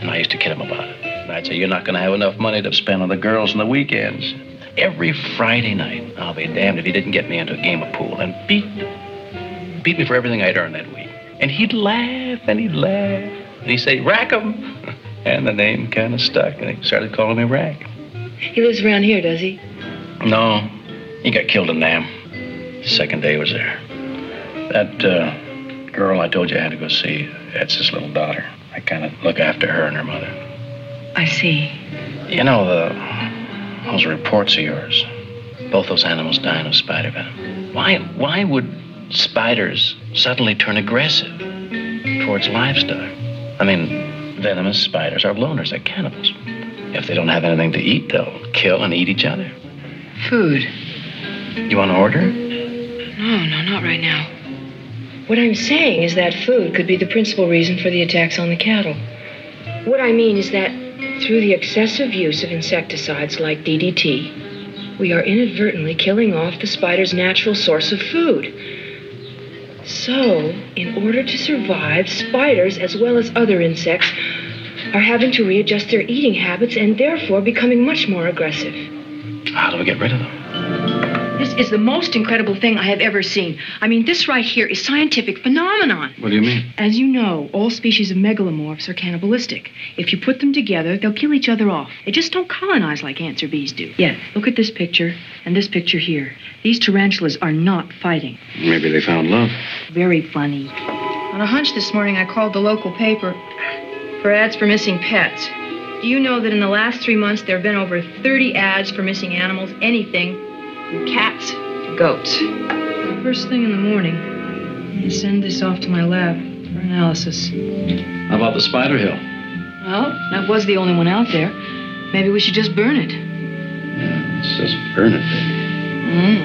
Speaker 11: And I used to kid him about it. And I'd say, You're not going to have enough money to spend on the girls on the weekends. Every Friday night, I'll be damned if he didn't get me into a game of pool and beat, beat me for everything I'd earned that week. And he'd laugh and he'd laugh. And he'd say, Rackham. And the name kind of stuck, and he started calling me Rack.
Speaker 12: He lives around here, does he?
Speaker 11: No, he got killed in Nam. Second day he was there. That uh, girl I told you I had to go see, that's his little daughter. I kind of look after her and her mother.
Speaker 12: I see.
Speaker 11: You know, the, those reports of yours, both those animals dying of spider venom. Why, why would spiders suddenly turn aggressive towards livestock? I mean, venomous spiders are loners, they're cannibals. If they don't have anything to eat, they'll kill and eat each other.
Speaker 12: Food.
Speaker 11: You want to order?
Speaker 12: Oh, No, no, not right now. What I'm saying is that food could be the principal reason for the attacks on the cattle. What I mean is that through the excessive use of insecticides like DDT, we are inadvertently killing off the spider's natural source of food. So, in order to survive, spiders, as well as other insects, are having to readjust their eating habits and therefore becoming much more aggressive.
Speaker 11: How do we get rid of them?
Speaker 12: This is the most incredible thing I have ever seen. I mean, this right here is scientific phenomenon.
Speaker 11: What do you mean?
Speaker 12: As you know, all species of megalomorphs are cannibalistic. If you put them together, they'll kill each other off. They just don't colonize like ants or bees do. Yeah, look at this picture and this picture here. These tarantulas are not fighting.
Speaker 11: Maybe they found love.
Speaker 12: Very funny. On a hunch this morning, I called the local paper for ads for missing pets. Do you know that in the last three months there have been over 30 ads for missing animals, anything from cats to goats? First thing in the morning, I send this off to my lab for analysis.
Speaker 11: How about the spider hill?
Speaker 12: Well, that was the only one out there. Maybe we should just burn it.
Speaker 11: It says burn it.
Speaker 12: Mm.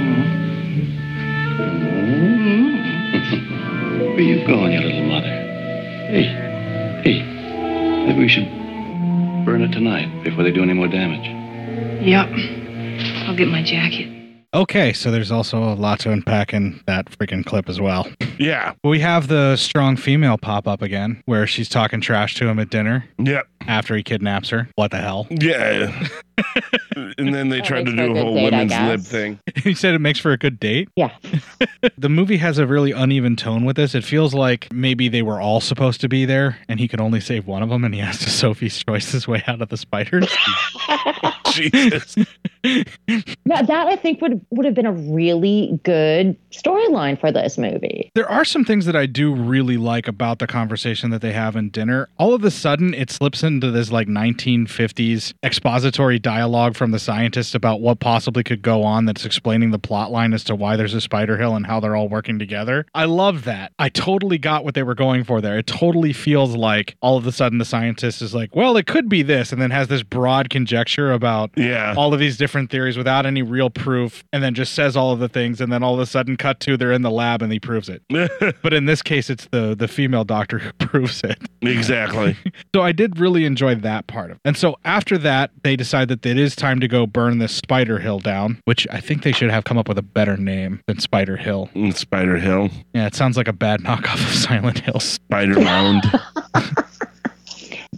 Speaker 11: Where you going, you little mother? Hey, hey, maybe we should burn it tonight before they do any more damage.
Speaker 12: Yep. I'll get my jacket.
Speaker 1: Okay, so there's also a lot to unpack in that freaking clip as well.
Speaker 3: Yeah.
Speaker 1: We have the strong female pop up again, where she's talking trash to him at dinner.
Speaker 3: Yep.
Speaker 1: After he kidnaps her. What the hell?
Speaker 3: Yeah. and then they tried to
Speaker 1: for a
Speaker 3: do a
Speaker 1: good
Speaker 3: whole
Speaker 1: date, I
Speaker 3: women's lib
Speaker 1: guess.
Speaker 3: thing.
Speaker 1: you said it makes for a good date?
Speaker 2: Yeah.
Speaker 1: the movie has a really uneven tone with this. It feels like maybe they were all supposed to be there and he could only save one of them and he has to Sophie's choice his way out of the spiders.
Speaker 3: Jesus.
Speaker 2: Now, that I think would would have been a really good storyline for this movie.
Speaker 1: There are some things that I do really like about the conversation that they have in dinner. All of a sudden, it slips into this like 1950s expository dialogue from the scientists about what possibly could go on that's explaining the plot line as to why there's a spider hill and how they're all working together. I love that. I totally got what they were going for there. It totally feels like all of a sudden the scientist is like, well, it could be this, and then has this broad conjecture about
Speaker 3: yeah.
Speaker 1: all of these different theories without any real proof, and then just says all of the things, and then all of a sudden, cut to they're in the lab and he proves it. but in this case, it's the the female doctor who proves it.
Speaker 3: Exactly.
Speaker 1: So I did really enjoy that part of it. And so after that, they decide that it is time to go burn this spider hill down, which I think they should have come up with a better name than Spider Hill.
Speaker 3: Mm, Spider Hill.
Speaker 1: Yeah, it sounds like a bad knockoff of Silent Hill.
Speaker 3: Spider Mound.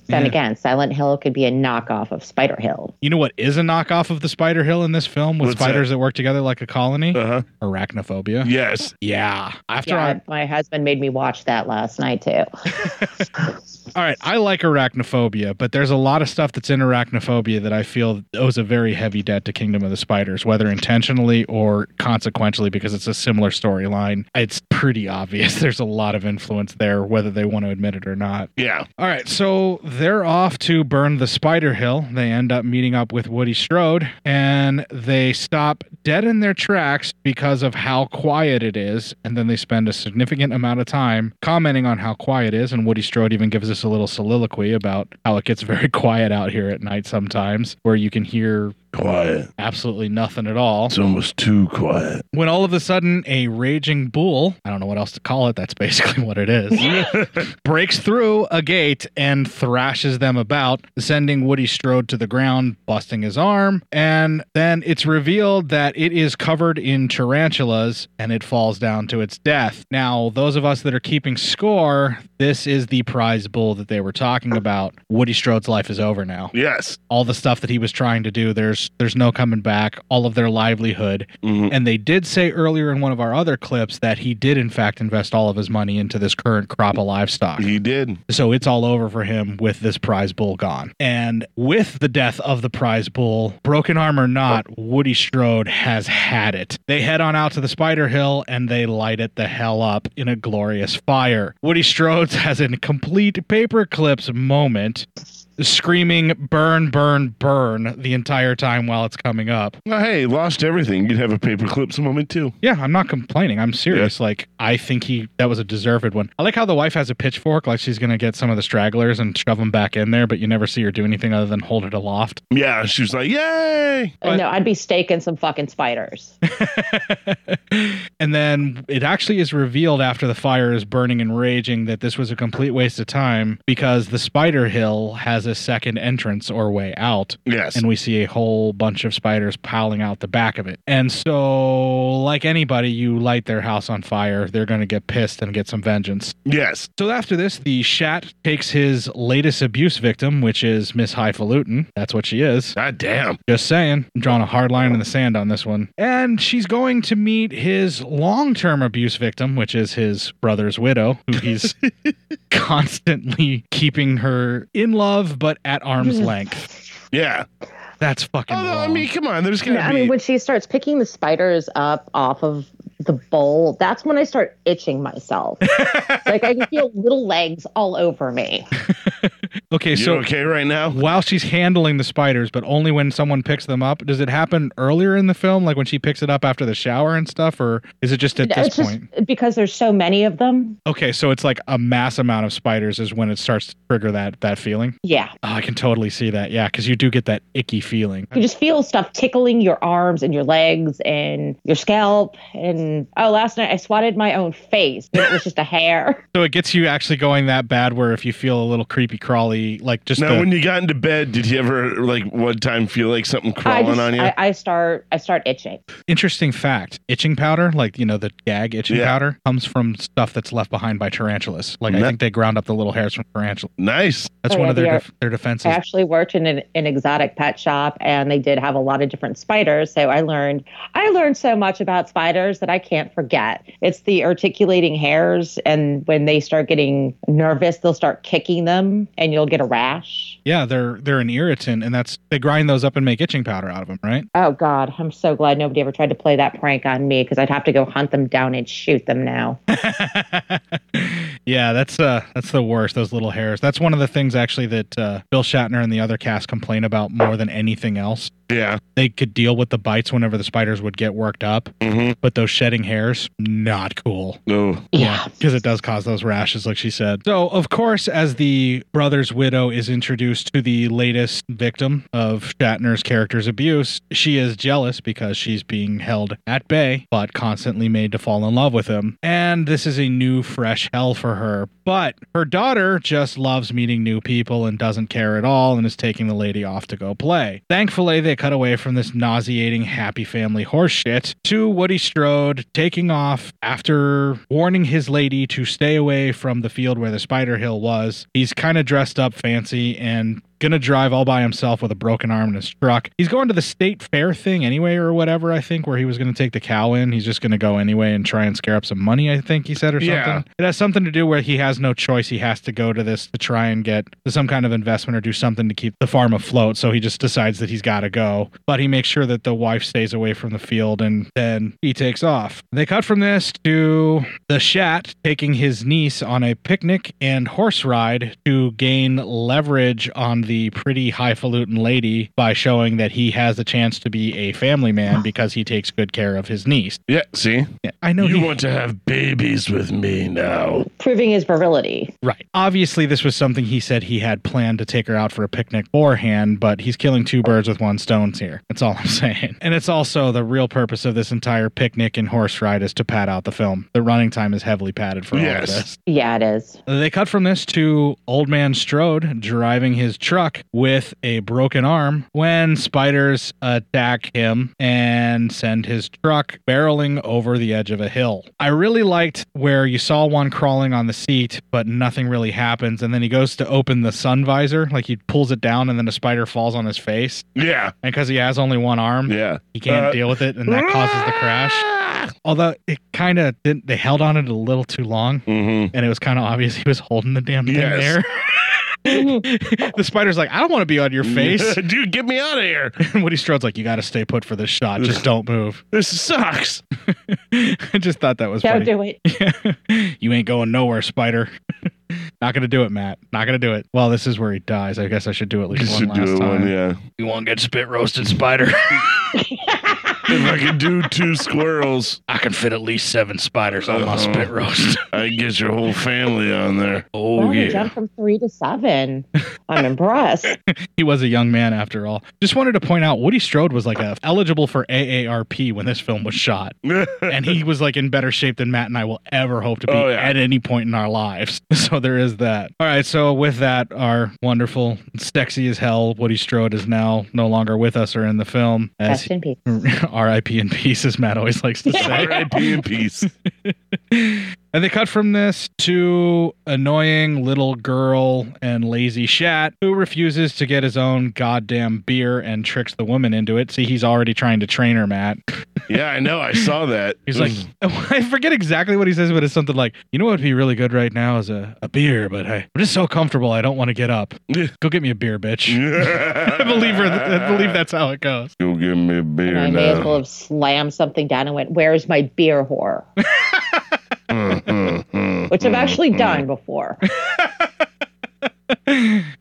Speaker 2: Then again, Silent Hill could be a knockoff of Spider Hill.
Speaker 1: You know what is a knockoff of the Spider Hill in this film with
Speaker 2: What's that?
Speaker 1: spiders that? work together like a colony? Uh-huh. Arachnophobia.
Speaker 3: Yes.
Speaker 1: Yeah. After
Speaker 2: Yeah,
Speaker 1: I
Speaker 2: my husband made me watch that last night too.
Speaker 1: All right, I like arachnophobia, but there's a lot of stuff that's in arachnophobia that I feel owes a very heavy debt to Kingdom of the Spiders, whether intentionally or consequentially, because it's a similar storyline. It's pretty obvious there's a lot of influence there, whether they want to admit it or not.
Speaker 3: Yeah.
Speaker 1: All right, so they're off to burn the Spider Hill. They end up meeting up with Woody Strode, and they stop dead in their tracks because of how quiet it is. And then they spend a significant amount of time commenting on how quiet it is. And Woody Strode even gives us a little soliloquy about how it gets very quiet out here at night sometimes, where you can hear
Speaker 3: quiet,
Speaker 1: absolutely nothing at all.
Speaker 3: It's almost too quiet.
Speaker 1: When all of a sudden a raging bull, I don't know what else to call it, that's basically what it is, breaks through a gate and thrashes them about, sending Woody Strode to the ground, busting his arm. And then it's revealed that it is covered in tarantulas and it falls down to its death. Now, those of us that are keeping score, this is the prize bull that they were talking about. Woody Strode's life is over now.
Speaker 3: Yes.
Speaker 1: All the stuff that he was trying to do, there's there's no coming back. All of their livelihood.
Speaker 3: Mm-hmm.
Speaker 1: And they did say earlier in one of our other clips that he did in fact invest all of his money into this current crop of livestock.
Speaker 3: He did.
Speaker 1: So it's all over for him with this prize bull gone. And with the death of the prize bull, broken arm or not, Woody Strode has had it. They head on out to the Spider Hill and they light it the hell up in a glorious fire. Woody Strode has a complete paperclips moment. Screaming, burn, burn, burn the entire time while it's coming up.
Speaker 3: Well, hey, lost everything. You'd have a paperclips moment too.
Speaker 1: Yeah, I'm not complaining. I'm serious. Like I think he that was a deserved one. I like how the wife has a pitchfork, like she's gonna get some of the stragglers and shove them back in there, but you never see her do anything other than hold it aloft.
Speaker 3: Yeah, she was like, "Yay!"
Speaker 2: Uh, no, I'd be staking some fucking spiders.
Speaker 1: And then it actually is revealed after the fire is burning and raging that this was a complete waste of time because the spider hill has a second entrance or way out.
Speaker 3: Yes.
Speaker 1: And we see a whole bunch of spiders piling out the back of it. And so, like anybody, you light their house on fire, they're going to get pissed and get some vengeance.
Speaker 3: Yes.
Speaker 1: So after this, the Shat takes his latest abuse victim, which is Miss Highfalutin. That's what she is.
Speaker 3: God damn.
Speaker 1: Just saying. I'm drawing a hard line in the sand on this one. And she's going to meet his long term abuse victim, which is his brother's widow, who he's constantly keeping her in love but at arm's length.
Speaker 3: Yeah.
Speaker 1: That's fucking
Speaker 3: Although, Oh, I mean, come on, there's gonna
Speaker 2: Yeah, I
Speaker 3: be.
Speaker 2: mean, when she starts picking the spiders up off of the bowl, that's when I start itching myself. like I can feel little legs all over me.
Speaker 1: Okay, so
Speaker 3: okay right now?
Speaker 1: While she's handling the spiders, but only when someone picks them up. Does it happen earlier in the film, like when she picks it up after the shower and stuff, or is it just at this
Speaker 2: it's just
Speaker 1: point?
Speaker 2: because there's so many of them.
Speaker 1: Okay, so it's like a mass amount of spiders is when it starts to trigger that that feeling.
Speaker 2: Yeah.
Speaker 1: Oh, I can totally see that. Yeah, because you do get that icky feeling.
Speaker 2: You just feel stuff tickling your arms and your legs and your scalp. And oh, last night I swatted my own face. and It was just a hair.
Speaker 1: So it gets you actually going that bad where if you feel a little creepy crawly, the like just
Speaker 3: now,
Speaker 1: the-
Speaker 3: when you got into bed, did you ever like one time feel like something
Speaker 2: I,
Speaker 3: crawling
Speaker 2: just,
Speaker 3: on you?
Speaker 2: I, I start I start itching.
Speaker 1: Interesting fact: itching powder, like you know the gag itching powder, comes from stuff that's left behind by tarantulas. Like I
Speaker 3: Ne-
Speaker 1: think they ground up the little hairs from tarantulas.
Speaker 3: Nice.
Speaker 1: That's
Speaker 2: Oh,
Speaker 1: one
Speaker 2: yeah,
Speaker 1: of their
Speaker 2: they are-
Speaker 1: def- their defenses.
Speaker 2: I actually worked in an, an exotic pet shop, and they did have a lot of different spiders. So I learned I learned so much about spiders that I can't forget. It's the articulating hairs, and when they start getting nervous, they'll start kicking them, and you'll get a rash.
Speaker 1: yeah, they're they're an irritant, and that's they grind those up and make itching powder out of them, right?
Speaker 2: Oh God, I'm so glad nobody ever tried to play that prank on me because I'd have to go hunt them down and shoot them now.
Speaker 1: Yeah, that's uh that's the worst. Those little hairs. That's one of the things actually that uh, Bill Shatner and the other cast complain about more than anything else.
Speaker 3: Yeah,
Speaker 1: they could deal with the bites whenever the spiders would get worked up,
Speaker 3: Mm-hmm.
Speaker 1: but those shedding hairs, not cool.
Speaker 3: No.
Speaker 1: Yeah, because it does cause those rashes, like she said. So, of course, as the brother's widow is introduced to the latest victim of Shatner's character's abuse, she is jealous because she's being held at bay, but constantly made to fall in love with him. And this is a new, fresh hell for her. But her daughter just loves meeting new people and doesn't care at all and is taking the lady off to go play. Thankfully, they cut away from this nauseating happy family horseshit to Woody Strode taking off after warning his lady to stay away from the field where the spider hill was. He's kind of dressed up fancy and gonna drive all by himself with a broken arm in his truck. He's going to the state fair thing anyway or whatever, I think, where he was gonna take the cow in. He's just gonna go anyway and try and scare up some money, I think he said or
Speaker 18: Yeah.
Speaker 1: something. It has something to do where he has no choice. He has to go to this to try and get some kind of investment or do something to keep the farm afloat. So he just decides that he's got to go. But he makes sure that the wife stays away from the field and then he takes off. They cut from this to the Shat taking his niece on a picnic and horse ride to gain leverage on the pretty highfalutin lady by showing that he has the chance to be a family man because he takes good care of his niece.
Speaker 3: Yeah, see?
Speaker 1: I know
Speaker 3: you
Speaker 1: he-
Speaker 3: want to have babies with me now.
Speaker 2: Proving his virility.
Speaker 1: Right. Obviously, this was something he said he had planned to take her out for a picnic beforehand, but he's killing two birds with one stone here. That's all I'm saying. And it's also the real purpose of this entire picnic and horse ride is to pad out the film. The running time is heavily padded for all of
Speaker 2: Yes.
Speaker 1: this.
Speaker 2: Yeah, it is.
Speaker 1: They cut from this to old man Strode driving his truck with a broken arm when spiders attack him and send his truck barreling over the edge of a hill. I really liked where you saw one crawling on the seat, but nothing really happens. And then he goes to open the sun visor, like he pulls it down, and then a spider falls on his face.
Speaker 3: Yeah.
Speaker 1: And because he has only one arm,
Speaker 3: yeah,
Speaker 1: he can't
Speaker 3: Uh,
Speaker 1: deal with it, and that causes the crash. Although it kind of didn't, they held on it a little too long, and it was kind of obvious he was holding the damn thing
Speaker 3: Mm-hmm. Yes.
Speaker 1: there. the spider's like, "I don't want to be on your face,
Speaker 3: dude. Get me out of here."
Speaker 1: And Woody Strode's like, "You got to stay put for this shot. Just don't move.
Speaker 3: This sucks."
Speaker 1: I just thought that was
Speaker 2: Don't
Speaker 1: funny.
Speaker 2: do it.
Speaker 1: You ain't going nowhere, spider. Not gonna do it, Matt. Not gonna do it. Well, this is where he dies. I guess I should do at least
Speaker 3: You
Speaker 1: one
Speaker 3: should
Speaker 1: last
Speaker 3: do
Speaker 1: time.
Speaker 3: one, yeah.
Speaker 18: You won't get spit roasted, spider.
Speaker 3: if I could do two squirrels,
Speaker 18: I can fit at least seven spiders on my
Speaker 3: Uh-oh.
Speaker 18: spit roast.
Speaker 3: I can get your whole family on there.
Speaker 18: Oh
Speaker 2: Wow, he jumped from three to seven. I'm impressed.
Speaker 1: he was a young man after all. Just wanted to point out Woody Strode was like a, eligible for AARP when this film was shot. and he was like in better shape than Matt and I will ever hope to be
Speaker 18: Oh, yeah.
Speaker 1: at any point in our lives. So there is that. All right, so with that our wonderful sexy as hell Woody Strode is now no longer with us or in the film as
Speaker 2: Rest in peace.
Speaker 1: RIP in peace as Matt always likes to say.
Speaker 3: R.I.P. in peace.
Speaker 1: And they cut from this to annoying little girl and lazy Shat who refuses to get his own goddamn beer and tricks the woman into it. See, he's already trying to train her, Matt.
Speaker 3: Yeah, I know. I saw that. Mm.
Speaker 1: He's like, I forget exactly what he says, but it's something like, you know what would be really good right now is a, a beer, but I, I'm just so comfortable I don't want to get up. Go get me a beer, bitch. I believe her. I believe that's how it goes.
Speaker 3: "Go give me a beer
Speaker 2: I may as well have slammed something down and went, Where's my beer whore?
Speaker 3: now."
Speaker 2: Which I've
Speaker 1: Mm-hmm.
Speaker 2: actually done before.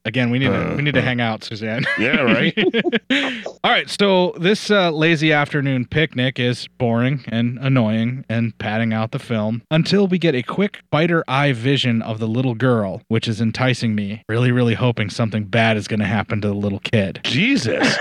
Speaker 1: Again, we need to we need to hang out, Suzanne.
Speaker 3: Uh, Yeah, right?
Speaker 1: All right, so this uh, lazy afternoon picnic is boring and annoying and padding out the film until we get a quick spider eye vision of the little girl, which is enticing me. Really, really hoping something bad is going to happen to the little kid.
Speaker 3: Jesus.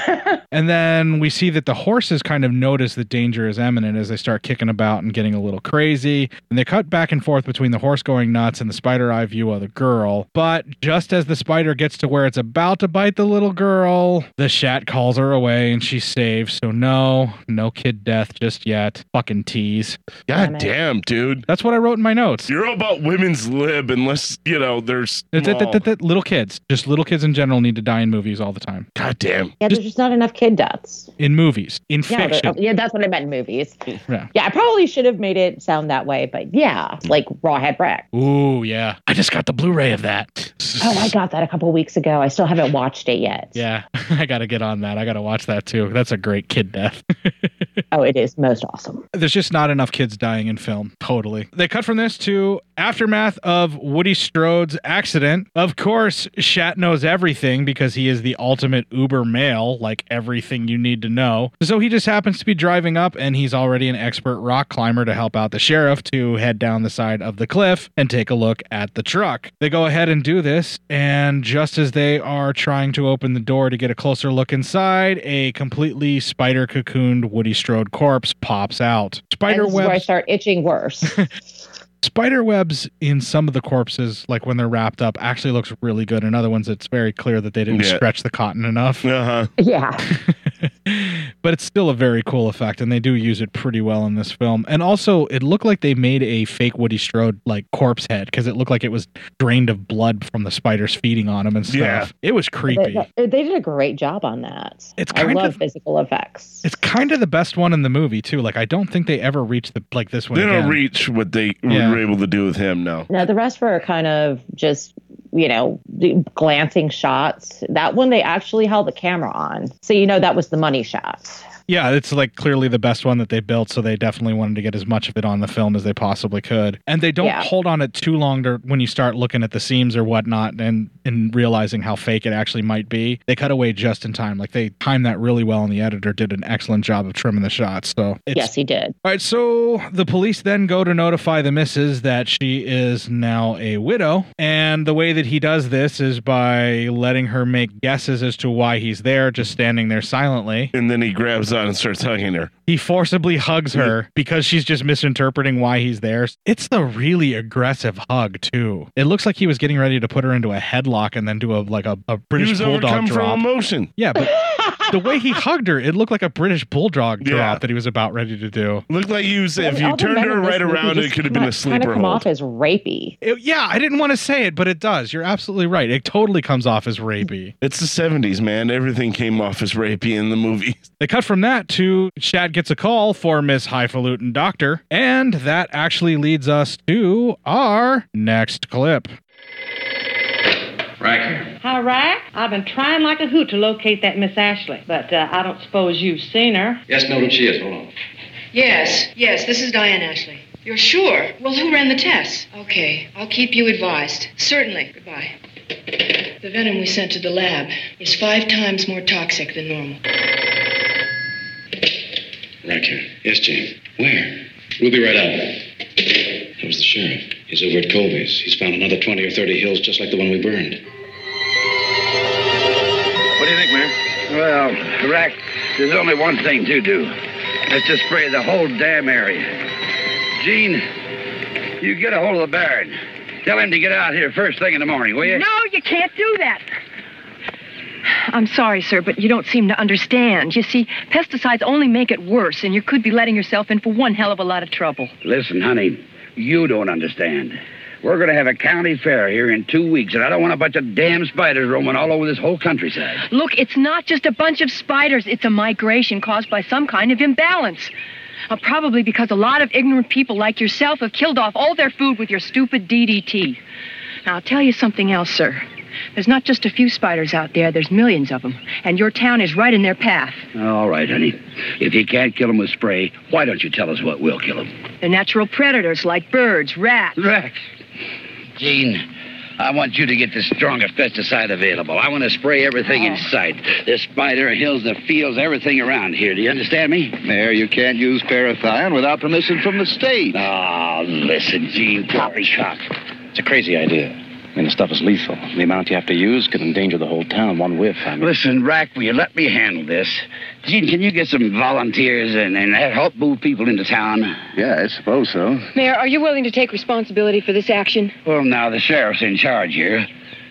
Speaker 1: And then we see that the horses kind of notice that danger is imminent as they start kicking about and getting a little crazy. And they cut back and forth between the horse going nuts and the spider eye view of the girl. But just as the spider gets to where it's about to bite the little girl, the shat calls her away and she's saved. So no, no kid death just yet. Fucking tease.
Speaker 3: God damn, dude.
Speaker 1: That's what I wrote in my notes.
Speaker 3: You're all about women's lib unless, you know, there's
Speaker 1: Th- th- th- th- Little kids, just little kids in general, need to die in movies all the time.
Speaker 3: God damn.
Speaker 2: Yeah, there's just not enough kid deaths.
Speaker 1: In movies, in
Speaker 2: Yeah, but-
Speaker 1: fiction.
Speaker 2: oh, yeah, that's what I meant in movies.
Speaker 1: Yeah.
Speaker 2: Yeah, I probably should have made it sound that way, but yeah, like Rawhead Brack.
Speaker 1: Ooh, yeah. I just got the Blu-ray of that.
Speaker 2: Oh, I got that a couple weeks ago. I still haven't watched it yet.
Speaker 1: Yeah, I got to get on that. I got to watch that too. That's a great kid death.
Speaker 2: oh, it is most awesome.
Speaker 1: There's just not enough kids dying in film. Totally. They cut from this to aftermath of Woody Strode's accident. Of course, Shat knows everything because he is the ultimate uber male, like everything you need to know. So he just happens to be driving up and he's already an expert rock climber to help out the sheriff to head down the side of the cliff and take a look at the truck. They go ahead and do this, and just as they are trying to open the door to get a closer look inside, a completely spider cocooned Woody Strode corpse pops out. Spider
Speaker 2: and this is where I
Speaker 1: webs,
Speaker 2: start itching worse.
Speaker 1: spider webs in some of the corpses, like when they're wrapped up, actually looks really good. In other ones, it's very clear that they didn't
Speaker 3: Yeah.
Speaker 1: stretch the cotton enough.
Speaker 3: Uh-huh.
Speaker 2: yeah.
Speaker 1: but it's still a very cool effect and they do use it pretty well in this film and also it looked like they made a fake woody strode like corpse head because it looked like it was drained of blood from the spiders feeding on him and stuff
Speaker 2: Yeah.
Speaker 1: it was creepy
Speaker 2: They, they- they did a great job on that.
Speaker 1: It's
Speaker 2: I
Speaker 1: kind
Speaker 2: love
Speaker 1: of-
Speaker 2: physical effects.
Speaker 1: it's kind of the best one in the movie too like i don't think they ever reached the like this one
Speaker 3: They
Speaker 1: again.
Speaker 3: don't reach what they
Speaker 1: Yeah.
Speaker 3: were able to do with him, no.
Speaker 2: No, the rest were kind of just, you know, the glancing shots. That one they actually held the camera on. So, you know, that was the money shot.
Speaker 1: yeah it's like clearly the best one that they built so they definitely wanted to get as much of it on the film as they possibly could and they don't
Speaker 2: Yeah.
Speaker 1: hold on it too long to when you start looking at the seams or whatnot and and realizing how fake it actually might be they cut away just in time like they timed that really well and the editor did an excellent job of trimming the shots so it's
Speaker 2: yes, he did.
Speaker 1: all right, so the police then go to notify the missus that she is now a widow. And the way that he does this is by letting her make guesses as to why he's there, just standing there silently.
Speaker 3: And then he grabs on and starts hugging her.
Speaker 1: He forcibly hugs her because she's just misinterpreting why he's there. It's the really aggressive hug too. It looks like he was getting ready to put her into a headlock and then do a like a, a British
Speaker 3: he was
Speaker 1: bulldog
Speaker 3: overcome
Speaker 1: drop.
Speaker 3: from emotion.
Speaker 1: Yeah, but the way he hugged her, it looked like a British bulldog
Speaker 3: Yeah.
Speaker 1: drop that he was about ready to do.
Speaker 3: Looked like you
Speaker 2: Yeah,
Speaker 3: if
Speaker 2: all
Speaker 3: you
Speaker 2: the
Speaker 3: turned
Speaker 2: men
Speaker 3: her
Speaker 2: in this
Speaker 3: right
Speaker 2: movie
Speaker 3: around, it
Speaker 2: just
Speaker 3: could have been
Speaker 2: kinda-
Speaker 3: a
Speaker 2: kinda
Speaker 3: sleeper
Speaker 2: come
Speaker 3: hold.
Speaker 2: off as rapey.
Speaker 1: It- yeah, I didn't want to say it, but it does. You're absolutely right. It totally comes off as rapey.
Speaker 3: It's the seventies, man. Everything came off as rapey in the movies.
Speaker 1: They cut from that to Shad gets a call for Miss Highfalutin Doctor, and that actually leads us to our next clip.
Speaker 23: Riker.
Speaker 20: Hi, Rack. I've been trying like a hoot to locate that Miss Ashley, but uh, I don't suppose you've seen her.
Speaker 11: Yes, Mildred, she is. Hold on.
Speaker 20: Yes.
Speaker 24: Yes, this is Diane Ashley. You're sure? Well, who ran the tests? Okay, I'll keep you advised. Certainly. Goodbye. The venom we sent to the lab is five times more toxic than normal.
Speaker 11: Riker. Yes, Jane. Where? We'll be right out. That was the sheriff. He's over at Colby's. He's found another 20 or 30 hills just like the one we burned.
Speaker 19: What do you think, Mayor? Well, Rack, there's only one thing to do. That's to spray the whole damn area. Gene, you get a hold of the Baron. Tell him to get out here first thing in the morning, will you?
Speaker 12: No, you can't do that. I'm sorry, sir, but you don't seem to understand. You see, pesticides only make it worse, and you could be letting yourself in for one hell of a lot of trouble.
Speaker 19: Listen, honey, you don't understand. We're going to have a county fair here in two weeks, and I don't want a bunch of damn spiders roaming all over this whole countryside.
Speaker 12: Look, it's not just a bunch of spiders, it's a migration caused by some kind of imbalance. Uh, probably because a lot of ignorant people like yourself have killed off all their food with your stupid DDT. Now, I'll tell you something else, sir. There's not just a few spiders out there, there's millions of them, and your town is right in their path.
Speaker 19: All right, honey. If you can't kill 'em with spray, why don't you tell us what will kill 'em?
Speaker 12: They're natural predators like birds, rats.
Speaker 19: Rats. Gene, I want you to get the strongest pesticide available. I want to spray everything in
Speaker 25: Oh.
Speaker 19: sight. The spider, hills, the fields, everything around here. Do you understand me?
Speaker 25: Mayor, you can't use parathion without permission from the state.
Speaker 19: Ah, listen, Gene. Poppycock.
Speaker 11: It's a crazy idea. And the stuff is lethal. The amount you have to use could endanger the whole town one whiff. I mean,
Speaker 19: Listen, Rack, will you let me handle this? Gene, can you get some volunteers and, and help move people into town? Yeah, I suppose so.
Speaker 4: Mayor, are you willing to take responsibility for this action?
Speaker 19: Well, now, the sheriff's in charge here,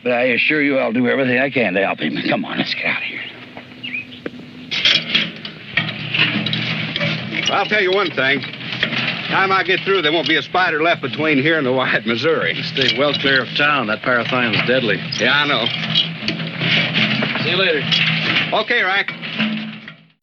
Speaker 19: but I assure you I'll do everything I can to help him. Come on, let's get out of here.
Speaker 6: I'll tell you one thing. Time I get through, there won't be a spider left between here and the wide Missouri. Stay well clear of town. That parathine's deadly. Yeah, I know. See you later. Okay, Rack.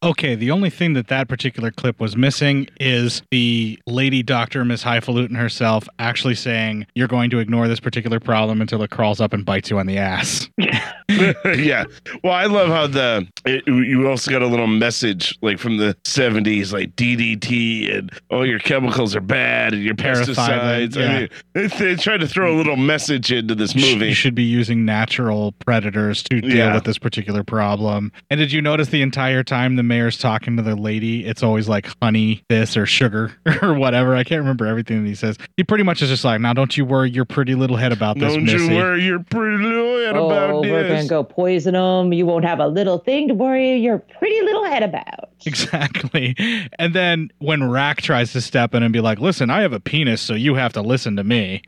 Speaker 1: Okay, the only thing that that particular clip was missing is the lady doctor, Miss Highfalutin herself, actually saying, You're going to ignore this particular problem until it crawls up and bites you on the ass.
Speaker 3: yeah. Well, I love how the it, you also got a little message like from the seventies, like DDT and all your chemicals are bad and your
Speaker 1: Parathylene,
Speaker 3: pesticides.
Speaker 1: yeah.
Speaker 3: I mean, they, they tried to throw a little message into this movie.
Speaker 1: You should be using natural predators to deal
Speaker 3: Yeah.
Speaker 1: with this particular problem. And did you notice the entire time the mayor's talking to the lady, it's always like honey, this, or sugar, or whatever. I can't remember everything that he says. He pretty much is just like, Now don't you worry your pretty little head about this,
Speaker 3: Don't
Speaker 1: Missy.
Speaker 3: you worry your pretty little head
Speaker 2: oh,
Speaker 3: about this.
Speaker 2: we're gonna go poison them. You won't have a little thing to worry your pretty little head about.
Speaker 1: Exactly. And then when Rack tries to step in and be like, listen, I have a penis, so you have to listen to me.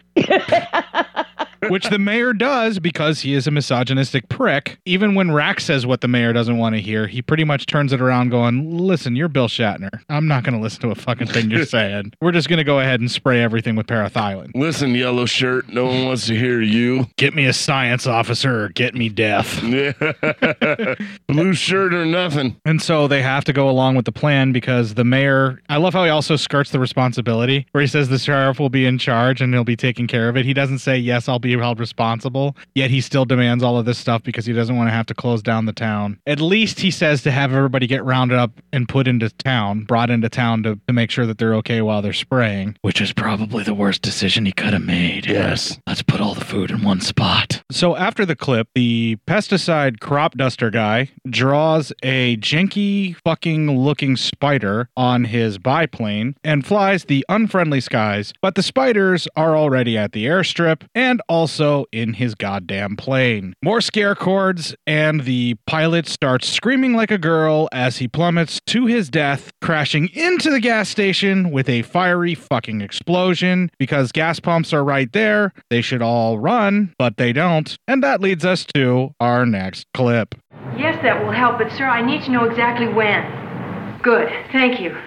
Speaker 1: Which the mayor does because he is a misogynistic prick. Even when Rack says what the mayor doesn't want to hear, he pretty much turns it around going, Listen, you're Bill Shatner. I'm not going to listen to a fucking thing you're saying. We're just going to go ahead and spray everything with parathylene.
Speaker 3: Listen, yellow shirt, no one wants to hear you.
Speaker 1: Get me a science officer or get me death.
Speaker 3: Blue shirt or nothing.
Speaker 1: And so they have to go along with the plan because the mayor. I love how he also skirts the responsibility, where he says the sheriff will be in charge and he'll be taking care of it. He doesn't say, Yes, I'll be held responsible, yet he still demands all of this stuff because he doesn't want to have to close down the town. At least he says to have everybody get rounded up and put into town, brought into town to, to make sure that they're okay while they're spraying. Which is probably the worst decision he could have made. Yes. Let's put all the food in one spot. So after the clip, the pesticide crop duster guy draws a janky fucking looking spider on his biplane and flies the unfriendly skies, but the spiders are already at the airstrip and also in his goddamn plane. More scare cords, and the pilot starts screaming like a girl as he plummets to his death, crashing into the gas station with a fiery fucking explosion because gas pumps are right there. They should all run, but they don't. And that leads us to our next clip.
Speaker 4: Yes, that will help, but sir, I need to know exactly when. Good, thank you.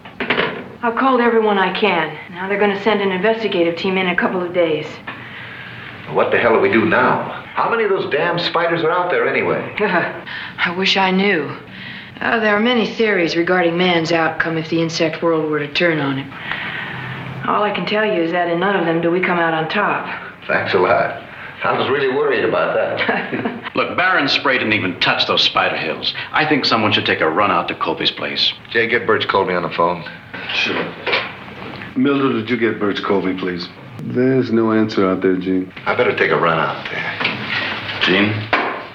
Speaker 4: I've called everyone I can. Now they're going to send an investigative team in a couple of days.
Speaker 10: What the hell do we do now? How many of those damn spiders are out there anyway?
Speaker 12: I wish I knew. Uh, there are many theories regarding man's outcome if the insect world were to turn on him.
Speaker 4: All I can tell you is that in none of them do we come out on top.
Speaker 10: Thanks a lot. I was really worried about that.
Speaker 11: Look, Baron Spray didn't even touch those spider hills. I think someone should take a run out to Colby's place.
Speaker 10: Jay, get Birch Colby on the phone. Sure. Mildred, would you get Birch Colby, please? There's no answer out there, Gene. I better take a run out there.
Speaker 11: Gene,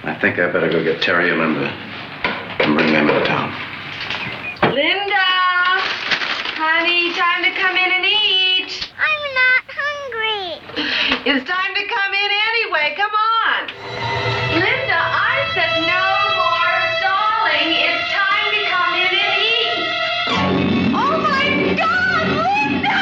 Speaker 11: I think I better go get Terry and Linda and bring them into town.
Speaker 14: Linda! Honey, time to come in and eat. I'm not hungry.
Speaker 4: It's time to come in anyway. Come on. Linda, I said no more stalling. It's time to come in and eat. Oh my God, Linda!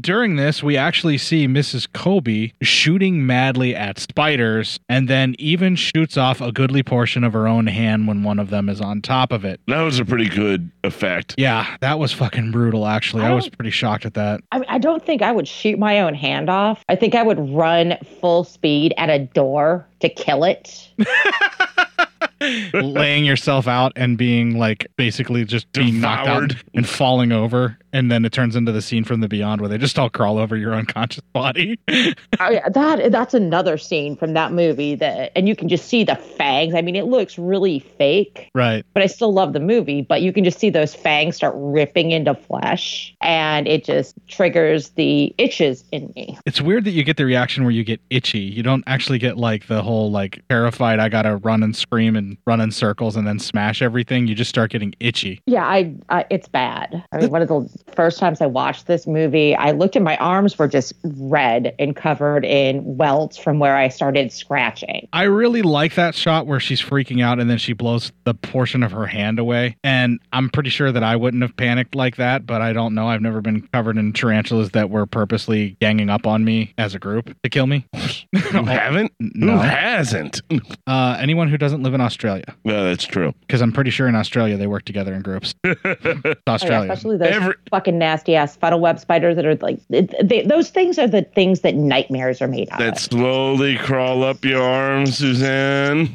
Speaker 1: During this, we actually see Mrs. Kobe shooting madly at spiders and then even shoots off a goodly portion of her own hand when one of them is on top of it.
Speaker 3: That was a pretty good effect.
Speaker 1: Yeah, that was fucking brutal, actually. I,
Speaker 2: I
Speaker 1: was
Speaker 2: don't-
Speaker 1: pretty shocked at that.
Speaker 2: I, I don't think I would shoot my own hand off. I think I would run full speed at a door to kill it.
Speaker 1: Laying yourself out and being like basically just being knocked out
Speaker 3: Devoured.
Speaker 1: and falling over. And then it turns into the scene from The Beyond where they just all crawl over your unconscious body.
Speaker 2: Oh, yeah, that that's another scene from that movie that, and you can just see the fangs. I mean, it looks really fake,
Speaker 1: Right.
Speaker 2: but I still love the movie. But you can just see those fangs start ripping into flesh, and it just triggers the itches in me.
Speaker 1: It's weird that you get the reaction where you get itchy. You don't actually get like the whole like terrified I gotta run and scream and and run in circles and then smash everything, you just start getting itchy.
Speaker 2: Yeah, I, I it's bad. I mean, one of the first times I watched this movie, I looked and my arms were just red and covered in welts from where I started scratching.
Speaker 1: I really like that shot where she's freaking out and then she blows the portion of her hand away. And I'm pretty sure that I wouldn't have panicked like that, but I don't know. I've never been covered in tarantulas that were purposely ganging up on me as a group to kill me. you
Speaker 3: haven't?
Speaker 1: No.
Speaker 3: Who hasn't?
Speaker 1: Uh, anyone who doesn't live in Australia,
Speaker 3: No, that's true.
Speaker 1: because I'm pretty sure in Australia they work together in groups. It's
Speaker 2: Oh, yeah,
Speaker 1: Australia.
Speaker 2: especially those fucking nasty ass funnel web spiders that are like, it, they, those things are the things that nightmares are made out
Speaker 3: That slowly crawl up your arms, Suzanne.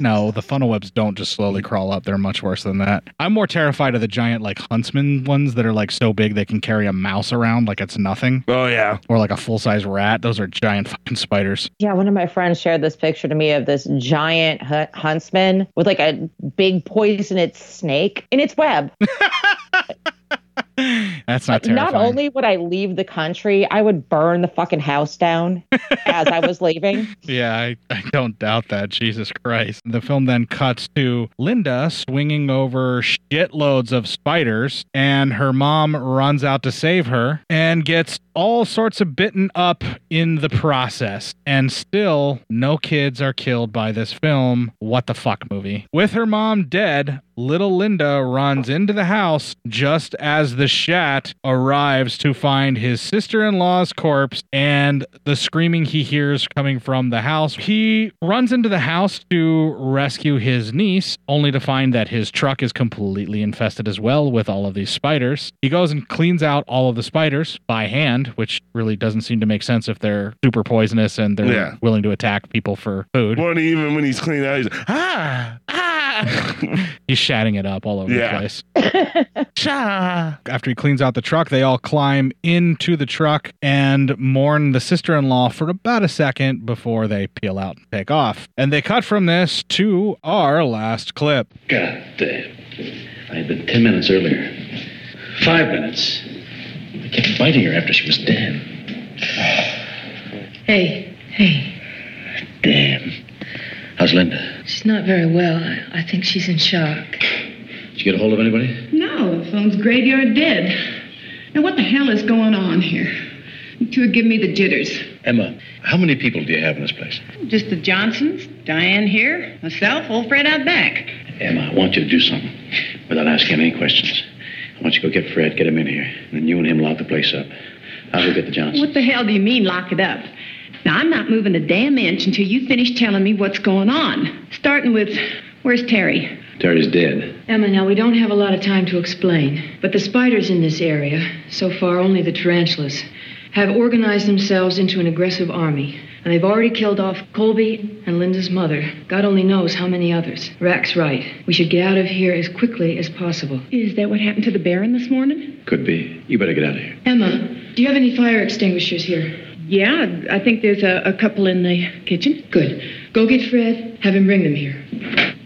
Speaker 1: No, the funnel webs don't just slowly crawl up. They're much worse than that. I'm more terrified of the giant, like, huntsman ones that are, like, so big they can carry a mouse around like it's nothing.
Speaker 3: Oh, yeah.
Speaker 1: Or, like, a full size rat. Those are giant fucking spiders.
Speaker 2: Yeah, one of my friends shared this picture to me of this giant hu- huntsman with like a big poisonous snake in its web.
Speaker 1: That's not terrifying.
Speaker 2: Not only would I leave the country, I would burn the fucking house down as I was leaving.
Speaker 1: Yeah, I, I don't doubt that. Jesus Christ. The film then cuts to Linda swinging over shitloads of spiders, and her mom runs out to save her and gets all sorts of bitten up in the process. And still, no kids are killed by this film. What the fuck movie? With her mom dead, little Linda runs into the house just as the Shat arrives to find his sister in law's corpse and the screaming he hears coming from the house. He runs into the house to rescue his niece, only to find that his truck is completely infested as well with all of these spiders. He goes and cleans out all of the spiders by hand, which really doesn't seem to make sense if they're super poisonous and they're
Speaker 3: Yeah.
Speaker 1: willing to attack people for food.
Speaker 3: One even when he's cleaning out, he's like, ah,
Speaker 1: He's shatting it up all over the
Speaker 3: Yeah.
Speaker 1: place.
Speaker 3: cha.
Speaker 1: after he cleans out the truck, they all climb into the truck and mourn the sister in law for about a second before they peel out and take off. And they cut from this to our last clip.
Speaker 11: God damn. I had been 10 minutes earlier. Five minutes. I kept biting her after she was dead.
Speaker 5: Hey, hey,
Speaker 11: Damn. How's Linda?
Speaker 5: she's not very well. I, I think she's in shock.
Speaker 11: Did you get a hold of anybody?
Speaker 15: No, the phone's graveyard dead. Now, what the hell is going on here? You two are giving me the jitters.
Speaker 11: Emma, how many people do you have in this place?
Speaker 15: Just the Johnsons, Diane here, myself, old Fred out back.
Speaker 11: Emma, I want you to do something without asking any questions. I want you to go get Fred, get him in here, and then you and him lock the place up. I'll go get the Johnsons.
Speaker 15: What the hell do you mean, lock it up? Now, I'm not moving a damn inch until you finish telling me what's going on. Starting with, where's Terry?
Speaker 11: Terry's dead.
Speaker 15: Emma, now we don't have a lot of time to explain, but the spiders in this area, so far only the tarantulas, have organized themselves into an aggressive army, and they've already killed off Colby and Linda's mother. God only knows how many others. Rack's right. We should get out of here as quickly as possible. Is that what happened to the Baron this morning?
Speaker 11: Could be. You better get out of here.
Speaker 15: Emma, do you have any fire extinguishers here? Yeah, I think there's a, a couple in the kitchen. Good. Go get Fred, have him bring them here.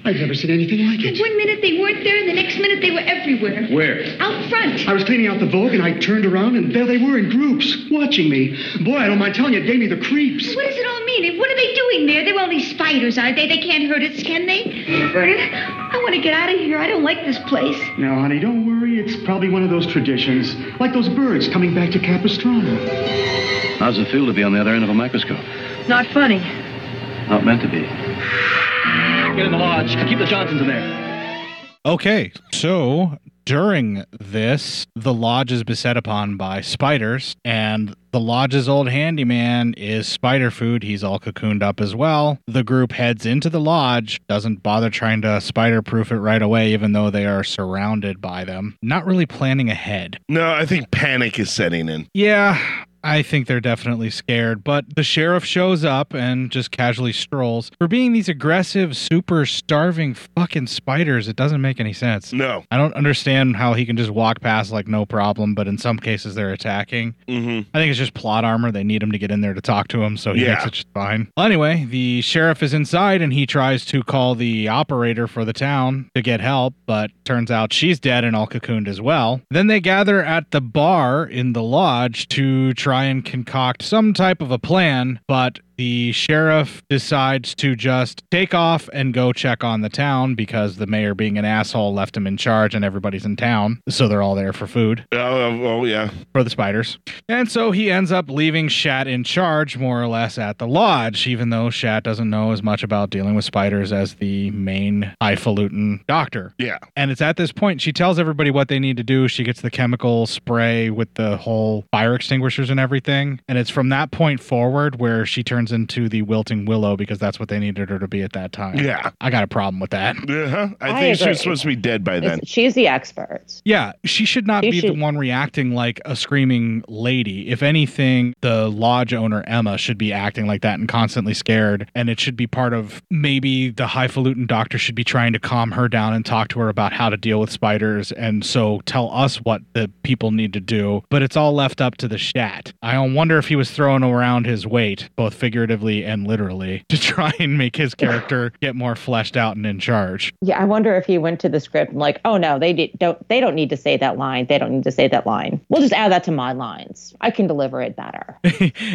Speaker 15: I've never seen anything like it.
Speaker 22: One minute they weren't there, and the next minute they were everywhere.
Speaker 16: Where?
Speaker 22: Out front.
Speaker 16: I was cleaning out the Vogue and I turned around and there they were in groups, watching me. Boy, I don't mind telling you, it gave me the creeps.
Speaker 22: What does it all mean? And What are they doing there? They're only spiders, aren't they? They can't hurt us, can they? Vernon, I want to get out of here. I don't like this place.
Speaker 16: Now, honey, don't worry. It's probably one of those traditions, like those birds coming back to Capistrano.
Speaker 11: How's it feel to be on the other end of a microscope?
Speaker 4: Not funny.
Speaker 11: Not meant to be. Get in the lodge. Keep the Johnsons in there.
Speaker 1: Okay, so during this, the lodge is beset upon by spiders, and the lodge's old handyman is spider food. He's all cocooned up as well. The group heads into the lodge, doesn't bother trying to spider proof it right away, even though they are surrounded by them. Not really planning ahead.
Speaker 3: No, I think panic is setting in.
Speaker 1: Yeah, I think they're definitely scared. But the sheriff shows up and just casually strolls. For being these aggressive, super starving fucking spiders, it doesn't make any sense.
Speaker 3: No.
Speaker 1: I don't understand how he can just walk past like no problem, but in some cases they're attacking.
Speaker 3: Mm-hmm.
Speaker 1: I think it's just plot armor. They need him to get in there to talk to him, so he
Speaker 3: Yeah.
Speaker 1: makes it just fine. Well, anyway, the sheriff is inside and he tries to call the operator for the town to get help, but turns out she's dead and all cocooned as well. Then they gather at the bar in the lodge to try and concoct some type of a plan, but the sheriff decides to just take off and go check on the town because the mayor, being an asshole, left him in charge and everybody's in town. So they're all there for food.
Speaker 3: Oh, oh yeah.
Speaker 1: For the spiders. And so he ends up leaving Shat in charge, more or less, at the lodge, even though Shat doesn't know as much about dealing with spiders as the main highfalutin doctor.
Speaker 3: Yeah.
Speaker 1: And it's at this point she tells everybody what they need to do. She gets the chemical spray with the whole fire extinguishers and everything. And it's from that point forward where she turns into the wilting willow because that's what they needed her to be at that time.
Speaker 3: Yeah.
Speaker 1: I got a problem with that.
Speaker 3: Uh-huh. I,
Speaker 1: I
Speaker 3: think she
Speaker 1: agree.
Speaker 3: was supposed to be dead by then.
Speaker 2: She's the expert.
Speaker 1: Yeah, she should not
Speaker 2: She
Speaker 1: be
Speaker 2: should-
Speaker 1: the one reacting like a screaming lady. If anything, the lodge owner Emma should be acting like that and constantly scared. And it should be part of maybe the highfalutin doctor should be trying to calm her down and talk to her about how to deal with spiders. And so tell us what the people need to do. But it's all left up to the shat. I wonder if he was throwing around his weight, both figuratively and literally, to try and make his character get more fleshed out and in charge.
Speaker 2: Yeah, I wonder if he went to the script and like, oh no, they did, don't. They don't need to say that line. They don't need to say that line. We'll just add that to my lines. I can deliver it better.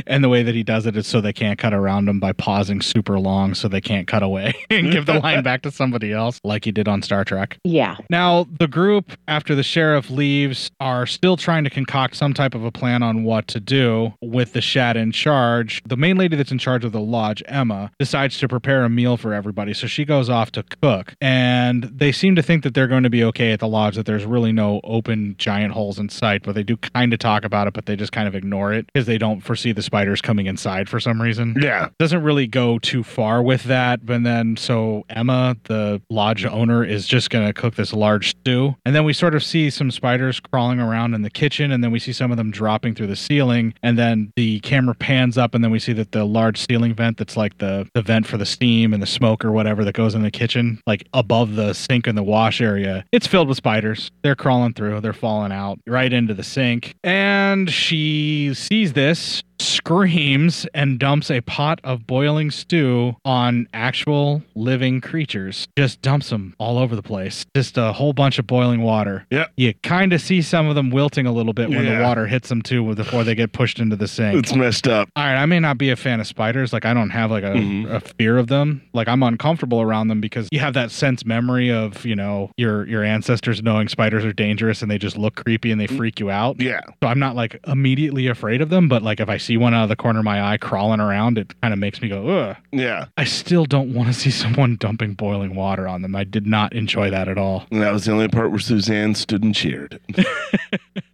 Speaker 1: and the way that he does it is so they can't cut around him by pausing super long so they can't cut away and give the line back to somebody else like he did on Star Trek.
Speaker 2: Yeah.
Speaker 1: Now, the group, after the sheriff leaves, are still trying to concoct some type of a plan on what to do with the Shat in charge. The main lady that's in charge of the lodge, Emma, decides to prepare a meal for everybody. So she goes off to cook, and they seem to think that they're going to be okay at the lodge, that there's really no open giant holes in sight, but they do kind of talk about it, but they just kind of ignore it because they don't foresee the spiders coming inside for some reason.
Speaker 3: Yeah.
Speaker 1: Doesn't really go too far with that. But then, so Emma, the lodge owner, is just going to cook this large stew. And then we sort of see some spiders crawling around in the kitchen. And then we see some of them dropping through the ceiling. And then the camera pans up. And then we see that the large ceiling vent that's like the, the vent for the steam and the smoke or whatever that goes in the kitchen, like above the sink and the wash area, it's filled with spiders. They're crawling through, they're falling out right into the sink. And she sees this screams and dumps a pot of boiling stew on actual living creatures. Just dumps them all over the place. Just a whole bunch of boiling water.
Speaker 3: Yep.
Speaker 1: You kind of see some of them wilting a little bit when
Speaker 3: Yeah.
Speaker 1: the water hits them too before they get pushed into the sink.
Speaker 3: It's messed up.
Speaker 1: All right, I may not be a fan of spiders. Like I don't have like a,
Speaker 3: Mhm.
Speaker 1: a fear of them. Like I'm uncomfortable around them because you have that sense memory of you know your your ancestors knowing spiders are dangerous and they just look creepy and they freak you out.
Speaker 3: Mm. Yeah.
Speaker 1: So I'm not like immediately afraid of them, but like if I see one out of the corner of my eye crawling around, it kind of makes me go ugh.
Speaker 3: Yeah.
Speaker 1: I still don't want to see someone dumping boiling water on them. I did not enjoy that at all.
Speaker 3: And that was the only part where Suzanne stood and cheered.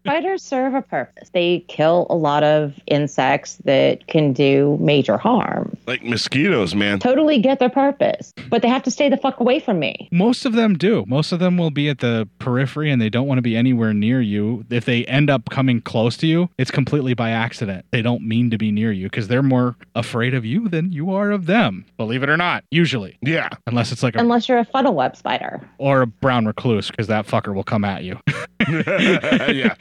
Speaker 2: Spiders serve a purpose. They kill a lot of insects that can do major harm.
Speaker 3: Like mosquitoes, man.
Speaker 2: Totally get their purpose, but they have to stay the fuck away from me.
Speaker 1: Most of them do. Most of them will be at the periphery and they don't want to be anywhere near you. If they end up coming close to you, it's completely by accident. They don't mean to be near you because they're more afraid of you than you are of them, believe it or not, usually.
Speaker 3: Yeah.
Speaker 1: Unless it's like a,
Speaker 2: Unless you're a funnel web spider.
Speaker 1: or a brown recluse because that fucker will come at you.
Speaker 3: yeah.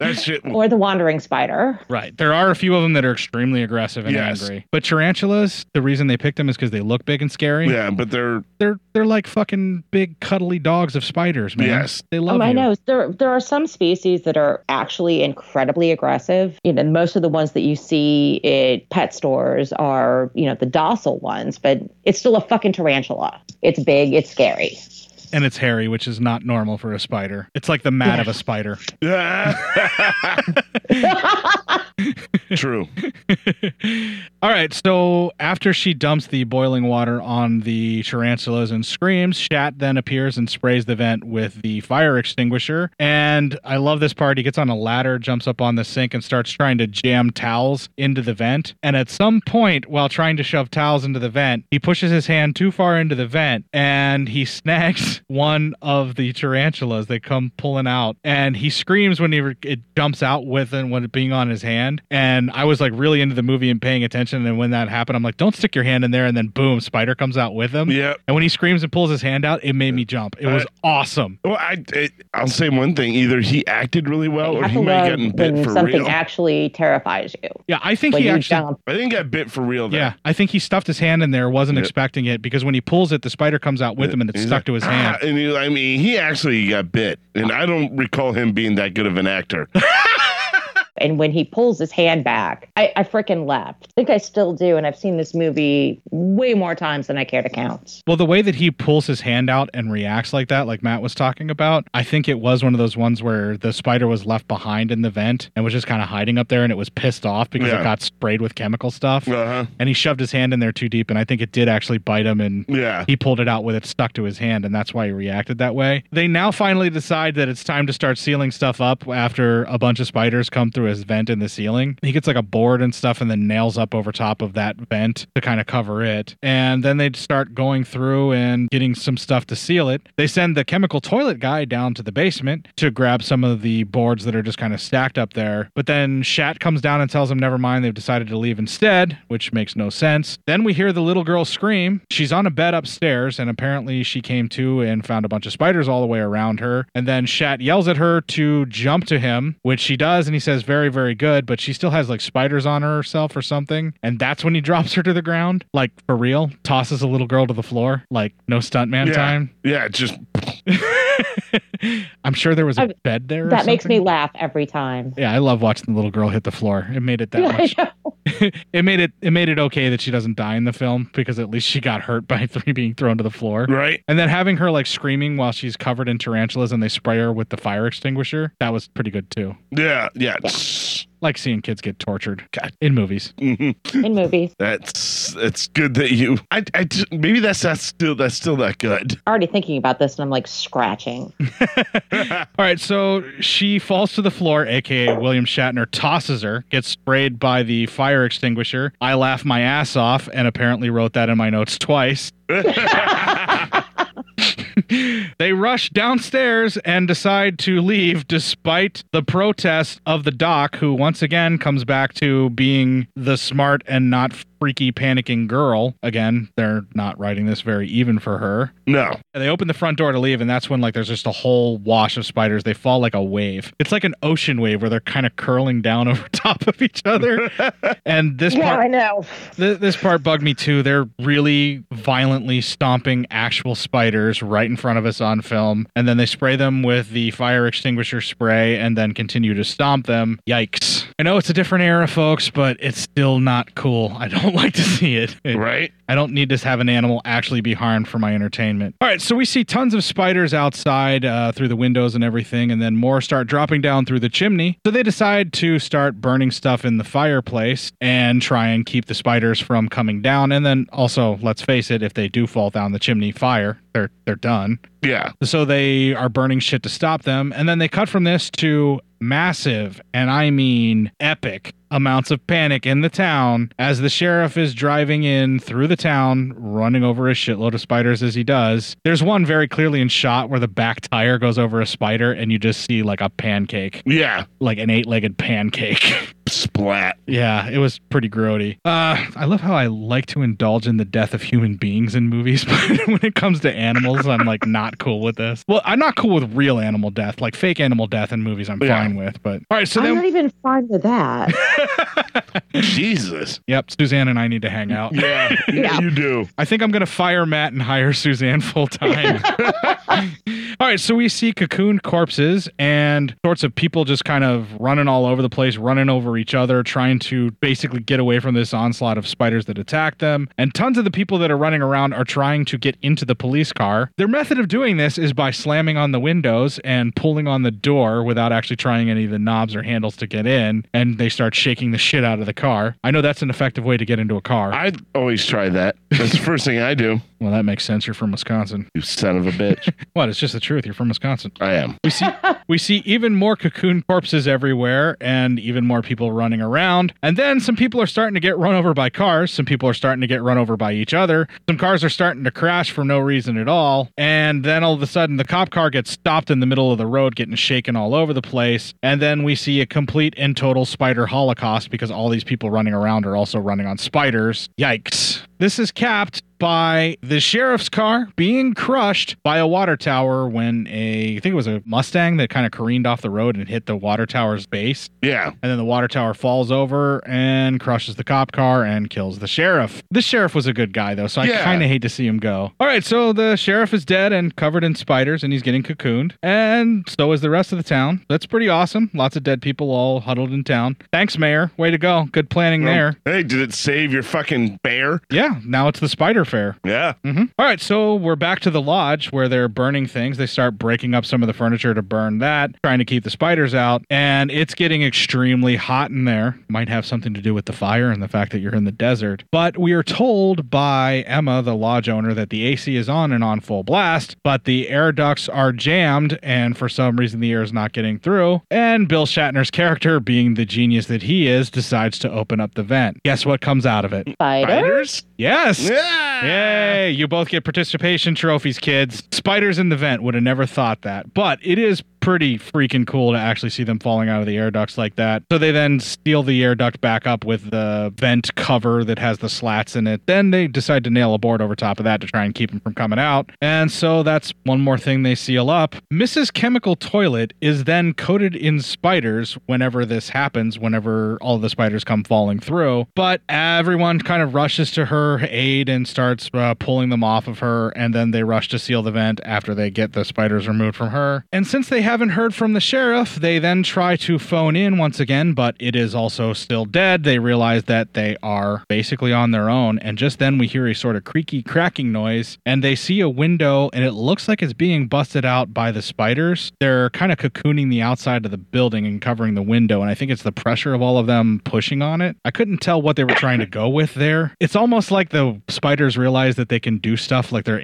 Speaker 3: That shit.
Speaker 2: Or the wandering spider.
Speaker 1: Right. There are a few of them that are extremely aggressive and
Speaker 3: Yes.
Speaker 1: angry. But tarantulas, the reason they picked them is because they look big and scary.
Speaker 3: Yeah, but they're
Speaker 1: They're they're like fucking big cuddly dogs of spiders, man.
Speaker 3: Yes.
Speaker 1: They love
Speaker 2: oh, I
Speaker 1: you.
Speaker 2: know. There, there are some species that are actually incredibly aggressive. You know, most of the ones that you see at pet stores are, you know, the docile ones, but it's still a fucking tarantula. It's big. It's scary.
Speaker 1: And it's hairy, which is not normal for a spider. It's like the mat of a spider.
Speaker 3: True.
Speaker 1: All right, so after she dumps the boiling water on the tarantulas and screams, Shat then appears and sprays the vent with the fire extinguisher. And I love this part. He gets on a ladder, jumps up on the sink, and starts trying to jam towels into the vent. And at some point, while trying to shove towels into the vent, he pushes his hand too far into the vent and he snags one of the tarantulas that come pulling out. And he screams when he re- it jumps out with and when it being on his hand. And I was like really into the movie and paying attention. And when that happened, I'm like, don't stick your hand in there. And then boom, spider comes out with him.
Speaker 3: Yep.
Speaker 1: And when he screams and pulls his hand out, it made me jump. It was
Speaker 3: Uh,
Speaker 1: awesome.
Speaker 3: Well, I, I I'll say one thing: either he acted really well, or he might have gotten bit
Speaker 2: when
Speaker 3: for
Speaker 2: something
Speaker 3: real.
Speaker 2: actually terrifies you.
Speaker 1: Yeah, I think
Speaker 2: When
Speaker 1: he
Speaker 2: you
Speaker 1: actually.
Speaker 2: jump.
Speaker 3: I think he got bit for real. There.
Speaker 1: Yeah, I think he stuffed his hand in there, wasn't expecting it, because when he pulls it, the spider comes out with him and it's
Speaker 3: He's
Speaker 1: stuck
Speaker 3: like,
Speaker 1: to his
Speaker 3: "Ah,"
Speaker 1: hand.
Speaker 3: And he, I mean, he actually got bit, and I don't recall him being that good of an actor.
Speaker 2: And when he pulls his hand back, I, I freaking laughed. I think I still do. And I've seen this movie way more times than I care to count.
Speaker 1: Well, the way that he pulls his hand out and reacts like that, like Matt was talking about, I think it was one of those ones where the spider was left behind in the vent and was just kind of hiding up there and it was pissed off because
Speaker 3: Yeah.
Speaker 1: it got sprayed with chemical stuff.
Speaker 3: Uh-huh.
Speaker 1: And he shoved his hand in there too deep. And I think it did actually bite him. And
Speaker 3: Yeah.
Speaker 1: he pulled it out with it stuck to his hand. And that's why he reacted that way. They now finally decide that it's time to start sealing stuff up after a bunch of spiders come through his vent in the ceiling. He gets like a board and stuff and then nails up over top of that vent to kind of cover it. And then they start going through and getting some stuff to seal it. They send the chemical toilet guy down to the basement to grab some of the boards that are just kind of stacked up there. But then Shat comes down and tells him, never mind, they've decided to leave instead, which makes no sense. Then we hear the little girl scream. She's on a bed upstairs, and apparently she came to and found a bunch of spiders all the way around her. And then Shat yells at her to jump to him, which she does, and he says, very, very good, but she still has like spiders on herself or something. And that's when he drops her to the ground, like for real, tosses a little girl to the floor, like no stuntman
Speaker 3: yeah.
Speaker 1: time.
Speaker 3: Yeah, just
Speaker 1: I'm sure there was a
Speaker 2: I-
Speaker 1: bed there. or
Speaker 2: That makes me
Speaker 1: something.
Speaker 2: laugh every time.
Speaker 1: Yeah, I love watching the little girl hit the floor. It made it that much. It made it it made it okay that she doesn't die in the film because at least she got hurt by three being thrown to the floor.
Speaker 3: Right.
Speaker 1: And then having her like screaming while she's covered in tarantulas and they spray her with the fire extinguisher, that was pretty good too.
Speaker 3: yeah, yeah.
Speaker 1: Like seeing kids get tortured in movies.
Speaker 2: in movies.
Speaker 3: Mm-hmm. That's that's good that you. I, I just- maybe that's not still that's still not good.
Speaker 2: Already thinking about this, and I'm like scratching.
Speaker 1: All right, so she falls to the floor, aka William Shatner tosses her, gets sprayed by the fire extinguisher. I laugh my ass off, and apparently wrote that in my notes twice. they rush downstairs and decide to leave despite the protest of the doc, who once again comes back to being the smart and not freaky panicking girl. Again, they're not writing this very even for her.
Speaker 3: No.
Speaker 1: They open the front door to leave, and that's when like there's just a whole wash of spiders. They fall like a wave. It's like an ocean wave where they're kind of curling down over top of each other. and this part
Speaker 2: know.
Speaker 1: Th- this part bugged me too. They're really violently stomping actual spiders right in front of us on film, and then they spray them with the fire extinguisher spray and then continue to stomp them. Yikes. I know it's a different era, folks, but it's still not cool. I don't like to see it. It-
Speaker 3: Right.
Speaker 1: I don't need to have an animal actually be harmed for my entertainment. All right, so we see tons of spiders outside uh, through the windows and everything, and then more start dropping down through the chimney. So they decide to start burning stuff in the fireplace and try and keep the spiders from coming down. And then also, let's face it, if they do fall down the chimney fire, they're they're done.
Speaker 3: Yeah.
Speaker 1: So they are burning shit to stop them. And then they cut from this to massive, and I mean epic, amounts of panic in the town as the sheriff is driving in through the town, running over a shitload of spiders as he does. There's one very clearly in shot where the back tire goes over a spider, and you just see like a pancake.
Speaker 3: Yeah.
Speaker 1: Like an eight legged pancake.
Speaker 3: Splat.
Speaker 1: Yeah, it was pretty grody. Uh, I love how I like to indulge in the death of human beings in movies, but when it comes to animals, I'm like not cool with this. Well, I'm not cool with real animal death, like fake animal death in movies. I'm
Speaker 3: Yeah.
Speaker 1: fine with, but all right. So
Speaker 2: I'm
Speaker 1: then,
Speaker 2: not even fine with that.
Speaker 3: Jesus.
Speaker 1: Yep, Suzanne and I need to hang out.
Speaker 3: Yeah,
Speaker 2: Yeah.
Speaker 3: you do.
Speaker 1: I think I'm gonna fire Matt and hire Suzanne full time. all right, so we see cocoon corpses and sorts of people just kind of running all over the place, running over each other, trying to basically get away from this onslaught of spiders that attack them. And tons of the people that are running around are trying to get into the police car. Their method of doing this is by slamming on the windows and pulling on the door without actually trying any of the knobs or handles to get in, and they start shaking the shit out of the car. I know that's an effective way to get into a car.
Speaker 3: I always try that. That's the first thing I do.
Speaker 1: Well, that makes sense. You're from Wisconsin.
Speaker 3: You son of a bitch.
Speaker 1: What? It's just the truth. You're from Wisconsin.
Speaker 3: I am.
Speaker 1: We see we see even more cocoon corpses everywhere, and even more people running around. And then some people are starting to get run over by cars. Some people are starting to get run over by each other. Some cars are starting to crash for no reason at all. And then all of a sudden, the cop car gets stopped in the middle of the road, getting shaken all over the place. And then we see a complete and total spider holocaust because all these people running around are also running on spiders. Yikes! This is capped by the sheriff's car being crushed by a water tower when a I think it was a Mustang that kind of careened off the road and hit the water tower's base.
Speaker 3: Yeah.
Speaker 1: And then the water tower falls over and crushes the cop car and kills the sheriff. The sheriff was a good guy, though, so I
Speaker 18: Yeah.
Speaker 1: kind of hate to see him go. All right, so the sheriff is dead and covered in spiders and he's getting cocooned, and so is the rest of the town. That's pretty awesome. Lots of dead people all huddled in town. Thanks, Mayor. Way to go. Good planning there.
Speaker 3: Hey, did it save your fucking bear?
Speaker 1: Yeah, now it's the spider fair.
Speaker 3: Yeah.
Speaker 1: Mm-hmm. All right, so we're back to the lodge where they're burning things. They start breaking up some of the furniture to burn that, trying to keep the spiders out. And it's getting extremely hot in there. Might have something to do with the fire and the fact that you're in the desert. But we are told by Emma, the lodge owner, that the AC is on and on full blast, but the air ducts are jammed, and for some reason the air is not getting through. And Bill Shatner's character, being the genius that he is, decides to open up the vent. Guess what comes out of it?
Speaker 3: Spiders?
Speaker 1: Yes.
Speaker 3: Yeah.
Speaker 1: Yay. You both get participation trophies, kids. Spiders in the vent would have never thought that. But it is pretty freaking cool to actually see them falling out of the air ducts like that. So they then steal the air duct back up with the vent cover that has the slats in it. Then they decide to nail a board over top of that to try and keep them from coming out. And so that's one more thing they seal up. Mrs. Chemical Toilet is then coated in spiders whenever this happens, whenever all the spiders come falling through. But everyone kind of rushes to her aid and starts uh, pulling them off of her. And then they rush to seal the vent after they get the spiders removed from her. And since they haven't heard from the sheriff, they then try to phone in once again, but it is also still dead. They realize that they are basically on their own. And just then we hear a sort of creaky, cracking noise. And they see a window and it looks like it's being busted out by the spiders. They're kind of cocooning the outside of the building and covering the window. And I think it's the pressure of all of them pushing on it. I couldn't tell what they were trying to go with there. It's almost like the spiders realize that they can do stuff like they're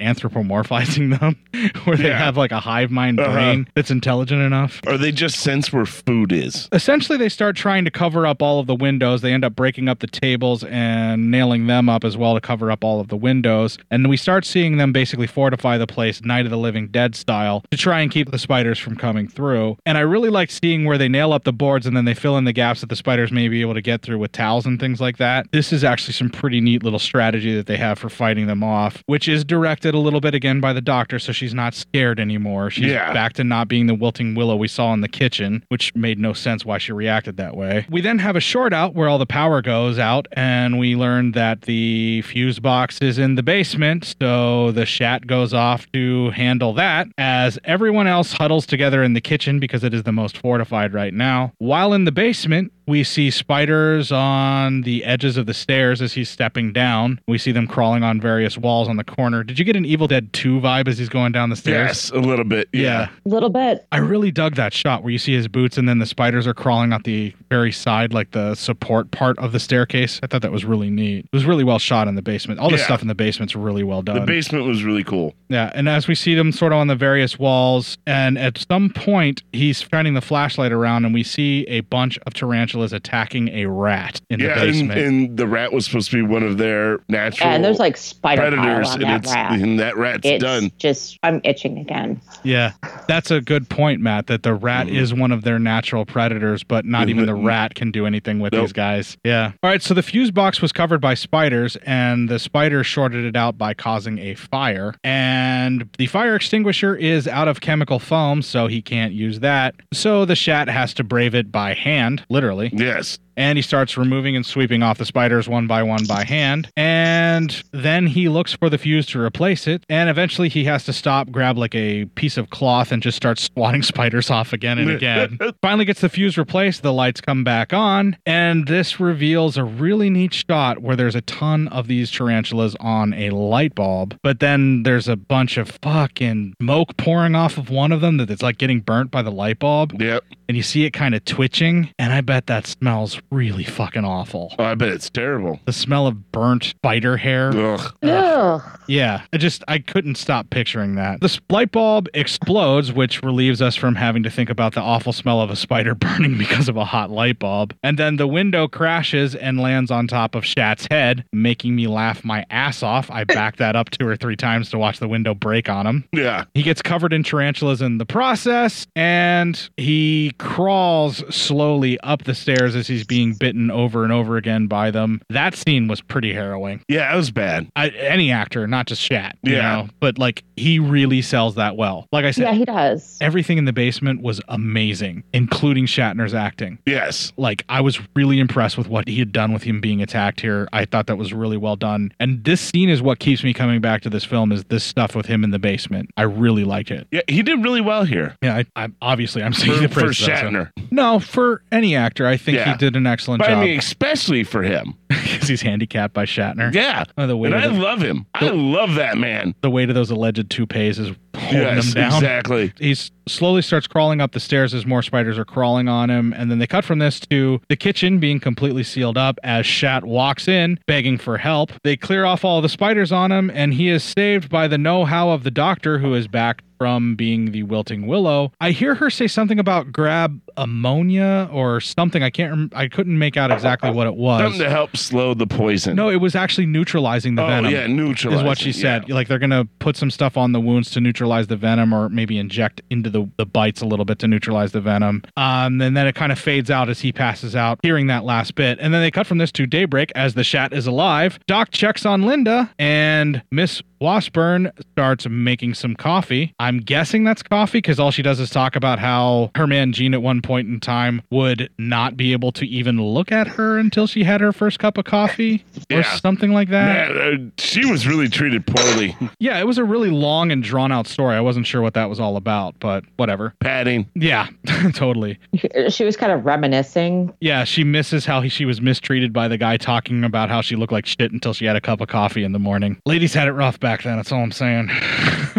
Speaker 1: anthropomorphizing them, where they
Speaker 3: Yeah.
Speaker 1: have like a hive mind
Speaker 3: Uh-huh.
Speaker 1: brain that's intelligent enough.
Speaker 3: Or they just sense where food is.
Speaker 1: Essentially, they start trying to cover up all of the windows. They end up breaking up the tables and nailing them up as well to cover up all of the windows. And we start seeing them basically fortify the place, Night of the Living Dead style, to try and keep the spiders from coming through. And I really like seeing where they nail up the boards and then they fill in the gaps that the spiders may be able to get through with towels and things like that. This is actually some pretty neat little strategy that they have for fighting them off, which is directed a little bit again by the doctor, so she's not scared anymore. She's
Speaker 18: Yeah.
Speaker 1: back to not being the wilting willow we saw in the kitchen, which made no sense why she reacted that way. We then have a short out where all the power goes out, and we learn that the fuse box is in the basement, so the shat goes off to handle that as everyone else huddles together in the kitchen because it is the most fortified right now. While in the basement, we see spiders on the edges of the stairs as he's stepping down. We see them crawling on various walls on the corner. Did you get an Evil Dead 2 vibe as he's going down the stairs?
Speaker 3: Yes, a little bit.
Speaker 1: Yeah.
Speaker 2: A little bit.
Speaker 1: I really dug that shot where you see his boots and then the spiders are crawling out the very side, like the support part of the staircase. I thought that was really neat. It was really well shot in the basement. All the
Speaker 3: Yeah.
Speaker 1: stuff in the basement's really well done.
Speaker 3: The basement was really cool.
Speaker 1: Yeah, and as we see them sort of on the various walls, and at some point he's shining the flashlight around, and we see a bunch of tarantulas attacking a rat in
Speaker 3: yeah,
Speaker 1: the basement.
Speaker 3: And, and the rat was supposed to be one of their natural
Speaker 2: and there's like spider
Speaker 3: predators,
Speaker 2: pile on
Speaker 3: and
Speaker 2: that
Speaker 3: it's
Speaker 2: rat.
Speaker 3: and that rat's
Speaker 2: it's
Speaker 3: done.
Speaker 2: Just I'm itching again.
Speaker 1: yeah, that's a good point, Matt. That the rat
Speaker 3: Mm-hmm.
Speaker 1: is one of their natural predators, but not even the rat can do anything with
Speaker 18: Nope.
Speaker 1: these guys. Yeah. All right, so the fuse box was covered by spiders, and the spider shorted it out by causing a fire. And the fire extinguisher is out of chemical foam, so he can't use that. So the shat has to brave it by hand, literally.
Speaker 3: Yes.
Speaker 1: And he starts removing and sweeping off the spiders one by one by hand. And then he looks for the fuse to replace it. And eventually he has to stop, grab like a piece of cloth, and just start swatting spiders off again and again. Finally gets the fuse replaced, the lights come back on, and this reveals a really neat shot where there's a ton of these tarantulas on a light bulb, but then there's a bunch of fucking smoke pouring off of one of them that it's like getting burnt by the light bulb.
Speaker 3: Yep.
Speaker 1: And you see it kind of twitching, and I bet that smells really fucking awful.
Speaker 3: Oh, I bet it's terrible.
Speaker 1: The smell of burnt spider hair.
Speaker 2: Ugh.
Speaker 1: Yeah, I just I couldn't stop picturing that. The light bulb explodes, which relieves us from having to think about the awful smell of a spider burning because of a hot light bulb. And then the window crashes and lands on top of Shat's head, making me laugh my ass off. I backed that up two or three times to watch the window break on him.
Speaker 3: Yeah.
Speaker 1: He gets covered in tarantulas in the process, and he crawls slowly up the stairs as he's being being bitten over and over again by them. That scene was pretty harrowing.
Speaker 3: Yeah, it was bad.
Speaker 1: I, any actor, not just Shat. You
Speaker 3: Yeah.
Speaker 1: know? But like he really sells that well. Like I said,
Speaker 2: Yeah, he does.
Speaker 1: Everything in the basement was amazing, including Shatner's acting.
Speaker 3: Yes.
Speaker 1: Like I was really impressed with what he had done with him being attacked here. I thought that was really well done. And this scene is what keeps me coming back to this film is this stuff with him in the basement. I really liked it.
Speaker 3: Yeah, he did really well here.
Speaker 1: Yeah, I, I'm obviously I'm saying
Speaker 3: For-
Speaker 1: the
Speaker 3: for
Speaker 1: praise that, so-
Speaker 3: Shatner.
Speaker 1: No, for any actor, I think
Speaker 3: Yeah.
Speaker 1: he did an excellent
Speaker 3: But
Speaker 1: job.
Speaker 3: I mean, especially for him.
Speaker 1: because he's handicapped by Shatner.
Speaker 3: Yeah.
Speaker 1: By the way,
Speaker 3: And I love him. I love that man.
Speaker 1: The weight of those alleged toupees is holding
Speaker 3: Yes,
Speaker 1: him down.
Speaker 3: exactly.
Speaker 1: He s- slowly starts crawling up the stairs as more spiders are crawling on him. And then they cut from this to the kitchen being completely sealed up as Shat walks in, begging for help. They clear off all the spiders on him, and he is saved by the know how of the doctor who is back from being the wilting willow. I hear her say something about grab ammonia or something. I can't, rem- I couldn't make out exactly what it was.
Speaker 3: Something to help slow the poison.
Speaker 1: No, it was actually neutralizing the
Speaker 3: Oh,
Speaker 1: venom.
Speaker 3: yeah, neutralizing,
Speaker 1: is what she said. Like they're gonna put some stuff on the wounds to neutralize the venom, or maybe inject into the, the bites a little bit to neutralize the venom. Um, and then it kind of fades out as he passes out, hearing that last bit. And then they cut from this to daybreak as the Shat is alive. Doc checks on Linda, and Miss Washburn starts making some coffee. I'm guessing that's coffee because all she does is talk about how her man Gene at one point in time would not be able to even look at her until she had her first cup of coffee or
Speaker 3: Yeah.
Speaker 1: something like that.
Speaker 3: Man, uh, she was really treated poorly.
Speaker 1: Yeah, it was a really long and drawn out story. I wasn't sure what that was all about, but whatever.
Speaker 3: Padding.
Speaker 1: Yeah, totally.
Speaker 2: She was kind of reminiscing.
Speaker 1: Yeah, she misses how he, she was mistreated by the guy talking about how she looked like shit until she had a cup of coffee in the morning. Ladies had it rough back then, that's all I'm saying.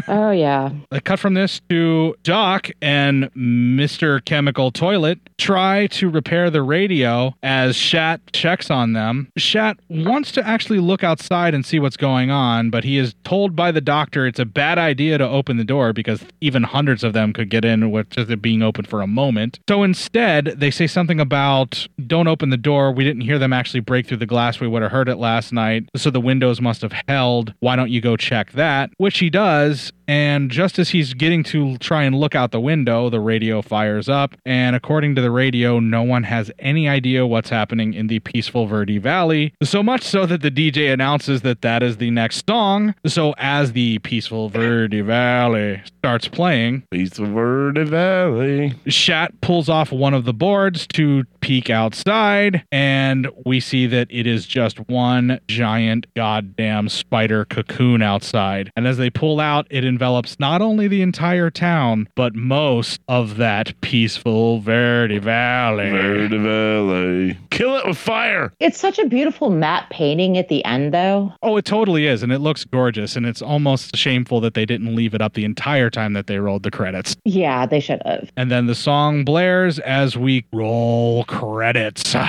Speaker 2: Oh yeah.
Speaker 1: I cut from this to Doc and Mr. Chemical Toilet try to repair the radio as Shat checks on them. Shat wants to actually look outside and see what's going on, but he is told by the doctor it's a bad idea to open the door because even hundreds of them could get in with just it being open for a moment. So instead, they say something about don't open the door. We didn't hear them actually break through the glass. We would have heard it last night. So the windows must have held. Why don't you go check that? Which he does. And just as he's getting to try and look out the window, the radio fires up. And according to the radio, no one has any idea what's happening in the peaceful Verde Valley. So much so that the DJ announces that that is the next song. So as the peaceful Verde Valley starts playing,
Speaker 3: peaceful Verde Valley,
Speaker 1: Shat pulls off one of the boards to peek outside, and we see that it is just one giant goddamn spider cocoon outside. And as they pull out, it envelops not only the entire town, but most of that peaceful Verde Valley.
Speaker 3: Verde Valley. Kill it with fire.
Speaker 2: It's such a beautiful matte painting at the end, though.
Speaker 1: Oh, it totally is, and it looks gorgeous, and it's almost shameful that they didn't leave it up the entire time that they rolled the credits.
Speaker 2: Yeah, they should have.
Speaker 1: And then the song blares as we roll credits.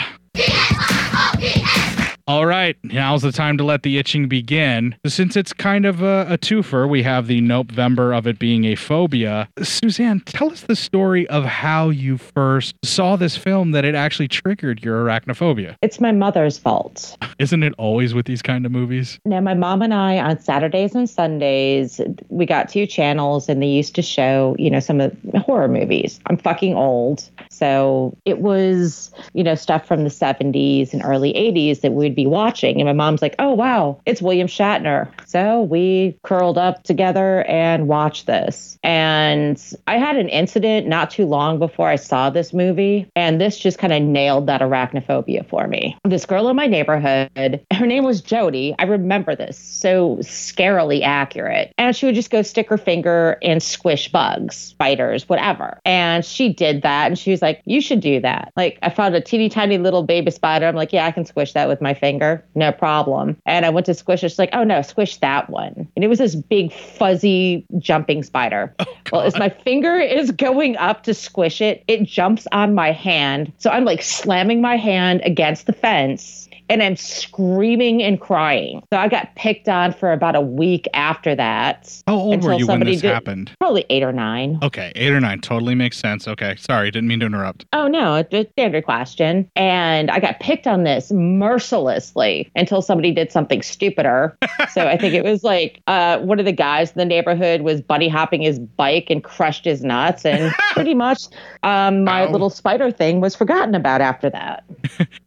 Speaker 1: All right, now's the time to let the itching begin. Since it's kind of a, a twofer, we have the November of it being a phobia. Suzanne, tell us the story of how you first saw this film that it actually triggered your arachnophobia.
Speaker 2: It's my mother's fault.
Speaker 1: Isn't it always with these kind of movies?
Speaker 2: Now, my mom and I on Saturdays and Sundays, we got two channels and they used to show, you know, some of the horror movies. I'm fucking old. So it was, you know, stuff from the 70s and early 80s that we'd be watching. And my mom's like, oh, wow, it's William Shatner. So we curled up together and watched this. And I had an incident not too long before I saw this movie. And this just kind of nailed that arachnophobia for me. This girl in my neighborhood, her name was Jody. I remember this so scarily accurate. And she would just go stick her finger and squish bugs, spiders, whatever. And she did that. And she was like, You should do that. Like, I found a teeny tiny little baby spider. I'm like, Yeah, I can squish that with my finger. No problem. And I went to squish it. She's like, Oh no, squish that one. And it was this big, fuzzy jumping spider.
Speaker 1: Oh,
Speaker 2: well, as my finger is going up to squish it, it jumps on my hand. So I'm like slamming my hand against the fence and I'm screaming and crying. So I got picked on for about a week after that.
Speaker 1: How old were
Speaker 2: until
Speaker 1: you when
Speaker 2: somebody
Speaker 1: this
Speaker 2: did-
Speaker 1: happened?
Speaker 2: Probably eight or nine.
Speaker 1: Okay, eight or nine. Totally makes sense. Okay, sorry, didn't mean to interrupt.
Speaker 2: Oh no, it's a standard question. And I got picked on this mercilessly until somebody did something stupider. so I think it was like uh, one of the guys in the neighborhood was bunny hopping his bike and crushed his nuts, and pretty much um, my little spider thing was forgotten about after that.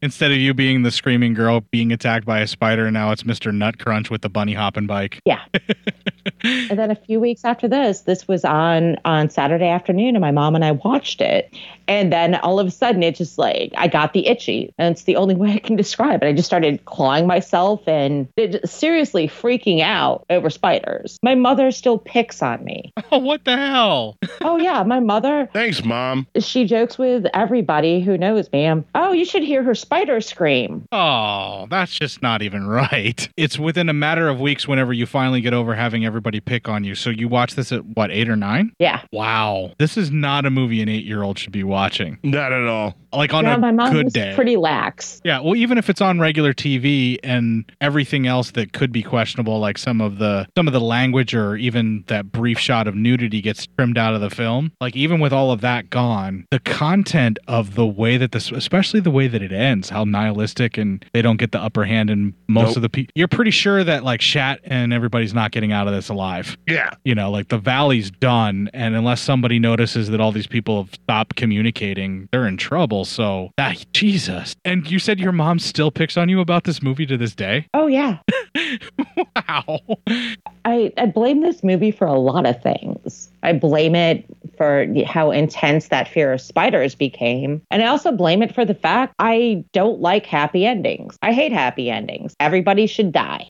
Speaker 1: Instead of you being the screaming girl being attacked by a spider, now it's Mr. Nut Crunch with the bunny hopping bike.
Speaker 2: Yeah. and then a few weeks after this, this was on on Saturday afternoon, and my mom and I watched it. And then all of a sudden, it just like I got the itchy, and it's the only way I can describe it. I just started clawing myself and it, seriously freaking out over spiders. My mother still picks on me.
Speaker 1: Oh, what the hell?
Speaker 2: oh yeah, my mother.
Speaker 3: Thanks, mom.
Speaker 2: She jokes with everybody who knows me. I'm, oh, you should hear her spider scream.
Speaker 1: Oh, that's just not even right. It's within a matter of weeks whenever you finally get over having everybody pick on you. So you watch this at what, eight or nine?
Speaker 2: Yeah.
Speaker 1: Wow. This is not a movie an eight year old should be watching.
Speaker 3: Not at all.
Speaker 1: Like on
Speaker 2: Yeah,
Speaker 1: a
Speaker 2: my mom
Speaker 1: good
Speaker 2: was
Speaker 1: day.
Speaker 2: pretty lax.
Speaker 1: yeah, well, even if it's on regular TV and everything else that could be questionable, like some of the some of the language or even that brief shot of nudity gets trimmed out of the film. Like even with all of that gone, the content of the way that this, especially the way that it ends, how nihilistic and they don't get the upper hand, and most
Speaker 18: Nope.
Speaker 1: of the people, you're pretty sure that like Shat and everybody's not getting out of this alive.
Speaker 3: Yeah.
Speaker 1: You know, like the valley's done, and unless somebody notices that all these people have stopped communicating, they're in trouble. So, ah, Jesus. And you said your mom still picks on you about this movie to this day?
Speaker 2: Oh yeah.
Speaker 1: wow.
Speaker 2: I, I blame this movie for a lot of things. I blame it for how intense that fear of spiders became. And I also blame it for the fact I don't like happy endings. I hate happy endings. Everybody should die.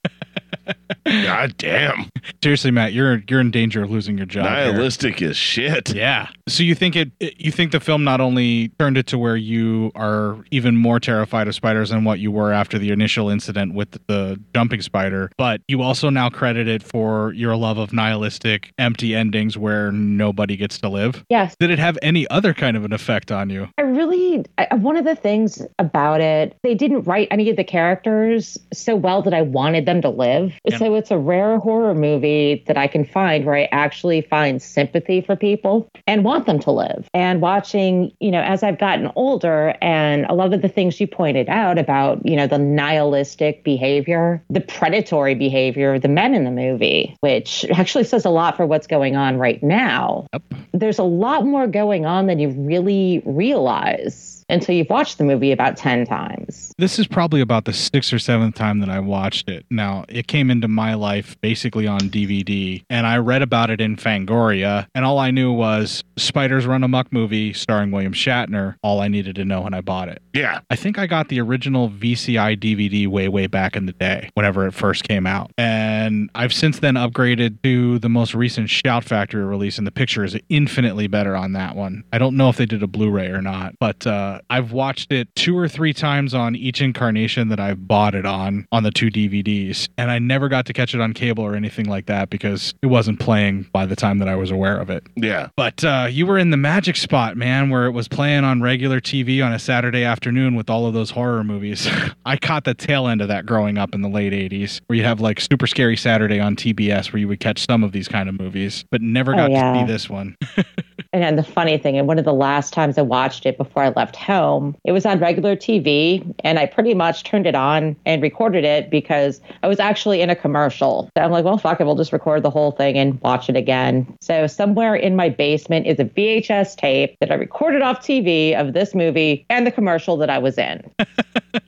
Speaker 3: God damn.
Speaker 1: Seriously, Matt, you're you're in danger of losing your job. here.
Speaker 3: Nihilistic as shit.
Speaker 1: Yeah. So you think it, it- You think the film not only turned it to where you are even more terrified of spiders than what you were after the initial incident with the jumping spider, but you also now credit it for your love of nihilistic, empty endings where nobody gets to live.
Speaker 2: Yes.
Speaker 1: Did it have any other kind of an effect on you?
Speaker 2: I really, I, one of the things about it, they didn't write any of the characters so well that I wanted them to live.
Speaker 1: Yeah.
Speaker 2: So it's a rare horror movie that I can find where I actually find sympathy for people and want them to live. And watching, you know, as I've gotten older and a lot of the things you pointed out about, you know, the nihilistic behavior, the predatory behavior of the men in the movie, which actually says a lot for what's going on right now there's a lot more going on than you really realize until you've watched the movie about 10 times.
Speaker 1: This is probably about the sixth or seventh time that I watched it. Now, it came into my life basically on DVD, and I read about it in Fangoria, and all I knew was Spiders Run Amok movie starring William Shatner, all I needed to know, and I bought it.
Speaker 3: Yeah.
Speaker 1: I think I got the original VCI DVD way, way back in the day, whenever it first came out. And I've since then upgraded to the most recent Shout Factory release, and the picture is infinitely better on that one. I don't know if they did a Blu ray or not, but uh, I've watched it two or three times on each incarnation that I've bought it on, on the two DVDs. And I never got to catch it on cable or anything like that because it wasn't playing by the time that I was aware of it.
Speaker 3: Yeah.
Speaker 1: But uh, you were in the magic spot, man, where it was playing on regular TV on a Saturday afternoon with all of those horror movies. I caught the tail end of that growing up in the late 80s, where you have like Super Scary Saturday on TBS, where you would catch some of these kind of movies, but never
Speaker 2: Oh,
Speaker 1: got to
Speaker 2: yeah.
Speaker 1: see this one.
Speaker 2: And then the funny thing, and one of the last times I watched it before I left home, it was on regular TV, and I pretty much turned it on and recorded it because I was actually in a commercial. So I'm like, well, fuck it, we'll just record the whole thing and watch it again. So somewhere in my basement is a VHS tape that I recorded off TV of this movie and the commercial that I was in.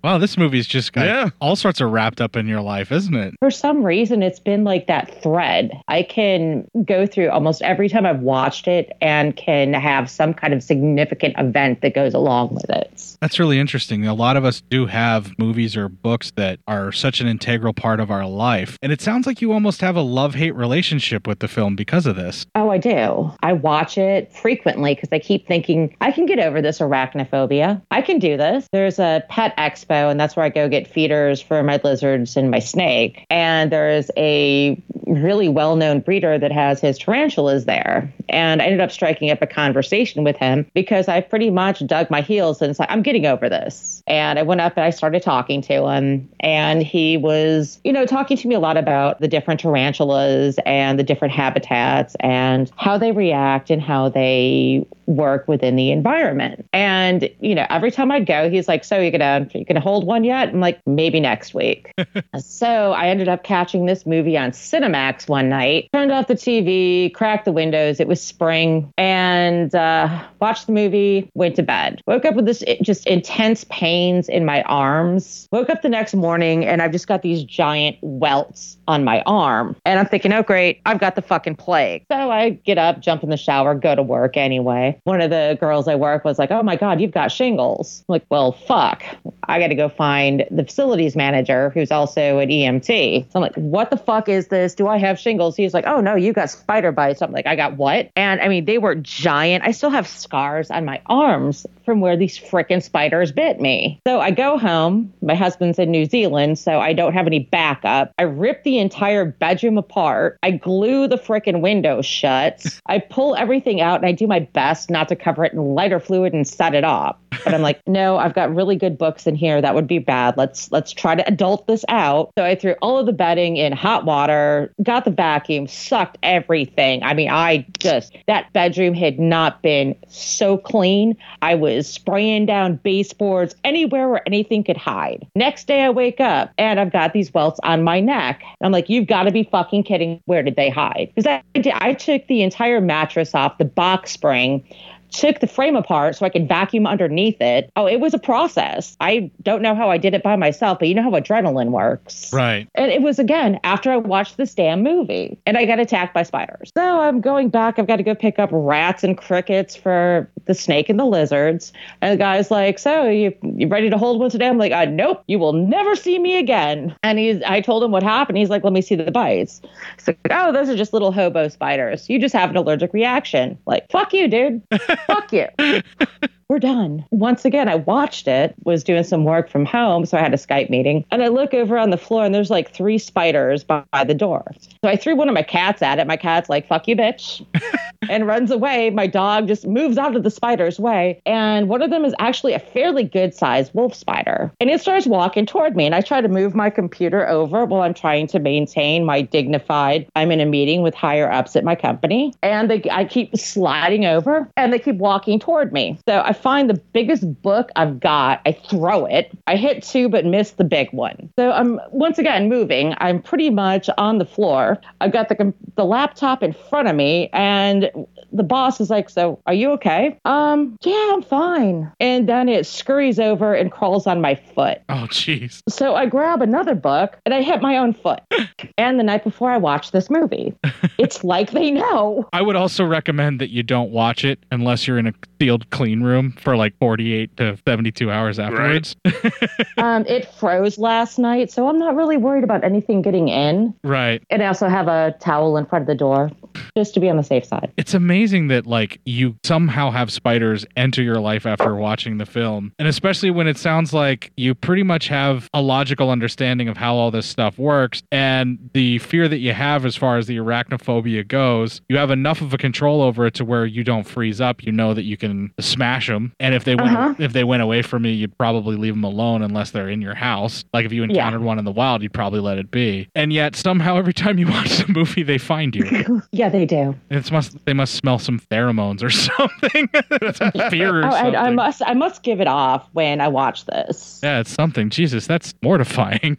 Speaker 1: wow, this movie's just got all sorts of wrapped up in your life, isn't it?
Speaker 2: for some reason it's been like that thread i can go through almost every time i've watched it and can have some kind of significant event that goes along with it
Speaker 1: That's really interesting. A lot of us do have movies or books that are such an integral part of our life. And it sounds like you almost have a love hate relationship with the film because of this.
Speaker 2: oh i do i watch it frequently because i keep thinking i can get over this arachnophobia i can do this there's a pet expo and that's where i go get feeders for my lizards and my snake and there's a really well known breeder that has his tarantulas there. And I ended up striking up a conversation with him because I pretty much dug my heels and it's like, I'm getting over this. And I went up and I started talking to him. And he was, you know, talking to me a lot about the different tarantulas and the different habitats and how they react and how they work within the environment. And, you know, every time I'd go, he's like, So you're gonna you gonna hold one yet? I'm like, maybe next week. so I ended up catching this movie on Cinemax one night, turned off the TV, cracked the windows, it was spring, and uh, watched the movie, went to bed. Woke up with this i- just intense pains in my arms. Woke up the next morning and I've just got these giant welts on my arm. And I'm thinking, oh, great, I've got the fucking plague. So I get up, jump in the shower, go to work anyway. One of the girls I work was like, oh my God, you've got shingles. I'm like, well, fuck. I got to go find the facilities manager who's also an EMT. So I'm like, what the fuck is this? Do I have shingles? He's like, oh no, you got spider bites. I'm like, I got what? And I mean, they were giant. I still have scars on my arms from where these frickin' spiders bit me. So I go home. My husband's in New Zealand, so I don't have any backup. I rip the entire bedroom apart. I glue the frickin' window shut. I pull everything out and I do my best not to cover it in lighter fluid and set it up. But I'm like, no, I've got really good books in here. That would be bad. Let's let's try to adult this out. So I threw all of the bedding in hot water, got the vacuum, sucked everything. I mean, I just that bedroom had not been so clean. I was spraying down baseboards anywhere where anything could hide. Next day I wake up and I've got these welts on my neck. I'm like, you've got to be fucking kidding. Where did they hide? Because I, did- I took the entire mattress off the box spring took the frame apart so I could vacuum underneath it. Oh, it was a process. I don't know how I did it by myself, but you know how adrenaline works.
Speaker 1: Right.
Speaker 2: And it was again after I watched this damn movie and I got attacked by spiders. So I'm going back. I've got to go pick up rats and crickets for the snake and the lizards. And the guy's like, So you, you ready to hold one today? I'm like, uh, Nope, you will never see me again. And he's, I told him what happened. He's like, Let me see the bites. He's like, Oh, those are just little hobo spiders. You just have an allergic reaction. Like, fuck you, dude. fuck you. We're done. Once again, I watched it, was doing some work from home, so I had a Skype meeting. And I look over on the floor and there's like three spiders by, by the door. So I threw one of my cats at it. My cat's like, fuck you, bitch, and runs away. My dog just moves out of the spider's way. And one of them is actually a fairly good sized wolf spider. And it starts walking toward me. And I try to move my computer over while I'm trying to maintain my dignified, I'm in a meeting with higher ups at my company. And they, I keep sliding over and they keep walking toward me. So I find the biggest book I've got, I throw it. I hit two, but miss the big one. So I'm once again moving. I'm pretty much on the floor. I've got the, com- the laptop in front of me, and the boss is like, So are you okay? Um, yeah, I'm fine. And then it scurries over and crawls on my foot.
Speaker 1: Oh, jeez.
Speaker 2: So I grab another book and I hit my own foot. and the night before I watched this movie, it's like they know.
Speaker 1: I would also recommend that you don't watch it unless you're in a sealed clean room for like 48 to 72 hours afterwards.
Speaker 2: um, it froze last night, so I'm not really worried about anything getting in.
Speaker 1: right.
Speaker 2: And I also have a towel in front of the door just to be on the safe side.
Speaker 1: It's amazing that like you somehow have spiders enter your life after watching the film. And especially when it sounds like you pretty much have a logical understanding of how all this stuff works and the fear that you have as far as the arachnophobia goes, you have enough of a control over it to where you don't freeze up. You know that you can smash them. And if they went
Speaker 18: Uh-huh.
Speaker 1: if they went away from you, you'd probably leave them alone unless they're in your house. Like if you
Speaker 18: Yeah.
Speaker 1: encountered one in the wild, you'd probably let it be. And yet somehow every time you watch the movie they find you.
Speaker 2: Yeah, they do.
Speaker 1: It's must they must smell some pheromones or something. Some fear or
Speaker 2: Oh,
Speaker 1: something.
Speaker 2: I, I must I must give it off when I watch this.
Speaker 1: yeah, it's something. Jesus, that's mortifying.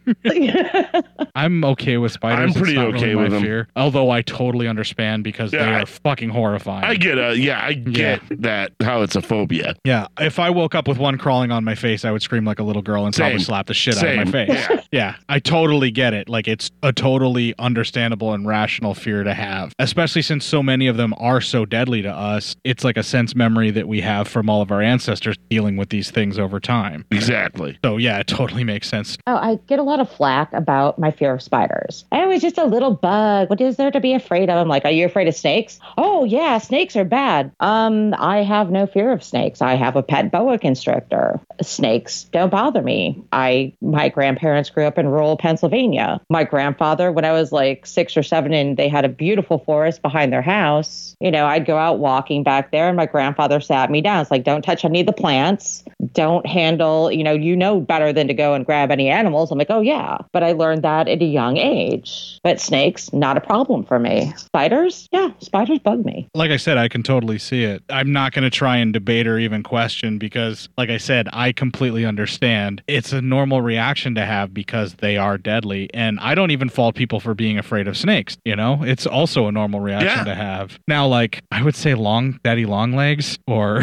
Speaker 1: I'm okay with spiders.
Speaker 3: I'm
Speaker 1: It's
Speaker 3: pretty
Speaker 1: not
Speaker 3: okay
Speaker 1: really my
Speaker 3: with 'em.
Speaker 1: Fear, although I totally understand because they
Speaker 3: Yeah,
Speaker 1: are
Speaker 3: I-
Speaker 1: fucking horrifying.
Speaker 3: I get a yeah, I get that how it's a phobia.
Speaker 18: Yeah, if I woke up with one crawling on my face, I would scream like a little girl and probably
Speaker 1: Same.
Speaker 18: slap the shit out
Speaker 1: Same.
Speaker 18: of my face.
Speaker 1: Yeah.
Speaker 18: yeah, I totally get it. Like it's a totally understandable and rational fear to have, especially since so many of them
Speaker 1: are so deadly to us, it's like a sense memory that we have from all of our ancestors dealing with these things over time.
Speaker 3: Exactly.
Speaker 1: So yeah, it totally makes sense.
Speaker 2: Oh, I get a lot of flack about my fear of spiders. I was just a little bug. What is there to be afraid of? I'm like, are you afraid of snakes? Oh yeah, snakes are bad. Um, I have no fear of snakes. I have a pet boa constrictor. Snakes don't bother me. I my grandparents grew up in rural Pennsylvania. My grandfather, when I was like six or seven, and they had a beautiful forest behind their house. You know, I'd go out walking back there, and my grandfather sat me down. It's like, don't touch any of the plants. Don't handle. You know, you know better than to go and grab any animals. I'm like, oh yeah, but I learned that at a young age. But snakes, not a problem for me. Spiders, yeah, spiders bug me.
Speaker 1: Like I said, I can totally see it. I'm not going to try and debate or even question because, like I said, I completely understand. It's a normal reaction to have because they are deadly. And I don't even fault people for being afraid of snakes. You know, it's also a normal reaction
Speaker 18: Yeah.
Speaker 1: to have. Now, like, I would say long, daddy long legs or.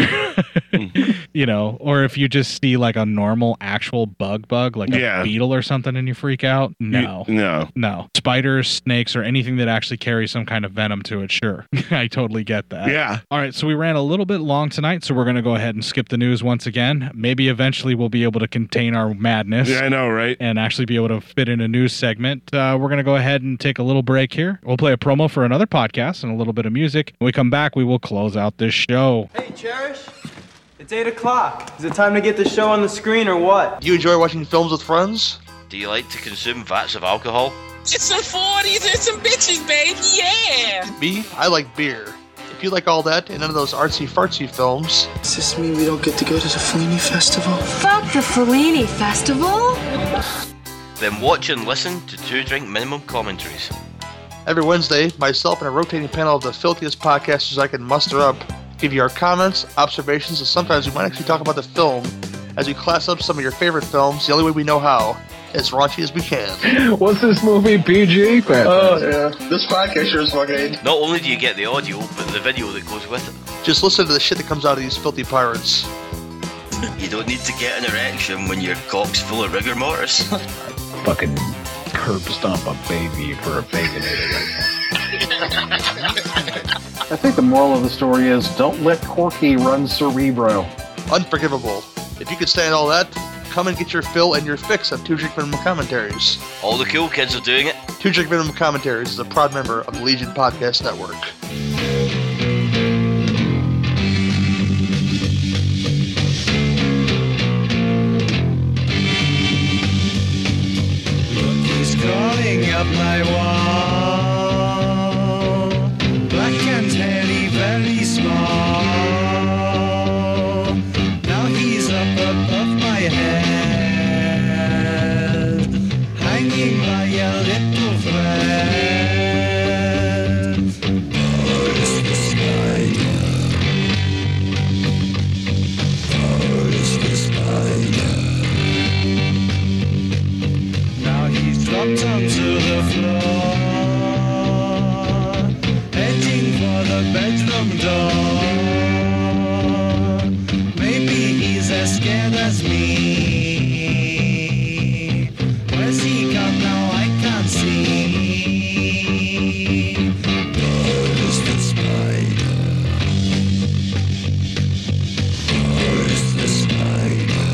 Speaker 1: you know, or if you just see like a normal actual bug bug, like
Speaker 3: Yeah.
Speaker 1: a beetle or something, and you freak out, no.
Speaker 3: No.
Speaker 1: no. Spiders, snakes, or anything that actually carries some kind of venom to it, sure. I totally get that.
Speaker 3: Yeah.
Speaker 1: Uh, All right, so we ran a little bit long tonight, so we're going to go ahead and skip the news once again. Maybe eventually we'll be able to contain our madness.
Speaker 3: Yeah, I know, right?
Speaker 1: And actually be able to fit in a news segment. Uh, we're going to go ahead and take a little break here. We'll play a promo for another podcast and a little bit of music. When we come back, we will close out this show.
Speaker 17: Hey, Cherish. It's 8 o'clock. Is it time to get the show on the screen or what? Do you enjoy watching films with friends?
Speaker 26: Do you like to consume vats of alcohol?
Speaker 20: It's some 40s and some bitches, babe. Yeah.
Speaker 17: Me? I like beer. If you like all that and none of those artsy fartsy films. Does this mean we don't get to go to the Fellini Festival?
Speaker 21: Fuck the Fellini Festival!
Speaker 26: Then watch and listen to Two Drink Minimum commentaries.
Speaker 17: Every Wednesday, myself and a rotating panel of the filthiest podcasters I can muster up give you our comments, observations, and sometimes we might actually talk about the film as we class up some of your favorite films the only way we know how, as raunchy as we can.
Speaker 27: What's this movie, PG?
Speaker 17: yeah. This podcast sure is fucking
Speaker 26: Oh, Not only do you get the audio, but the video that goes with it.
Speaker 17: Just listen to the shit that comes out of these filthy pirates.
Speaker 26: You don't need to get an erection when your cock's full of rigor mortis.
Speaker 28: fucking curb stomp a baby for a baconator. I think the moral of the story is don't let Corky run Cerebro.
Speaker 17: Unforgivable. If you could stand all that, come and get your fill and your fix of Two Drink Minimum Commentaries.
Speaker 26: All the cool kids are doing it.
Speaker 17: Two Drink Minimum Commentaries is a proud member of the Legion Podcast Network.
Speaker 29: He's crawling up my wall. Black and hairy, very small. Now he's up above my head, hanging by a little thread. Oh, it's the spider. Oh, it's the spider. Now he's dropped onto the floor, heading for the bedroom door. Maybe he's as scared as me. Where's he gone now? I can't see. Where is the spider? Where is the spider?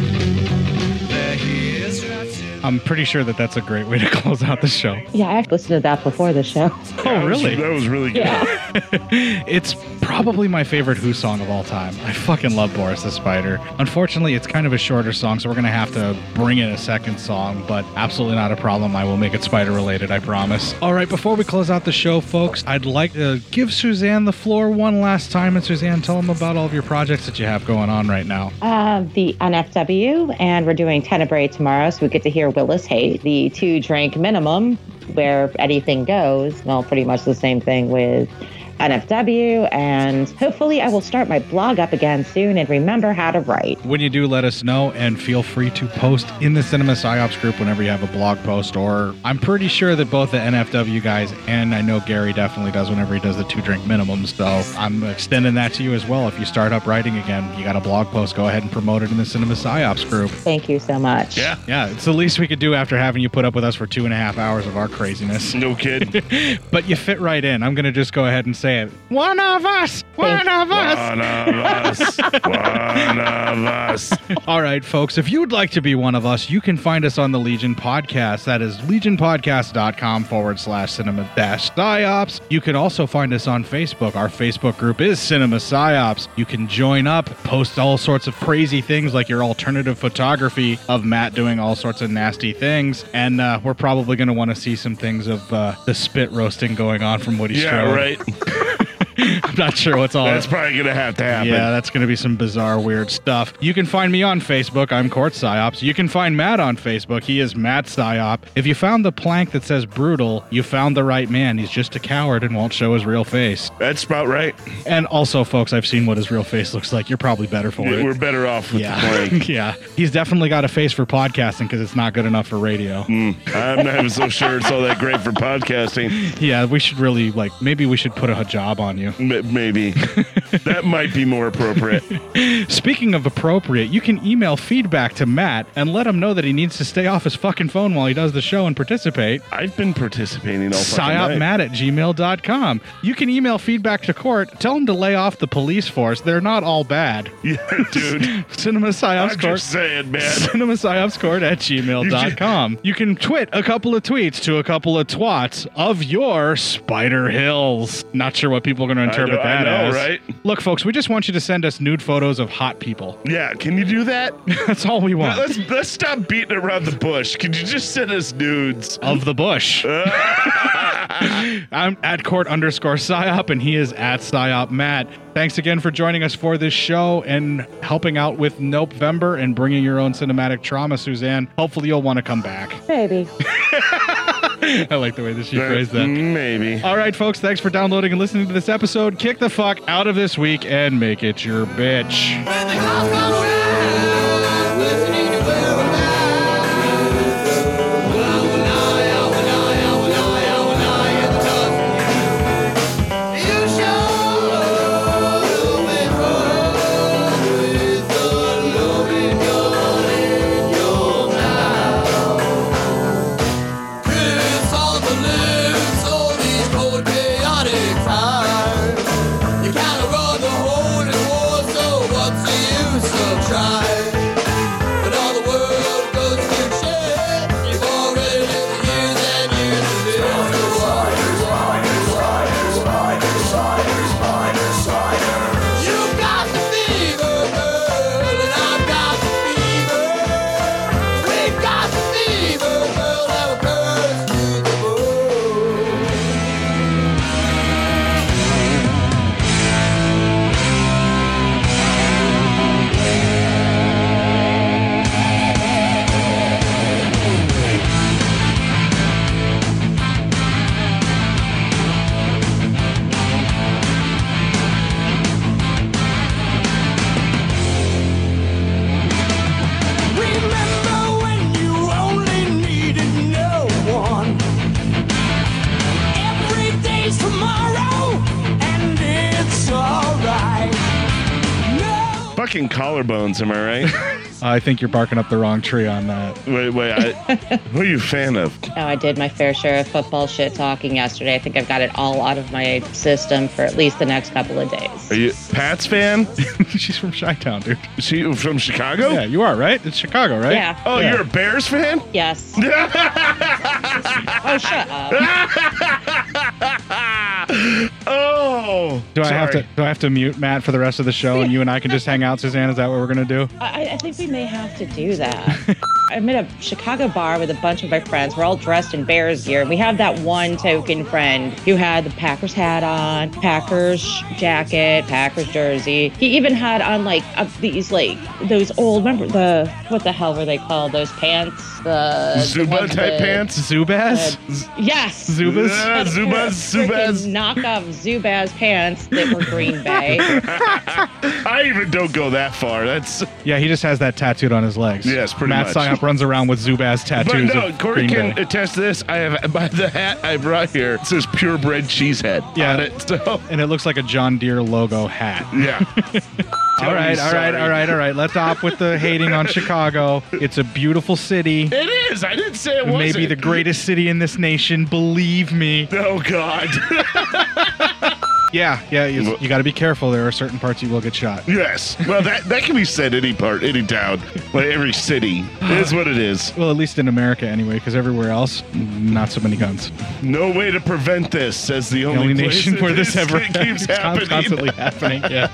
Speaker 29: There he is, wrapped in
Speaker 1: I'm pretty sure that that's a great way to close out the show.
Speaker 2: Yeah, I actually listened to that before the show.
Speaker 1: Oh, really?
Speaker 3: That was really good.
Speaker 1: it's probably my favorite Who song of all time. I fucking love Boris the Spider. Unfortunately, it's kind of a shorter song, so we're going to have to bring in a second song, but absolutely not a problem. I will make it spider related, I promise. All right, before we close out the show, folks, I'd like to give Suzanne the floor one last time. And Suzanne, tell them about all of your projects that you have going on right now.
Speaker 2: Uh, the NFW, and we're doing Tenebrae tomorrow, so we get to hear Willis Hate, the two drink minimum, where anything goes. Well, pretty much the same thing with NFW, and hopefully I will start my blog up again soon and remember how to write.
Speaker 1: When you do, let us know and feel free to post in the Cinema PsyOps group whenever you have a blog post. Or I'm pretty sure that both the NFW guys and I know Gary definitely does whenever he does the two drink minimum. So I'm extending that to you as well. If you start up writing again, you got a blog post, go ahead and promote it in the Cinema PsyOps group.
Speaker 2: Thank you so much.
Speaker 1: Yeah. Yeah. It's the least we could do after having you put up with us for two and a half hours of our craziness.
Speaker 3: No kid.
Speaker 1: but you fit right in. I'm going to just go ahead and say it. One of us. One of us.
Speaker 3: Oh, One of us. one of us.
Speaker 1: All right, folks, if you would like to be one of us, you can find us on the Legion Podcast. That is legionpodcast.com forward slash cinema dash psyops. You can also find us on Facebook. Our Facebook group is Cinema Psyops. You can join up, post all sorts of crazy things like your alternative photography of Matt doing all sorts of nasty things. And uh, we're probably going to want to see some things of uh, the spit roasting going on from Woody
Speaker 3: Yeah,
Speaker 1: Strode.
Speaker 3: right.
Speaker 1: I'm not sure what's all
Speaker 3: That's probably going to have to happen.
Speaker 1: yeah, that's going to be some bizarre, weird stuff. You can find me on Facebook. I'm Court Psyops. You can find Matt on Facebook. He is Matt Psyop. If you found the plank that says brutal, you found the right man. He's just a coward and won't show his real face.
Speaker 3: That's about right.
Speaker 1: And also, folks, I've seen what his real face looks like. You're probably better for it.
Speaker 3: We're better off with
Speaker 1: Yeah.
Speaker 3: the plank.
Speaker 1: yeah. He's definitely got a face for podcasting because it's not good enough for radio.
Speaker 3: Hmm. I'm not even so sure it's all that great for podcasting.
Speaker 1: Yeah, we should really, like, maybe we should put a hijab on you.
Speaker 3: M- maybe. that might be more appropriate.
Speaker 1: Speaking of appropriate, you can email feedback to Matt and let him know that he needs to stay off his fucking phone while he does the show and participate.
Speaker 3: I've been participating all fucking night.
Speaker 1: PsyopMatt at gmail.com. You can email feedback to court. Tell him to lay off the police force. They're not all bad.
Speaker 3: Yeah, dude.
Speaker 1: Cinema Psyops
Speaker 3: I'm
Speaker 1: Court.
Speaker 3: just saying, man.
Speaker 1: Cinema Psyops Court at gmail.com. You can twit a couple of tweets to a couple of twats of your Spider Hills. Not sure what people are going to
Speaker 3: I
Speaker 1: interpret
Speaker 3: know- I
Speaker 1: that
Speaker 3: know,
Speaker 1: as.
Speaker 3: right?
Speaker 1: Look, folks, we just want you to send us nude photos of hot people.
Speaker 3: Yeah, can you do that?
Speaker 1: That's all we want.
Speaker 3: Let's let's stop beating around the bush. Could you just send us nudes Uh,
Speaker 1: of the bush? I'm at court underscore psyop, and he is at psyop Matt. Thanks again for joining us for this show and helping out with November and bringing your own cinematic trauma, Suzanne. Hopefully, you'll want to come back.
Speaker 2: Maybe.
Speaker 1: I like the way that she phrased that.
Speaker 3: Maybe.
Speaker 1: All right, folks, thanks for downloading and listening to this episode. Kick the fuck out of this week and make it your bitch.
Speaker 29: Remember when you only needed no one? Every day's tomorrow, and it's alright.
Speaker 3: Fucking collarbones, am I right?
Speaker 1: I think you're barking up the wrong tree on that.
Speaker 3: wait, wait. I, who are you a fan of?
Speaker 2: Oh, I did my fair share of football shit talking yesterday. I think I've got it all out of my system for at least the next couple of days.
Speaker 3: Are you Pats fan?
Speaker 1: She's from Chi Town, dude.
Speaker 3: She from Chicago?
Speaker 1: Yeah, you are, right? It's Chicago, right?
Speaker 2: Yeah.
Speaker 3: Oh,
Speaker 1: Yeah.
Speaker 3: you're a Bears fan?
Speaker 2: Yes. oh, shut up.
Speaker 3: oh.
Speaker 1: Do I have
Speaker 3: sorry.
Speaker 1: to do I have to mute Matt for the rest of the show and you and I can just hang out, Suzanne? Is that what we're gonna do?
Speaker 2: I, I think we may have to do that. I'm at a Chicago bar with a bunch of my friends. We're all dressed in Bears gear. We have that one token friend who had the Packers hat on, Packers jacket, Packers jersey. He even had on like uh, these like those old remember the what the hell were they called? Those pants, the the
Speaker 3: Zuba
Speaker 2: ones
Speaker 3: Uh, type
Speaker 2: with-
Speaker 3: pants.
Speaker 1: Zubaz?
Speaker 2: Yes.
Speaker 3: Zubas?
Speaker 2: Yeah,
Speaker 3: Yeah, Zubaz, Zubaz.
Speaker 2: Knockoff Zubaz pants that were Green Bay.
Speaker 3: I even don't go that far. That's
Speaker 1: Yeah, he just has that tattooed on his legs.
Speaker 3: Yes, pretty
Speaker 1: Matt
Speaker 3: much.
Speaker 1: Matt Sciop runs around with Zubaz tattoos.
Speaker 3: But no,
Speaker 1: of
Speaker 3: Corey
Speaker 1: Green
Speaker 3: can
Speaker 1: Bay.
Speaker 3: attest to this. I have by the hat I brought here. It says purebred cheese head
Speaker 1: Yeah.
Speaker 3: on it. So
Speaker 1: and it looks like a John Deere logo hat.
Speaker 3: yeah.
Speaker 1: All right, all right, all right, all right. Let's off with the hating on Chicago. It's a beautiful city.
Speaker 3: It is. I didn't say it wasn't.
Speaker 1: Maybe the greatest city in this nation. Believe me.
Speaker 3: Oh God.
Speaker 1: Yeah, yeah. You, you got to be careful. There are certain parts you will get shot.
Speaker 3: Yes. Well, that that can be said any part, any town, like every city. It is what it is.
Speaker 1: Well, at least in America anyway, because everywhere else, not so many guns.
Speaker 3: No way to prevent this, says the
Speaker 1: The
Speaker 3: only,
Speaker 1: only
Speaker 3: place
Speaker 1: nation
Speaker 3: that
Speaker 1: where this
Speaker 3: is-
Speaker 1: ever
Speaker 3: that keeps
Speaker 1: it's con-
Speaker 3: happening.
Speaker 1: constantly happening. Yeah.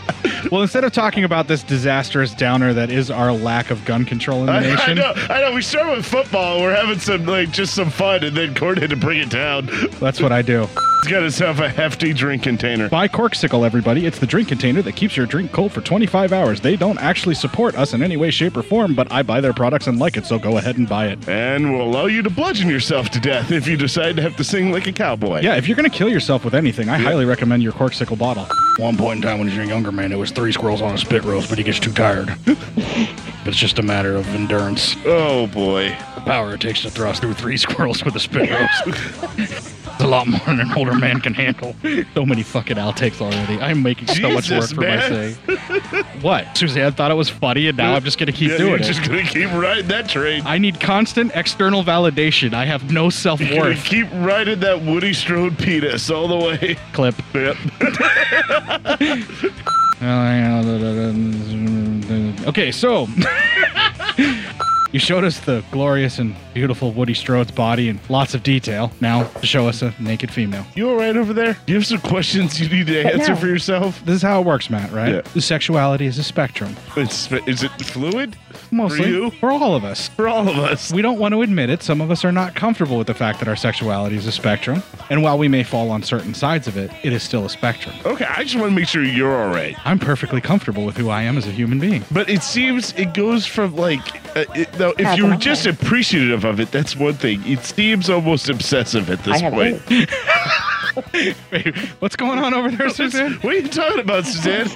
Speaker 1: Well, instead of talking about this disastrous downer that is our lack of gun control in the
Speaker 3: I, I
Speaker 1: nation,
Speaker 3: know. I know. We start with football. We're having some like just some fun, and then Corn had to bring it down.
Speaker 1: that's what I do.
Speaker 3: It's got itself a hefty drink container.
Speaker 1: Buy Corksicle, everybody. It's the drink container that keeps your drink cold for 25 hours. They don't actually support us in any way, shape, or form, but I buy their products and like it, so go ahead and buy it.
Speaker 3: And will allow you to bludgeon yourself to death if you decide to have to sing like a cowboy.
Speaker 1: Yeah, if you're going to kill yourself with anything, I highly recommend your Corksicle bottle.
Speaker 18: One point in time when he was a younger man, it was three squirrels on a spit roast, but he gets too tired. it's just a matter of endurance.
Speaker 3: Oh boy.
Speaker 18: The power it takes to thrust through three squirrels with a spit roast. it's a lot more than an older man can handle.
Speaker 1: So many fucking outtakes already. I'm making so much work
Speaker 18: Jesus,
Speaker 1: for
Speaker 18: man.
Speaker 1: my sake. What? Suzanne thought it was funny, and now I'm just going to keep
Speaker 3: Yeah,
Speaker 1: doing
Speaker 3: you're
Speaker 1: it.
Speaker 3: Just gonna keep riding that train.
Speaker 1: I need constant external validation. I have no self
Speaker 3: You're gonna
Speaker 1: worth.
Speaker 3: keep riding that Woody Strode penis all the way.
Speaker 1: Clip.
Speaker 3: Yep.
Speaker 1: Okay, so you showed us the glorious and beautiful Woody Strode's body in lots of detail. Now to show us a naked female.
Speaker 3: You all right over there? Do you have some questions you need to answer
Speaker 1: No.
Speaker 3: for yourself?
Speaker 1: This is how it works, Matt. Right?
Speaker 3: Yeah.
Speaker 1: The Sexuality is a spectrum.
Speaker 3: It's, is it fluid?
Speaker 1: Mostly
Speaker 3: For you?
Speaker 1: for all of us.
Speaker 3: For all of us.
Speaker 1: We don't want to admit it. Some of us are not comfortable with the fact that our sexuality is a spectrum. And while we may fall on certain sides of it, it is still a spectrum.
Speaker 3: Okay, I just want to make sure you're all right.
Speaker 1: I'm perfectly comfortable with who I am as a human being.
Speaker 3: But it seems it goes from like, uh, it, though, if you were just appreciative of it, that's one thing. It seems almost obsessive at this point.
Speaker 1: Wait, what's going on over there, Suzanne?
Speaker 3: What are you talking about, Suzanne?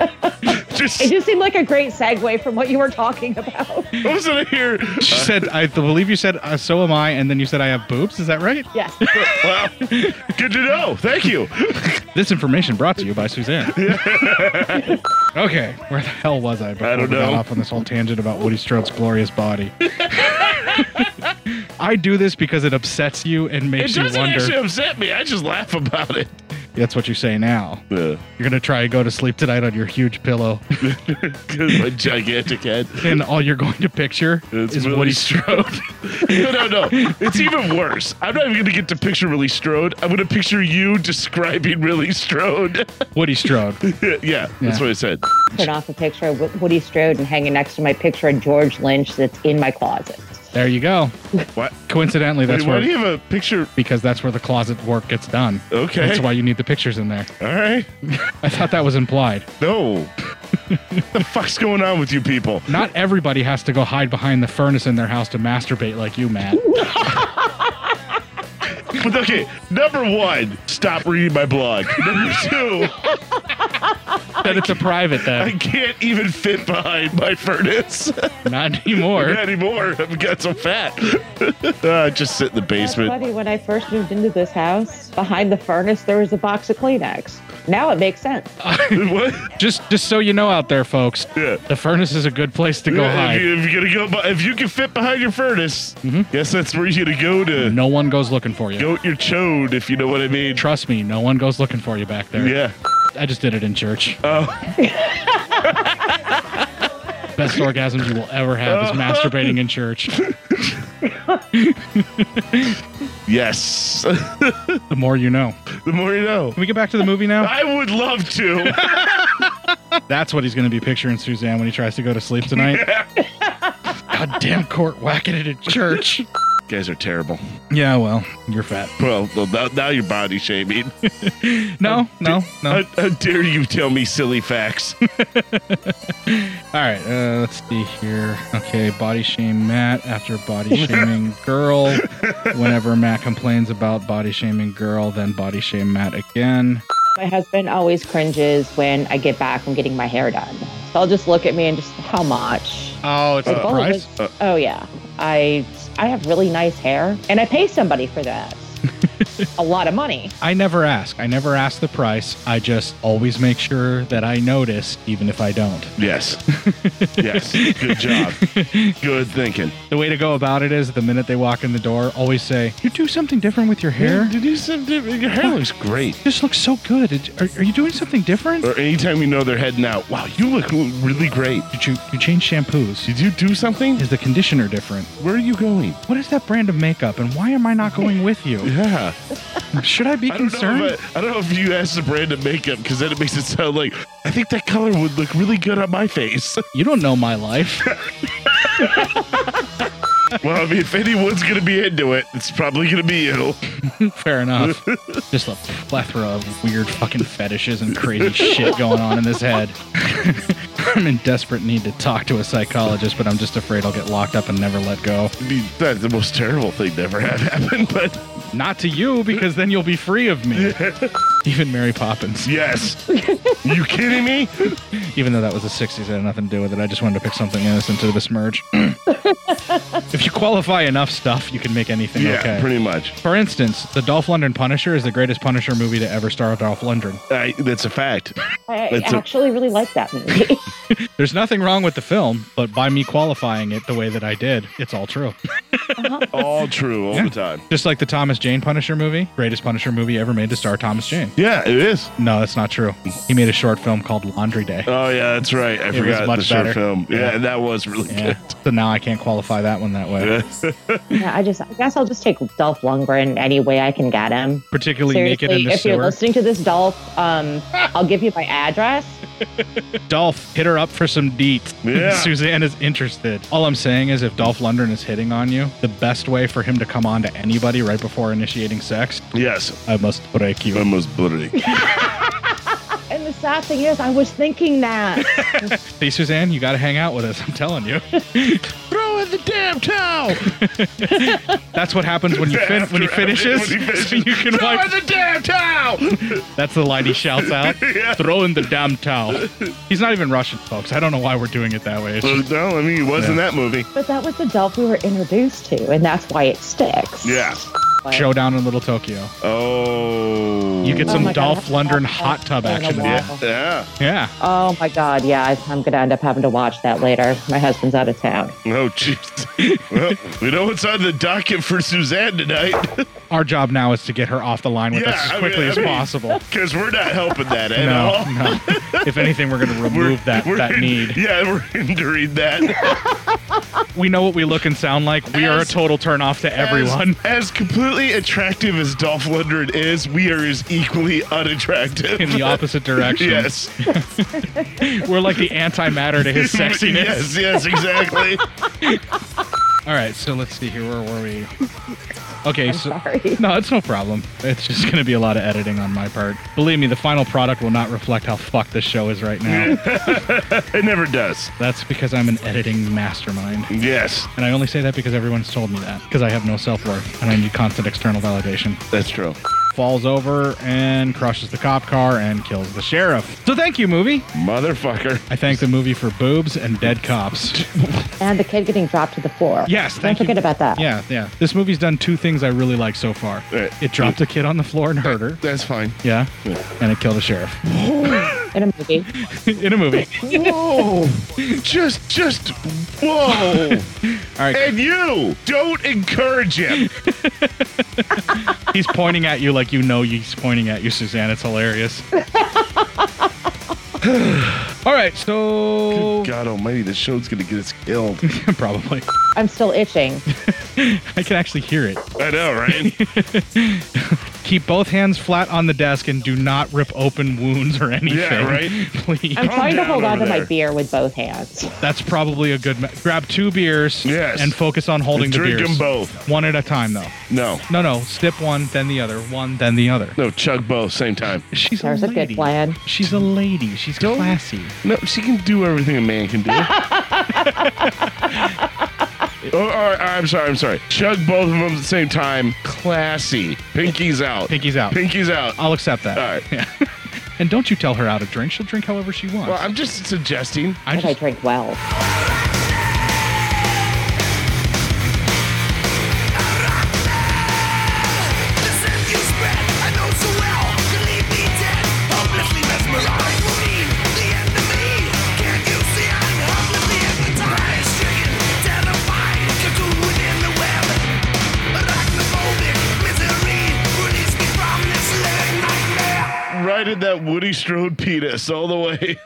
Speaker 2: It just seemed like a great segue from what you were talking about.
Speaker 3: I was gonna hear.
Speaker 1: She said, I believe you said, uh, so am I, and then you said, I have boobs. Is that right?
Speaker 2: Yes.
Speaker 3: well, good to know. Thank you.
Speaker 1: This information brought to you by Suzanne. okay, where the hell was I before
Speaker 3: I don't
Speaker 1: we got
Speaker 3: know.
Speaker 1: off on this whole tangent about Woody Strode's glorious body? I do this because it upsets you and
Speaker 3: It
Speaker 1: makes you
Speaker 3: doesn't
Speaker 1: wonder.
Speaker 3: actually upset me. I just laugh about it.
Speaker 1: That's what you say now.
Speaker 3: Yeah.
Speaker 1: You're going to try and go to sleep tonight on your huge pillow,
Speaker 3: My gigantic head.
Speaker 1: and all you're going to picture is
Speaker 3: Willie
Speaker 1: Woody Strode.
Speaker 3: no, no, no. It's even worse. I'm not even going to get to picture Willie Strode. I'm going to picture you describing Willie Strode.
Speaker 1: Woody Strode.
Speaker 3: yeah, that's what I said.
Speaker 2: Print off a picture of Wo- Woody Strode and hang it next to my picture of George Lynch that's in my closet.
Speaker 1: There you go.
Speaker 3: What?
Speaker 1: Coincidentally, that's
Speaker 3: Wait, why
Speaker 1: where
Speaker 3: do you have a picture?
Speaker 1: because that's where the closet work gets done.
Speaker 3: Okay.
Speaker 1: That's why you need the pictures in there.
Speaker 3: All right.
Speaker 1: I thought that was implied.
Speaker 3: No. what the fuck's going on with you people?
Speaker 1: Not everybody has to go hide behind the furnace in their house to masturbate like you, Matt.
Speaker 3: But okay, number one, stop reading my blog. Number two,
Speaker 1: That it's a private
Speaker 3: I
Speaker 1: then.
Speaker 3: can't even fit behind my furnace.
Speaker 1: Not anymore.
Speaker 3: Not anymore. I've got so fat. uh, just sit in the basement.
Speaker 2: Buddy, when I first moved into this house, behind the furnace there was a box of Kleenex. Now it makes sense.
Speaker 3: what?
Speaker 1: Just just so you know out there, folks, the furnace is a good place to go
Speaker 3: Yeah, If,
Speaker 1: hide. Mm-hmm.
Speaker 3: you, if you're gonna go, bu- if you can fit behind your furnace, guess that's where you're gonna go to
Speaker 1: No one goes looking for you.
Speaker 3: goat your chode, if you know what I mean.
Speaker 1: Trust me, no one goes looking for you back there.
Speaker 3: Yeah.
Speaker 1: I just did it in church.
Speaker 3: Oh.
Speaker 1: Best orgasms you will ever have is
Speaker 3: Oh.
Speaker 1: masturbating in church.
Speaker 3: Yes.
Speaker 1: The more you know.
Speaker 3: the more you know.
Speaker 1: Can we get back to the movie now?
Speaker 3: I would love to.
Speaker 1: That's what he's going to be picturing Suzanne when he tries to go to sleep tonight. Goddamn court whacking it at church.
Speaker 3: guys are terrible.
Speaker 1: Yeah, well, you're fat.
Speaker 3: Well, well now, now you're body shaming.
Speaker 1: No, no, no.
Speaker 3: How, how dare you tell me silly facts?
Speaker 1: All right, uh, let's see here. Okay, body shame Matt after body shaming girl. Whenever Matt complains about body shaming girl, then body shame Matt again.
Speaker 2: My husband always cringes when I get back from getting my hair done. So I'll just look at me and just, how much?
Speaker 1: Oh, it's
Speaker 2: The bowl was-
Speaker 3: Uh,
Speaker 2: oh yeah, I I have really nice hair, and I pay somebody for that. a lot of money.
Speaker 1: I never ask. I never ask the price. I just always make sure that I notice, even if I don't.
Speaker 3: yes. Yes. Good job. Good thinking.
Speaker 1: The way to go about it is the minute they walk in the door, always say, You do something different with your hair?
Speaker 3: Yeah, did you some different? Your hair looks great.
Speaker 1: This looks so good. It- Are, are you doing something different?
Speaker 3: Or anytime you know they're heading out, wow, you look really great.
Speaker 1: Did you you change shampoos?
Speaker 3: Did you do something?
Speaker 1: Is the conditioner different?
Speaker 3: Where are you going?
Speaker 1: What is that brand of makeup and why am I not going with you?
Speaker 3: Yeah.
Speaker 1: Should I be
Speaker 3: I don't, know
Speaker 1: concerned?
Speaker 3: if I, I don't know if you asked the brand to make up because then it makes it sound like I think that color would look really good on my face.
Speaker 1: You don't know my life.
Speaker 3: well, I mean, if anyone's gonna be into it, it's probably gonna be you.
Speaker 1: Fair enough. Just a plethora of weird fucking fetishes and crazy shit going on in this head. I'm in desperate need to talk to a psychologist, but I'm just afraid I'll get locked up and never let go.
Speaker 3: I mean, that's the most terrible thing to ever have happened. But
Speaker 1: Not to you, because then you'll be free of me. Even Mary Poppins.
Speaker 3: yes, you kidding me?
Speaker 1: Even though that was the 60s, I had nothing to do with it. I just wanted to pick something innocent to this merge. if you qualify enough stuff, you can make anything
Speaker 3: Yeah,
Speaker 1: okay.
Speaker 3: pretty much.
Speaker 1: For instance, the Dolph Lundgren Punisher is the greatest Punisher movie to ever star Dolph Lundgren.
Speaker 3: I, that's a fact.
Speaker 2: I
Speaker 3: That's a-
Speaker 2: actually really like that movie.
Speaker 1: There's nothing wrong with the film, but by me qualifying it the way that I did, it's all true.
Speaker 2: Uh-huh.
Speaker 3: All true, all the time.
Speaker 1: Just like the Thomas Jane Punisher movie, greatest Punisher movie ever made to star Thomas Jane.
Speaker 3: Yeah, it is.
Speaker 1: No, that's not true. He made a short film called Laundry Day.
Speaker 3: Oh yeah, that's right. I
Speaker 1: It was
Speaker 3: forgot
Speaker 1: much
Speaker 3: the short
Speaker 1: better.
Speaker 3: film. Yeah,
Speaker 1: Yeah.
Speaker 3: that was really
Speaker 1: Yeah. So now I can't qualify that one that way.
Speaker 3: good.
Speaker 2: yeah, I just I guess I'll just take Dolph Lundgren any way I can get him.
Speaker 1: Particularly
Speaker 2: Seriously,
Speaker 1: naked in the
Speaker 2: if you're
Speaker 1: sewer.
Speaker 2: listening to this, Dolph, um, I'll give you my address.
Speaker 1: Dolph, hit her up for some deets.
Speaker 3: Yeah.
Speaker 1: Suzanne is interested. All I'm saying is if Dolph Lundgren is hitting on you, the best way for him to come on to anybody right before initiating sex,
Speaker 3: yes,
Speaker 1: I must break you.
Speaker 3: I must break.
Speaker 2: And the sad thing is, I was thinking that.
Speaker 1: Hey, Suzanne, you got to hang out with us. I'm telling you.
Speaker 3: Throw in the damn towel.
Speaker 1: That's what happens when you fin- when he finishes.
Speaker 3: When he finishes.
Speaker 1: So you can
Speaker 3: Throw
Speaker 1: wipe.
Speaker 3: in the damn towel.
Speaker 1: That's the line he shouts out.
Speaker 3: Yeah.
Speaker 1: Throw in the damn towel. He's not even Russian, folks. I don't know why we're doing it that way. It's just-
Speaker 3: no, I mean he was in that movie.
Speaker 2: But that was the Dolph we were introduced to, and that's why it sticks.
Speaker 3: Yeah.
Speaker 2: But-
Speaker 1: Showdown in Little Tokyo.
Speaker 3: Oh.
Speaker 1: You get
Speaker 2: Oh
Speaker 1: some
Speaker 2: my God,
Speaker 1: Dolph Lundgren hot tub
Speaker 2: that's
Speaker 1: action.
Speaker 2: been a
Speaker 1: Yeah.
Speaker 2: while.
Speaker 3: Yeah.
Speaker 1: yeah.
Speaker 2: Oh my God, yeah, I, I'm gonna end up having to watch that later. My husband's out of town.
Speaker 3: Oh, jeez. well, we know what's on the docket for Suzanne tonight
Speaker 1: Our job now is to get her off the line with
Speaker 3: Yeah,
Speaker 1: us
Speaker 3: I
Speaker 1: as
Speaker 3: mean-
Speaker 1: quickly
Speaker 3: I
Speaker 1: as
Speaker 3: mean,
Speaker 1: possible.
Speaker 3: because we're not helping that at
Speaker 1: No,
Speaker 3: all.
Speaker 1: no. If anything, we're going to remove that,
Speaker 3: we're
Speaker 1: that need.
Speaker 3: Yeah, we're hindering that.
Speaker 1: We know what we look and sound like. We are a
Speaker 3: As-
Speaker 1: total turnoff to everyone.
Speaker 3: As, as completely attractive as Dolph Lundgren is, we are as equally unattractive.
Speaker 1: in the opposite direction.
Speaker 3: Yes.
Speaker 1: We're like the antimatter to his sexiness.
Speaker 3: yes, yes, exactly.
Speaker 1: All right, so let's see here. Where were we? Okay, so
Speaker 2: sorry.
Speaker 1: no, it's no problem. It's just going to be a lot of editing on my part. Believe me, the final product will not reflect how fucked this show is right now.
Speaker 3: it never does.
Speaker 1: That's because I'm an editing mastermind.
Speaker 3: Yes,
Speaker 1: And I only say that because everyone's told me that because I have no self-worth and I need constant external validation.
Speaker 3: that's true.
Speaker 1: Falls over and crushes the cop car and kills the sheriff. So thank you, movie.
Speaker 3: Motherfucker.
Speaker 1: I thank the movie for boobs and dead cops.
Speaker 2: And the kid getting dropped to the floor.
Speaker 1: Yes,
Speaker 2: Don't
Speaker 1: thank you.
Speaker 2: forget about that.
Speaker 1: Yeah, yeah. This movie's done two things I really like so far.
Speaker 3: Uh,
Speaker 1: It dropped a kid on the floor and hurt her.
Speaker 3: That's fine.
Speaker 1: Yeah. And it killed a sheriff
Speaker 2: In a movie.
Speaker 1: in a movie.
Speaker 3: Whoa! just, just, whoa!
Speaker 1: All right.
Speaker 3: and you don't encourage him.
Speaker 1: He's pointing at you like you know he's pointing at you, Suzanne. It's hilarious. All right. So
Speaker 3: God Almighty, the show's gonna get us killed.
Speaker 1: probably
Speaker 2: I'm still itching.
Speaker 1: I can actually hear it.
Speaker 3: I know, right?
Speaker 1: Keep both hands flat on the desk and do not rip open wounds or anything.
Speaker 3: right?
Speaker 1: Please.
Speaker 2: I'm trying to hold on to my beer with both hands.
Speaker 1: That's probably a good. Me- grab two beers.
Speaker 3: Yes.
Speaker 1: And focus on holding
Speaker 3: And
Speaker 1: the
Speaker 3: drink
Speaker 1: beers.
Speaker 3: them both.
Speaker 1: One at a time, though.
Speaker 3: No.
Speaker 1: No, no. Sip one, then the other. One, then the other.
Speaker 3: No, chug both same time.
Speaker 1: She's There's a good lady. plan. She's a lady. She's classy.
Speaker 3: No, she can do everything a man can do. Oh, all right, I'm sorry. I'm sorry. Chug both of them at the same time. Classy. Pinky's out.
Speaker 1: Pinky's out.
Speaker 3: Pinky's out.
Speaker 1: I'll accept that.
Speaker 3: All right.
Speaker 1: And don't you tell her how to drink. She'll drink however she wants.
Speaker 3: Well, I'm just suggesting.
Speaker 1: I just-
Speaker 2: drink well.
Speaker 3: Right at that Woody Strode penis all the way.